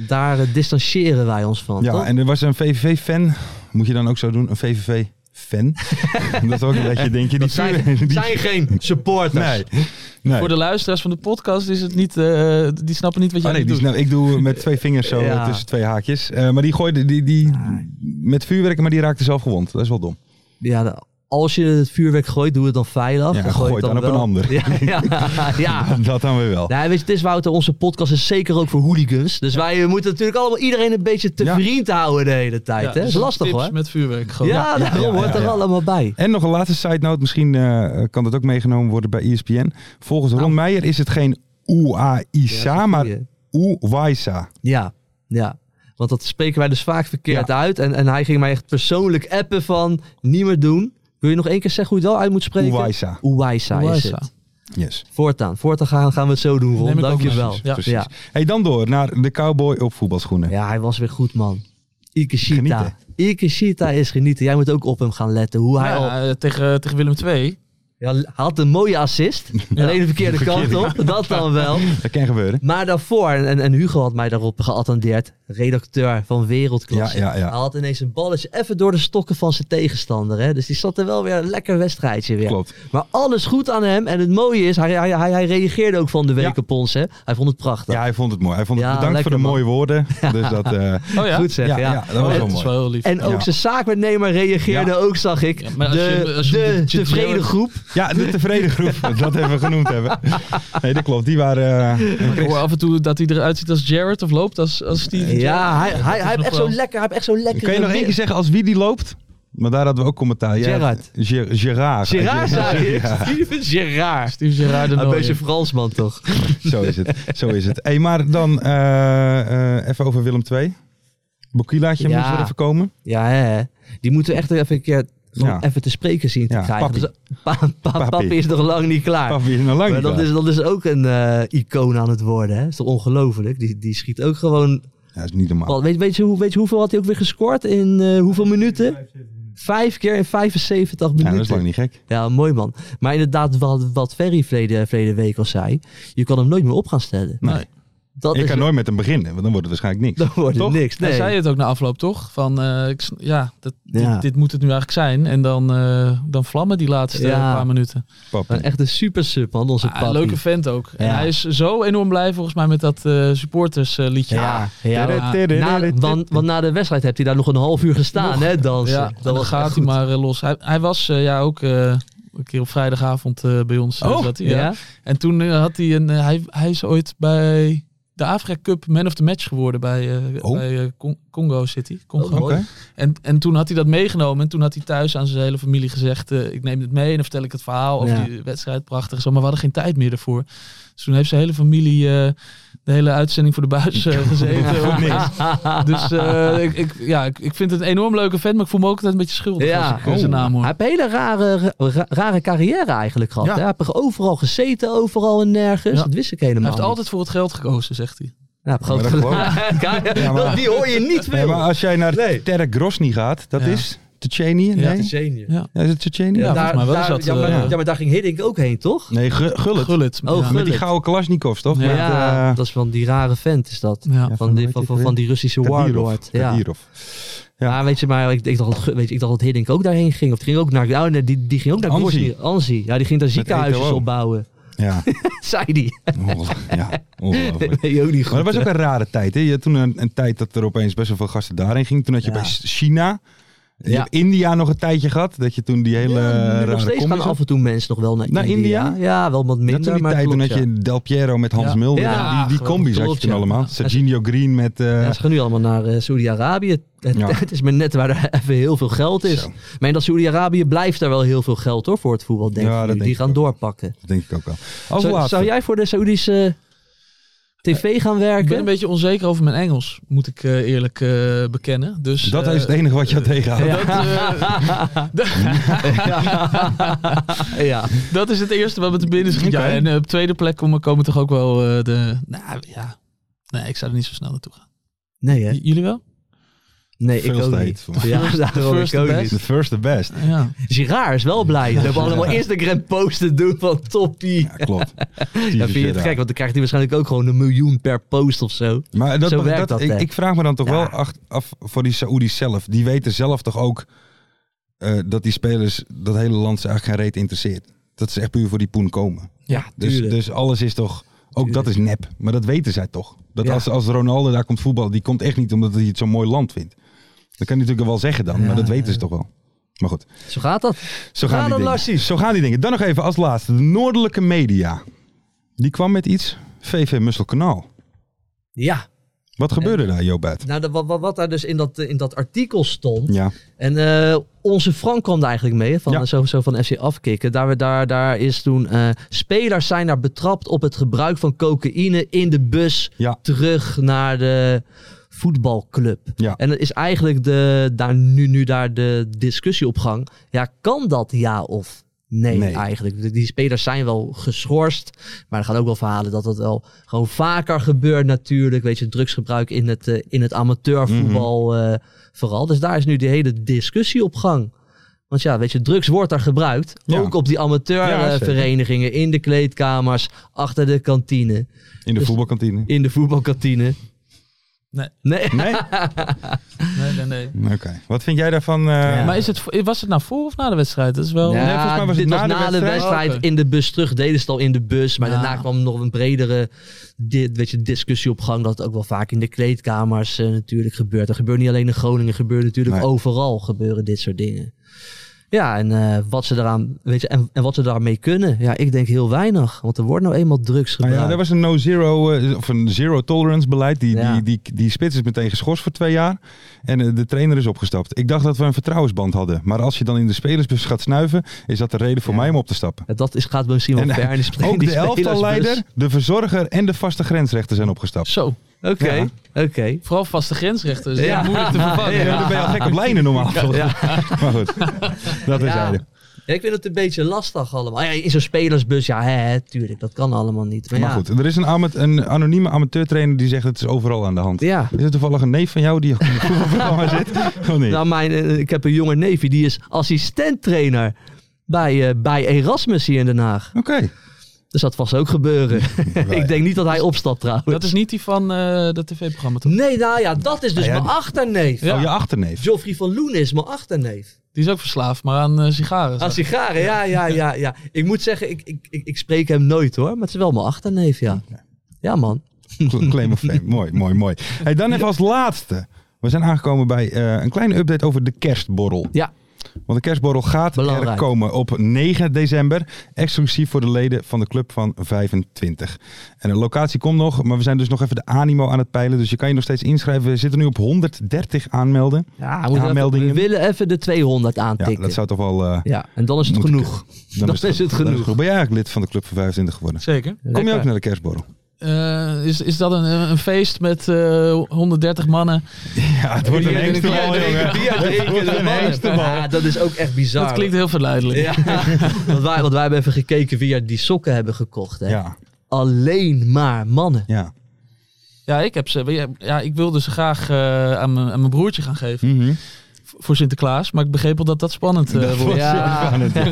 [SPEAKER 5] daar eh, distancieren wij ons van,
[SPEAKER 4] Ja,
[SPEAKER 5] toch?
[SPEAKER 4] en er was een VVV-fan. Moet je dan ook zo doen? Een VVV-fan? dat is ook een beetje, denk je, die
[SPEAKER 5] Dat zijn,
[SPEAKER 4] die-
[SPEAKER 5] zijn geen supporters.
[SPEAKER 4] Nee. nee.
[SPEAKER 6] Voor de luisteraars van de podcast is het niet... eh, die snappen niet wat jij
[SPEAKER 5] Oh,
[SPEAKER 4] Ah, nee,
[SPEAKER 6] nu
[SPEAKER 4] die
[SPEAKER 6] doet.
[SPEAKER 4] snap- ik doe met twee vingers zo
[SPEAKER 5] Ja.
[SPEAKER 4] tussen twee haakjes. Eh, maar die gooide die, die, met vuurwerk, maar die raakte zelf gewond. Dat is wel dom.
[SPEAKER 5] Oh, Ja, de- als je het vuurwerk gooit, doe het dan veilig.
[SPEAKER 4] Ja,
[SPEAKER 5] Dan
[SPEAKER 4] gooi het dan op
[SPEAKER 5] wel-
[SPEAKER 4] een ander.
[SPEAKER 5] Ja, ja, ja.
[SPEAKER 4] Dat dan weer wel.
[SPEAKER 5] Nee, weet je, het is Wouter, onze podcast is zeker ook voor hooligans. Dus wij eh, moeten natuurlijk allemaal iedereen een beetje te
[SPEAKER 4] Ja.
[SPEAKER 5] vriend houden de hele tijd.
[SPEAKER 6] Ja,
[SPEAKER 5] hè? Dat is
[SPEAKER 6] dus
[SPEAKER 5] lastig
[SPEAKER 6] tips
[SPEAKER 5] hoor.
[SPEAKER 6] met vuurwerk gewoon.
[SPEAKER 5] Ja, daarom
[SPEAKER 4] ja,
[SPEAKER 5] hoort
[SPEAKER 4] ja,
[SPEAKER 5] er
[SPEAKER 4] ja.
[SPEAKER 5] allemaal bij.
[SPEAKER 4] En nog een laatste side note, misschien eh, kan dat ook meegenomen worden bij E ESPN. Volgens Ron Meijer is het geen UAISA, maar
[SPEAKER 5] Nou. Ja.
[SPEAKER 4] UWAISA.
[SPEAKER 5] Ja, ja. Want dat spreken wij dus vaak verkeerd uit. En, en hij ging mij echt persoonlijk appen van niet meer doen. Wil je nog één keer zeggen hoe je het wel uit moet spreken?
[SPEAKER 4] Uwaisa.
[SPEAKER 5] Uwaisa is
[SPEAKER 6] Uwaisa.
[SPEAKER 5] het.
[SPEAKER 4] Yes.
[SPEAKER 5] Voortaan. Voortaan gaan, gaan we het zo doen,
[SPEAKER 6] Neem
[SPEAKER 5] Ron.
[SPEAKER 6] ik ook
[SPEAKER 5] Dankjewel.
[SPEAKER 6] mee.
[SPEAKER 5] Ja.
[SPEAKER 4] Precies.
[SPEAKER 5] Ja.
[SPEAKER 4] Hey, dan door naar de cowboy op voetbalschoenen.
[SPEAKER 5] ja, hij was weer goed, man. Ikeshita.
[SPEAKER 4] Genieten.
[SPEAKER 5] Ikeshita is genieten. Jij moet ook op hem gaan letten. Hoe hij al...
[SPEAKER 6] Ja, eh, tegen, tegen Willem II.
[SPEAKER 5] Ja, hij had een mooie assist. Alleen de verkeerde, kant op. Dat dan wel.
[SPEAKER 4] Dat kan gebeuren.
[SPEAKER 5] Maar daarvoor, en, en Hugo had mij daarop geattendeerd, redacteur van Wereldklasse.
[SPEAKER 4] Ja, ja, ja.
[SPEAKER 5] Hij had ineens een balletje even door de stokken van zijn tegenstander. Hè? Dus die zat er wel weer een lekker wedstrijdje weer.
[SPEAKER 4] Klopt.
[SPEAKER 5] Maar alles goed aan hem. En het mooie is, hij, hij, hij, hij reageerde ook van de week
[SPEAKER 4] Ja.
[SPEAKER 5] op ons. Hè? Hij vond het prachtig.
[SPEAKER 4] Ja, hij vond het mooi. Hij vond het
[SPEAKER 5] Ja,
[SPEAKER 4] bedankt
[SPEAKER 5] lekker,
[SPEAKER 4] voor de
[SPEAKER 5] man.
[SPEAKER 4] mooie woorden. Dus dat, eh,
[SPEAKER 6] Oh ja?
[SPEAKER 5] Goed zeg, ja.
[SPEAKER 4] ja, ja, dat was
[SPEAKER 6] Oh,
[SPEAKER 4] wel
[SPEAKER 6] dat is
[SPEAKER 4] mooi.
[SPEAKER 6] wel heel lief.
[SPEAKER 5] En ook
[SPEAKER 4] Ja.
[SPEAKER 5] zijn zaakwaarnemer reageerde
[SPEAKER 4] Ja.
[SPEAKER 5] ook, zag ik.
[SPEAKER 6] Ja, maar als
[SPEAKER 5] de
[SPEAKER 6] je- als je
[SPEAKER 5] de
[SPEAKER 6] moet- je-
[SPEAKER 5] tevreden groep.
[SPEAKER 4] Ja, de tevreden groep. dat hebben we genoemd hebben. Nee, dat klopt. Die waren... eh,
[SPEAKER 6] Ik hoor af en toe dat hij eruit ziet als Jared of loopt als, als Steven.
[SPEAKER 5] Ja, hij, hij,
[SPEAKER 6] is
[SPEAKER 5] hij, heeft
[SPEAKER 6] nog
[SPEAKER 5] echt
[SPEAKER 6] wel-
[SPEAKER 5] zo'n lekker, hij heeft echt zo'n lekker.
[SPEAKER 4] Kun je nog één keer zeggen als wie die loopt? Maar daar hadden we ook commentaar. Jij-
[SPEAKER 5] Gerard.
[SPEAKER 4] Ger- Gerard.
[SPEAKER 5] Gerard, zei ik. Steven Gerard.
[SPEAKER 6] Steven Gerrard de
[SPEAKER 5] Een
[SPEAKER 6] Nooier.
[SPEAKER 5] beetje Fransman toch?
[SPEAKER 4] Zo is het. Zo is het. Hey, maar dan eh, eh, even over Willem II. Bokilaatje
[SPEAKER 5] Ja.
[SPEAKER 4] moest er even komen.
[SPEAKER 5] Ja, hè. die moeten we echt even een keer gewoon
[SPEAKER 4] Ja.
[SPEAKER 5] even te spreken zien te
[SPEAKER 4] Ja,
[SPEAKER 5] krijgen.
[SPEAKER 4] papi.
[SPEAKER 5] Dus, pa, pa-
[SPEAKER 4] Papi.
[SPEAKER 5] papi is nog lang niet klaar.
[SPEAKER 4] Paf, wie is er nou lang
[SPEAKER 5] maar
[SPEAKER 4] niet
[SPEAKER 5] dat
[SPEAKER 4] klaar?
[SPEAKER 5] is, dat is ook een eh, icoon aan het worden. Hè? is toch ongelooflijk? Die, die schiet ook gewoon...
[SPEAKER 4] Ja, dat is niet normaal.
[SPEAKER 5] Wel, Weet, weet, je, hoe, weet je hoeveel had hij ook weer gescoord? In eh, hoeveel minuten? Vijf keer in 75
[SPEAKER 4] Ja,
[SPEAKER 5] minuten.
[SPEAKER 4] dat is lang niet gek.
[SPEAKER 5] Ja, mooi man. Maar inderdaad, wat, wat Ferry verleden, verleden week al zei. Je kan hem nooit meer op gaan stellen.
[SPEAKER 4] Nee.
[SPEAKER 5] Dat
[SPEAKER 4] Je
[SPEAKER 5] is,
[SPEAKER 4] kan nooit met hem beginnen, want dan wordt het waarschijnlijk niks.
[SPEAKER 5] Dan wordt het
[SPEAKER 4] Toch?
[SPEAKER 5] niks. Nee.
[SPEAKER 6] Hij zei het ook na afloop, toch? Van, eh, ik, s- ja, dat, dit-
[SPEAKER 5] Ja.
[SPEAKER 6] Dit, moet het nu eigenlijk zijn. En dan, eh, dan vlammen die laatste
[SPEAKER 5] Ja.
[SPEAKER 6] paar minuten.
[SPEAKER 4] Pap.
[SPEAKER 5] Maar Echt een super sub, man. Onze
[SPEAKER 6] Ah,
[SPEAKER 5] papi.
[SPEAKER 6] leuke vent ook. En
[SPEAKER 5] Ja.
[SPEAKER 6] hij is zo enorm blij volgens mij met dat eh, supportersliedje.
[SPEAKER 5] Ja, ja,
[SPEAKER 4] Tere,
[SPEAKER 6] ja.
[SPEAKER 4] tere,
[SPEAKER 5] Na,
[SPEAKER 4] tere,
[SPEAKER 5] want, want na de wedstrijd heeft hij daar nog een half uur gestaan, hè, dansen.
[SPEAKER 6] Ja,
[SPEAKER 5] dat
[SPEAKER 6] dan
[SPEAKER 5] was
[SPEAKER 6] gaat
[SPEAKER 5] echt
[SPEAKER 6] hij
[SPEAKER 5] goed.
[SPEAKER 6] maar eh, los. Hij, hij was eh, ja, ook eh, een keer op vrijdagavond eh, bij ons. eh,
[SPEAKER 5] Oh,
[SPEAKER 6] zat hij,
[SPEAKER 5] ja.
[SPEAKER 6] ja. En toen eh, had hij een. eh, hij, hij is ooit bij de Afrika Cup Man of the Match geworden bij, eh,
[SPEAKER 4] Oh.
[SPEAKER 6] bij eh, Con- Congo City. Congo.
[SPEAKER 5] Oh,
[SPEAKER 4] Oké.
[SPEAKER 6] En, en toen had hij dat meegenomen. En toen had hij thuis aan zijn hele familie gezegd: eh, Ik neem het mee en dan vertel ik het verhaal over
[SPEAKER 5] Ja.
[SPEAKER 6] die wedstrijd. Prachtig. en Zo, maar we hadden geen tijd meer ervoor. Dus toen heeft zijn hele familie. eh, de hele uitzending voor de buis eh, gezeten. Om- Dus eh, ik, ik, ja, ik, ik vind het een enorm leuke vent, maar ik voel me ook altijd een beetje schuldig
[SPEAKER 5] Ja. Oh,
[SPEAKER 6] als ik eh, zijn naam hoor.
[SPEAKER 5] Hij heeft een hele rare, ra- rare carrière eigenlijk gehad.
[SPEAKER 4] Ja.
[SPEAKER 5] hè. Hij heeft er overal gezeten, overal en nergens.
[SPEAKER 6] Ja.
[SPEAKER 5] Dat wist ik
[SPEAKER 6] Hij
[SPEAKER 5] helemaal
[SPEAKER 6] heeft altijd voor het geld gekozen, zegt hij.
[SPEAKER 5] Ja, hij heeft
[SPEAKER 4] Maar
[SPEAKER 5] groot
[SPEAKER 4] dat
[SPEAKER 5] gelijk.
[SPEAKER 4] Ja, maar-
[SPEAKER 5] Dat- Die hoor je niet
[SPEAKER 4] Nee,
[SPEAKER 5] veel.
[SPEAKER 4] maar als jij naar
[SPEAKER 5] Nee.
[SPEAKER 4] Terre Grosny gaat, dat
[SPEAKER 6] Ja.
[SPEAKER 4] is Tsjetsjenië?
[SPEAKER 6] Ja,
[SPEAKER 4] Nee?
[SPEAKER 5] Genie.
[SPEAKER 4] Ja, is het Tsjetsjenië?
[SPEAKER 6] Ja. volgens mij wel is dat,
[SPEAKER 5] ja, maar,
[SPEAKER 6] eh,
[SPEAKER 5] ja, maar daar ging Hiddink ook heen, toch?
[SPEAKER 4] Nee, Gu- Gullit.
[SPEAKER 6] Gullit.
[SPEAKER 5] Oh,
[SPEAKER 6] ja.
[SPEAKER 4] Met die
[SPEAKER 5] Gullit.
[SPEAKER 4] gouden Kalashnikovs, toch?
[SPEAKER 6] Ja.
[SPEAKER 4] Met,
[SPEAKER 5] Ja,
[SPEAKER 4] eh,
[SPEAKER 5] dat is van die rare vent, is dat.
[SPEAKER 6] Ja.
[SPEAKER 5] Van, die, van, van, van die Russische warlord.
[SPEAKER 4] Kadirov.
[SPEAKER 5] Ja.
[SPEAKER 4] Kadirov.
[SPEAKER 5] Ja, weet je, maar ik, ik, dacht, dat Gu- weet je, ik dacht dat Hiddink ook daarheen ging. Of die ging ook naar, nou, nee, die, die ging ook naar
[SPEAKER 4] Anzi.
[SPEAKER 5] Grozny. Anzi. Ja, die ging daar ziekenhuisjes
[SPEAKER 4] ETO.
[SPEAKER 5] opbouwen.
[SPEAKER 4] Ja,
[SPEAKER 5] Zei die.
[SPEAKER 4] Ongeloo- ja. ongelooflijk.
[SPEAKER 5] Weet je ook niet goed.
[SPEAKER 4] Maar dat was ook een rare tijd. Hè? Je had toen een, een tijd dat er opeens best wel veel gasten daarheen gingen. Toen had je
[SPEAKER 5] Ja.
[SPEAKER 4] bij S- China Je
[SPEAKER 5] Ja.
[SPEAKER 4] hebt India nog een tijdje gehad, dat je toen die hele
[SPEAKER 5] Ja,
[SPEAKER 4] ja,
[SPEAKER 5] nog
[SPEAKER 4] rare
[SPEAKER 5] steeds gaan
[SPEAKER 4] commies
[SPEAKER 5] af en toe mensen nog wel naar,
[SPEAKER 4] Naar
[SPEAKER 5] India.
[SPEAKER 4] India?
[SPEAKER 5] Ja, wel wat
[SPEAKER 4] Dat
[SPEAKER 5] minder.
[SPEAKER 4] toen die
[SPEAKER 5] maar
[SPEAKER 4] tijd toen
[SPEAKER 5] klopt,
[SPEAKER 4] had
[SPEAKER 5] ja.
[SPEAKER 4] je Del Piero met Hans
[SPEAKER 6] Ja.
[SPEAKER 4] Mulder.
[SPEAKER 5] Ja,
[SPEAKER 4] die die
[SPEAKER 5] geweldig,
[SPEAKER 4] combis had je
[SPEAKER 5] klopt,
[SPEAKER 4] toen
[SPEAKER 5] ja.
[SPEAKER 4] allemaal.
[SPEAKER 5] Ja,
[SPEAKER 4] Serginho Green met... eh,
[SPEAKER 5] Ja, ze gaan nu allemaal naar eh Saudi-Arabië. Het,
[SPEAKER 4] Ja.
[SPEAKER 5] het is maar net waar er even heel veel geld is.
[SPEAKER 4] Zo.
[SPEAKER 5] Maar in dat Saudi-Arabië blijft daar wel heel veel geld hoor, voor het voetbal, denk
[SPEAKER 4] Ja,
[SPEAKER 5] ik. nu.
[SPEAKER 4] dat denk
[SPEAKER 5] Die
[SPEAKER 4] ik
[SPEAKER 5] gaan
[SPEAKER 4] ook.
[SPEAKER 5] doorpakken.
[SPEAKER 4] dat denk ik ook Eh, wel. Als
[SPEAKER 5] Zou,
[SPEAKER 4] laatste.
[SPEAKER 5] zou jij voor de Saoedische eh, tv gaan
[SPEAKER 6] Ik ben een
[SPEAKER 5] werken?
[SPEAKER 6] beetje onzeker over mijn Engels, moet ik eh, eerlijk eh, bekennen. Dus,
[SPEAKER 4] Dat
[SPEAKER 6] eh,
[SPEAKER 4] is het enige wat je had tegenhoudt.
[SPEAKER 6] Dat, eh,
[SPEAKER 5] ja.
[SPEAKER 6] dat is het eerste wat me te binnen schiet. Ja,
[SPEAKER 4] Oké.
[SPEAKER 6] en eh, op tweede plek komen, komen toch ook wel eh, de... Nou ja, nee, ik zou er niet zo snel naartoe gaan.
[SPEAKER 5] Nee, hè?
[SPEAKER 6] J- jullie wel?
[SPEAKER 5] Nee, ik
[SPEAKER 4] First
[SPEAKER 5] ook
[SPEAKER 4] aid
[SPEAKER 5] niet.
[SPEAKER 4] voor mij.
[SPEAKER 5] Ja, daarom
[SPEAKER 6] first
[SPEAKER 5] ik ook
[SPEAKER 6] best.
[SPEAKER 5] niet.
[SPEAKER 4] The first, the best.
[SPEAKER 6] Ja.
[SPEAKER 5] Girard is wel blij. We hebben allemaal Instagram posten doen van toppie.
[SPEAKER 4] Ja, klopt.
[SPEAKER 5] Ja, vind je het gek? Want dan krijgt hij waarschijnlijk ook gewoon een miljoen per post of zo.
[SPEAKER 4] Maar dat,
[SPEAKER 5] Zo werkt dat, hè?
[SPEAKER 4] ik, ik vraag me dan toch
[SPEAKER 5] Ja.
[SPEAKER 4] wel ach- af voor die Saoedi's zelf. Die weten zelf toch ook eh, dat die spelers dat hele land ze eigenlijk geen reet interesseert. Dat ze echt puur voor die poen komen.
[SPEAKER 5] Ja,
[SPEAKER 4] Dus, dus alles is toch, ook dat is nep. Maar dat weten zij toch. Dat
[SPEAKER 5] Ja.
[SPEAKER 4] als, als Ronaldo daar komt voetballen, die komt echt niet omdat hij het zo'n mooi land vindt. Dat kan hij natuurlijk wel zeggen dan, maar dat weten ze toch wel. Maar goed,
[SPEAKER 5] Zo gaat dat.
[SPEAKER 4] zo
[SPEAKER 5] Ga
[SPEAKER 4] gaan,
[SPEAKER 5] dan,
[SPEAKER 4] die
[SPEAKER 5] Lassie.
[SPEAKER 4] dingen. zo gaan die dingen. Dan nog even als laatste, de noordelijke media. Die kwam met iets, VV Musselkanaal.
[SPEAKER 5] Ja.
[SPEAKER 4] Wat gebeurde daar, Joop Buit?
[SPEAKER 5] Nou, dat- wat, wat, wat daar dus in dat, eh, in dat artikel stond.
[SPEAKER 4] Ja.
[SPEAKER 5] En eh, onze Frank kwam er eigenlijk mee, van,
[SPEAKER 4] Ja.
[SPEAKER 5] zo, zo van FC Afkikken. Daar, we- daar, daar is toen, eh, spelers zijn daar betrapt op het gebruik van cocaïne in de bus
[SPEAKER 4] Ja.
[SPEAKER 5] terug naar de voetbalclub.
[SPEAKER 4] Ja.
[SPEAKER 5] En dat is eigenlijk de, daar nu, nu daar de discussie op gang. Ja, kan dat ja of nee,
[SPEAKER 4] Nee.
[SPEAKER 5] eigenlijk? Die- Die spelers zijn wel geschorst, maar er gaan ook wel verhalen dat dat wel gewoon vaker gebeurt natuurlijk. Weet je, drugsgebruik in het, eh, in het amateurvoetbal
[SPEAKER 4] Mhm.
[SPEAKER 5] eh, vooral. Dus daar is nu die hele discussie op gang. Want ja, weet je, drugs wordt daar gebruikt.
[SPEAKER 4] Ja.
[SPEAKER 5] Ook op die
[SPEAKER 4] Ja, zeker.
[SPEAKER 5] amateurverenigingen, in de kleedkamers, achter de kantine,
[SPEAKER 4] In de
[SPEAKER 5] Dus-
[SPEAKER 4] voetbalkantine.
[SPEAKER 5] in de voetbalkantine.
[SPEAKER 6] Nee.
[SPEAKER 5] Nee.
[SPEAKER 4] Nee?
[SPEAKER 6] Nee, nee, nee.
[SPEAKER 4] Oké. Wat vind jij daarvan? eh,
[SPEAKER 6] Maar is het, vo- was het nou voor of na de wedstrijd? Dat is wel...
[SPEAKER 5] Ja,
[SPEAKER 4] Nee, volgens mij was
[SPEAKER 5] dit
[SPEAKER 4] het
[SPEAKER 5] was
[SPEAKER 4] na de
[SPEAKER 5] na de
[SPEAKER 4] wedstrijd.
[SPEAKER 5] wedstrijd
[SPEAKER 6] Oh, oké.
[SPEAKER 5] in de bus terug. Deden ze het al in de bus. Maar
[SPEAKER 6] Ja.
[SPEAKER 5] daarna kwam nog een bredere dit, weet je, discussie op gang. Dat het ook wel vaak in de kleedkamers eh, natuurlijk gebeurt. Dat gebeurt niet alleen in Groningen. gebeurt natuurlijk
[SPEAKER 4] Nee.
[SPEAKER 5] overal gebeuren dit soort dingen. Ja, en, eh, wat ze daaraan, weet je, en, en wat ze daarmee kunnen. Ja, ik denk heel weinig. Want er wordt nou eenmaal drugs
[SPEAKER 4] Nou
[SPEAKER 5] gebruikt.
[SPEAKER 4] ja, er was een no-zero eh, of een zero-tolerance beleid. Die,
[SPEAKER 5] Ja.
[SPEAKER 4] die, die, die spits is meteen geschorst voor twee jaar. En eh, de trainer is opgestapt. Ik dacht dat we een vertrouwensband hadden. Maar als je dan in de spelersbus gaat snuiven, is dat de reden voor
[SPEAKER 5] Ja.
[SPEAKER 4] mij om op te stappen.
[SPEAKER 5] En dat is, gaat misschien wel
[SPEAKER 4] En, eh,
[SPEAKER 5] ver. in die spe-
[SPEAKER 4] Ook
[SPEAKER 5] die
[SPEAKER 4] de elftalleider,
[SPEAKER 5] spelersbus.
[SPEAKER 4] de verzorger en de vaste grensrechter zijn opgestapt.
[SPEAKER 6] Zo,
[SPEAKER 5] Oké,
[SPEAKER 4] Ja.
[SPEAKER 5] oké.
[SPEAKER 6] vooral vaste grensrechters.
[SPEAKER 5] Ja.
[SPEAKER 6] Ja, moeilijk te vervangen.
[SPEAKER 4] Ja, Oh, dan ben je al gek op lijnen normaal.
[SPEAKER 5] Ja.
[SPEAKER 4] Maar goed, dat is
[SPEAKER 5] Ja.
[SPEAKER 4] hij.
[SPEAKER 5] Ja, ik vind het een beetje lastig allemaal. Ja, in zo'n spelersbus, ja, hè, hè, tuurlijk, dat kan allemaal niet. Maar,
[SPEAKER 4] Maar
[SPEAKER 5] ja.
[SPEAKER 4] goed, er is een, ama- een anonieme amateurtrainer die zegt het is overal aan de hand.
[SPEAKER 5] Ja.
[SPEAKER 4] Is het toevallig een neef van jou die ook in het voetbalprogramma zit? Of niet?
[SPEAKER 5] Nou, mijn, eh, ik heb een jonge neefje, die is assistenttrainer bij, eh, bij Erasmus hier in Den Haag.
[SPEAKER 4] Oké.
[SPEAKER 5] Dus dat was ook gebeuren. ik denk niet dat hij opstapt trouwens.
[SPEAKER 6] Dat is niet die van eh dat tv-programma, toch?
[SPEAKER 5] Nee, nou ja, dat is dus
[SPEAKER 4] Ja, ja,
[SPEAKER 5] mijn achterneef.
[SPEAKER 6] Ja.
[SPEAKER 4] Oh, je achterneef.
[SPEAKER 5] Geoffrey van Loen is mijn achterneef.
[SPEAKER 6] Die is ook verslaafd, maar aan eh, sigaren.
[SPEAKER 5] Aan sigaren, ja, ja, ja, ja. Ik moet zeggen, ik, ik, ik, ik spreek hem nooit hoor, maar het is wel mijn achterneef, ja. Ja, man.
[SPEAKER 4] Claim of fame. mooi, mooi, mooi. Hey, dan even als laatste. We zijn aangekomen bij eh, een kleine update over de kerstborrel.
[SPEAKER 5] Ja.
[SPEAKER 4] Want de kerstborrel gaat
[SPEAKER 5] Belangrijk.
[SPEAKER 4] er komen op 9 december. Exclusief voor de leden van de Club van 25. En de locatie komt nog, maar we zijn dus nog even de animo aan het peilen. Dus je kan je nog steeds inschrijven. We zitten nu op 130 aanmelden.
[SPEAKER 5] Ja, we, moeten even-
[SPEAKER 4] Aanmeldingen.
[SPEAKER 5] we willen even de 200
[SPEAKER 4] Ja,
[SPEAKER 5] aantikken.
[SPEAKER 4] dat zou toch wel... eh,
[SPEAKER 5] Ja, en dan is het
[SPEAKER 4] Moet
[SPEAKER 5] genoeg.
[SPEAKER 4] dan
[SPEAKER 5] Dan is het
[SPEAKER 4] dan
[SPEAKER 5] genoeg.
[SPEAKER 4] Ben jij eigenlijk lid van de Club van 25 geworden?
[SPEAKER 6] Zeker.
[SPEAKER 4] Kom je
[SPEAKER 5] Lekker.
[SPEAKER 4] ook naar de kerstborrel?
[SPEAKER 6] Eh, is, is dat een, een feest met eh, 130 mannen?
[SPEAKER 4] Ja, het wordt
[SPEAKER 6] Die-
[SPEAKER 4] een
[SPEAKER 6] die-
[SPEAKER 4] engste
[SPEAKER 6] die-
[SPEAKER 4] bal,
[SPEAKER 6] die-
[SPEAKER 4] jongen.
[SPEAKER 5] Die
[SPEAKER 4] Wat een hengste bal.
[SPEAKER 5] Ja, dat is ook echt bizar.
[SPEAKER 6] Dat klinkt heel verleidelijk.
[SPEAKER 5] Ja, want, wij, want wij hebben even gekeken wie er die sokken hebben gekocht. Hè?
[SPEAKER 4] Ja,
[SPEAKER 5] Alleen maar mannen.
[SPEAKER 4] ja.
[SPEAKER 6] Ja, ik, heb ze, ja, ik wilde ze graag eh, aan, mijn, aan mijn broertje gaan geven
[SPEAKER 4] Mhm.
[SPEAKER 6] v- voor Sinterklaas. Maar ik begreep al dat dat spannend eh, wordt.
[SPEAKER 5] wordt- Ja.
[SPEAKER 4] Ja.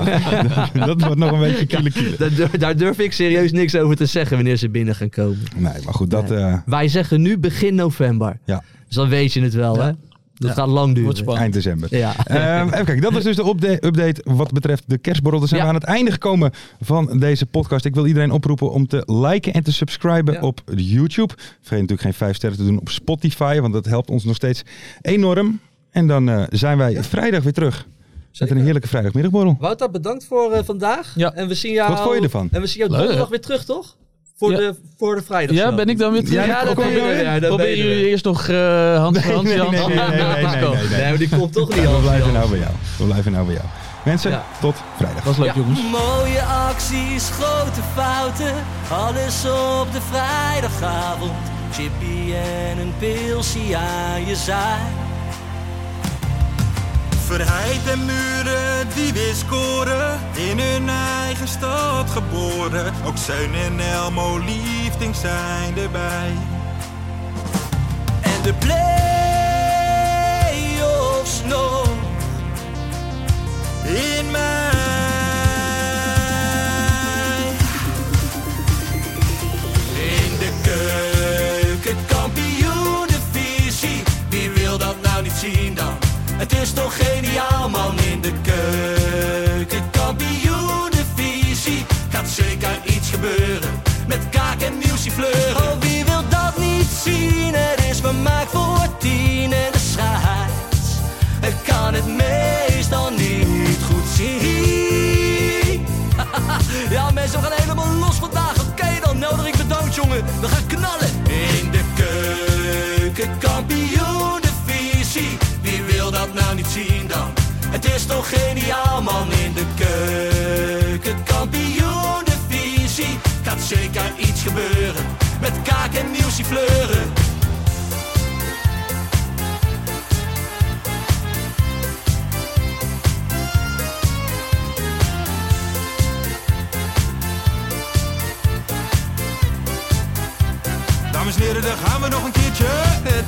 [SPEAKER 4] Dat wordt nog een beetje kiele kiele.
[SPEAKER 5] Daar, durf- daar durf ik serieus niks over te zeggen wanneer ze binnen gaan komen.
[SPEAKER 4] Nee, maar goed, dat...
[SPEAKER 5] Nee.
[SPEAKER 4] eh,
[SPEAKER 5] Wij zeggen nu begin november.
[SPEAKER 4] Ja.
[SPEAKER 5] Dus dan weet je het wel,
[SPEAKER 6] Ja.
[SPEAKER 5] hè? Dat
[SPEAKER 6] Ja.
[SPEAKER 5] gaat lang duren.
[SPEAKER 6] Wordt spannend.
[SPEAKER 4] Eind december.
[SPEAKER 5] Ja.
[SPEAKER 4] Ehm, even kijken, dat was dus de opda- update wat betreft de kerstborrel. Dan zijn
[SPEAKER 5] Ja.
[SPEAKER 4] we aan het einde gekomen van deze podcast. Ik wil iedereen oproepen om te liken en te subscriben
[SPEAKER 5] Ja.
[SPEAKER 4] op YouTube. Vergeet natuurlijk geen vijf sterren te doen op Spotify, want dat helpt ons nog steeds enorm.
[SPEAKER 10] En dan eh, zijn wij vrijdag weer terug. Met een heerlijke vrijdagmiddagborrel.
[SPEAKER 11] Wouter, bedankt voor eh, vandaag.
[SPEAKER 6] Ja.
[SPEAKER 11] En we zien jou,
[SPEAKER 10] Wat vond je ervan?
[SPEAKER 11] En we zien jou
[SPEAKER 6] Leuk.
[SPEAKER 11] donderdag weer terug, toch? Voor,
[SPEAKER 6] Ja.
[SPEAKER 11] de, voor de vrijdag.
[SPEAKER 6] Ja, ben ik dan weer
[SPEAKER 10] Ja,
[SPEAKER 6] terug?
[SPEAKER 11] Ja,
[SPEAKER 10] kom
[SPEAKER 11] dat ben
[SPEAKER 10] je
[SPEAKER 11] je
[SPEAKER 10] dan
[SPEAKER 11] weer.
[SPEAKER 10] weer?
[SPEAKER 11] Ja, dat ben
[SPEAKER 6] Probeer
[SPEAKER 11] je weer.
[SPEAKER 6] jullie eerst nog eh hand voor hand,
[SPEAKER 10] nee,
[SPEAKER 6] Jan?
[SPEAKER 10] nee, nee, nee, nee, nee, nee, nee.
[SPEAKER 11] Nee, maar die komt toch niet
[SPEAKER 10] We
[SPEAKER 11] al.
[SPEAKER 10] blijven nou bij jou. We blijven nou bij jou. Mensen,
[SPEAKER 11] Ja.
[SPEAKER 10] tot vrijdag.
[SPEAKER 6] Was leuk, jongens.
[SPEAKER 5] Mooie acties, grote fouten, alles op de vrijdagavond. Chippy en een pilsie aan je zaai.
[SPEAKER 4] Verheid en muren die weer scoren, in hun eigen stad geboren. Ook Zijn en Elmo liefding zijn erbij.
[SPEAKER 5] En de play-offs nog
[SPEAKER 4] In mij.
[SPEAKER 5] in de keuken, kampioen de visie. Wie wil dat nou niet zien dan? Het is toch geniaal man in de keuken, kampioen de visie. Gaat zeker iets gebeuren met kaak en muziek fleuren. Oh, wie wil dat niet zien? Het is vermaakt voor tien en de scheids. Ik kan het meestal niet goed zien. Ja, mensen, we gaan helemaal los vandaag. Oké, dan nodig ik bedankt, jongen. We gaan knallen. In de keuken, kampioen, de visie. Wie wil dat nou niet zien dan? Het is toch geniaal, man. In de keuken, kampioen, de visie. Gaat zeker iets gebeuren. Met kaak en nieuwsie fleuren.
[SPEAKER 4] Dames en heren, daar gaan we nog een keertje.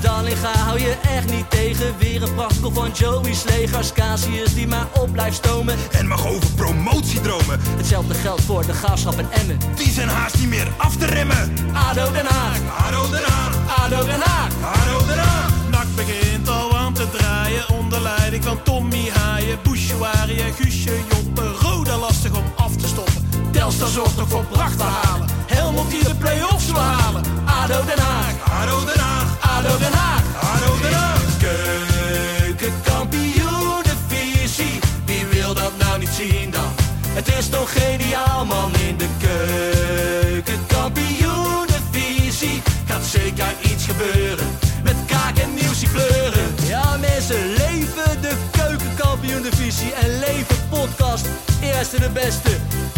[SPEAKER 5] Dallinga hou je echt niet tegen. Weer een prachtkel van Joey's legers. Casius die maar op blijft stomen.
[SPEAKER 4] En mag over promotiedromen,
[SPEAKER 5] Hetzelfde geldt voor de gaafschap en Emmen.
[SPEAKER 4] die zijn haast niet meer af te remmen.
[SPEAKER 5] ADO Den Haag,
[SPEAKER 4] Haro Den Haag,
[SPEAKER 5] ADO Den Haag.
[SPEAKER 4] Haro Den Haag.
[SPEAKER 5] Nak begint al aan te draaien onder leiding van Tommy Haaien, Bouchouari en Guusje Joppen. Roda lastig om af te stoppen. Telstar zorgt nog voor pracht te halen. Helmond die de play-offs wil halen. ADO Den Haag,
[SPEAKER 4] Haro Den Haag,
[SPEAKER 5] ADO Den Haag.
[SPEAKER 4] Haro Den Haag.
[SPEAKER 5] Keukenkampioen de visie. Wie wil dat nou niet zien dan? Het is toch geniaal man in de keukenkampioen de visie. Gaat zeker iets gebeuren. Met kaak en nieuwsie kleuren. Ja mensen, leven de keukenkampioen divisie en leven podcast. Eerste de beste.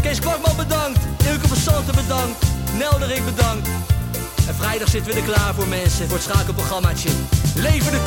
[SPEAKER 5] Kees Kwakman bedankt. Ilke van Santen bedankt. Nelderik bedankt. En vrijdag zitten we er klaar voor mensen, voor het schakelprogrammaatje. Leven de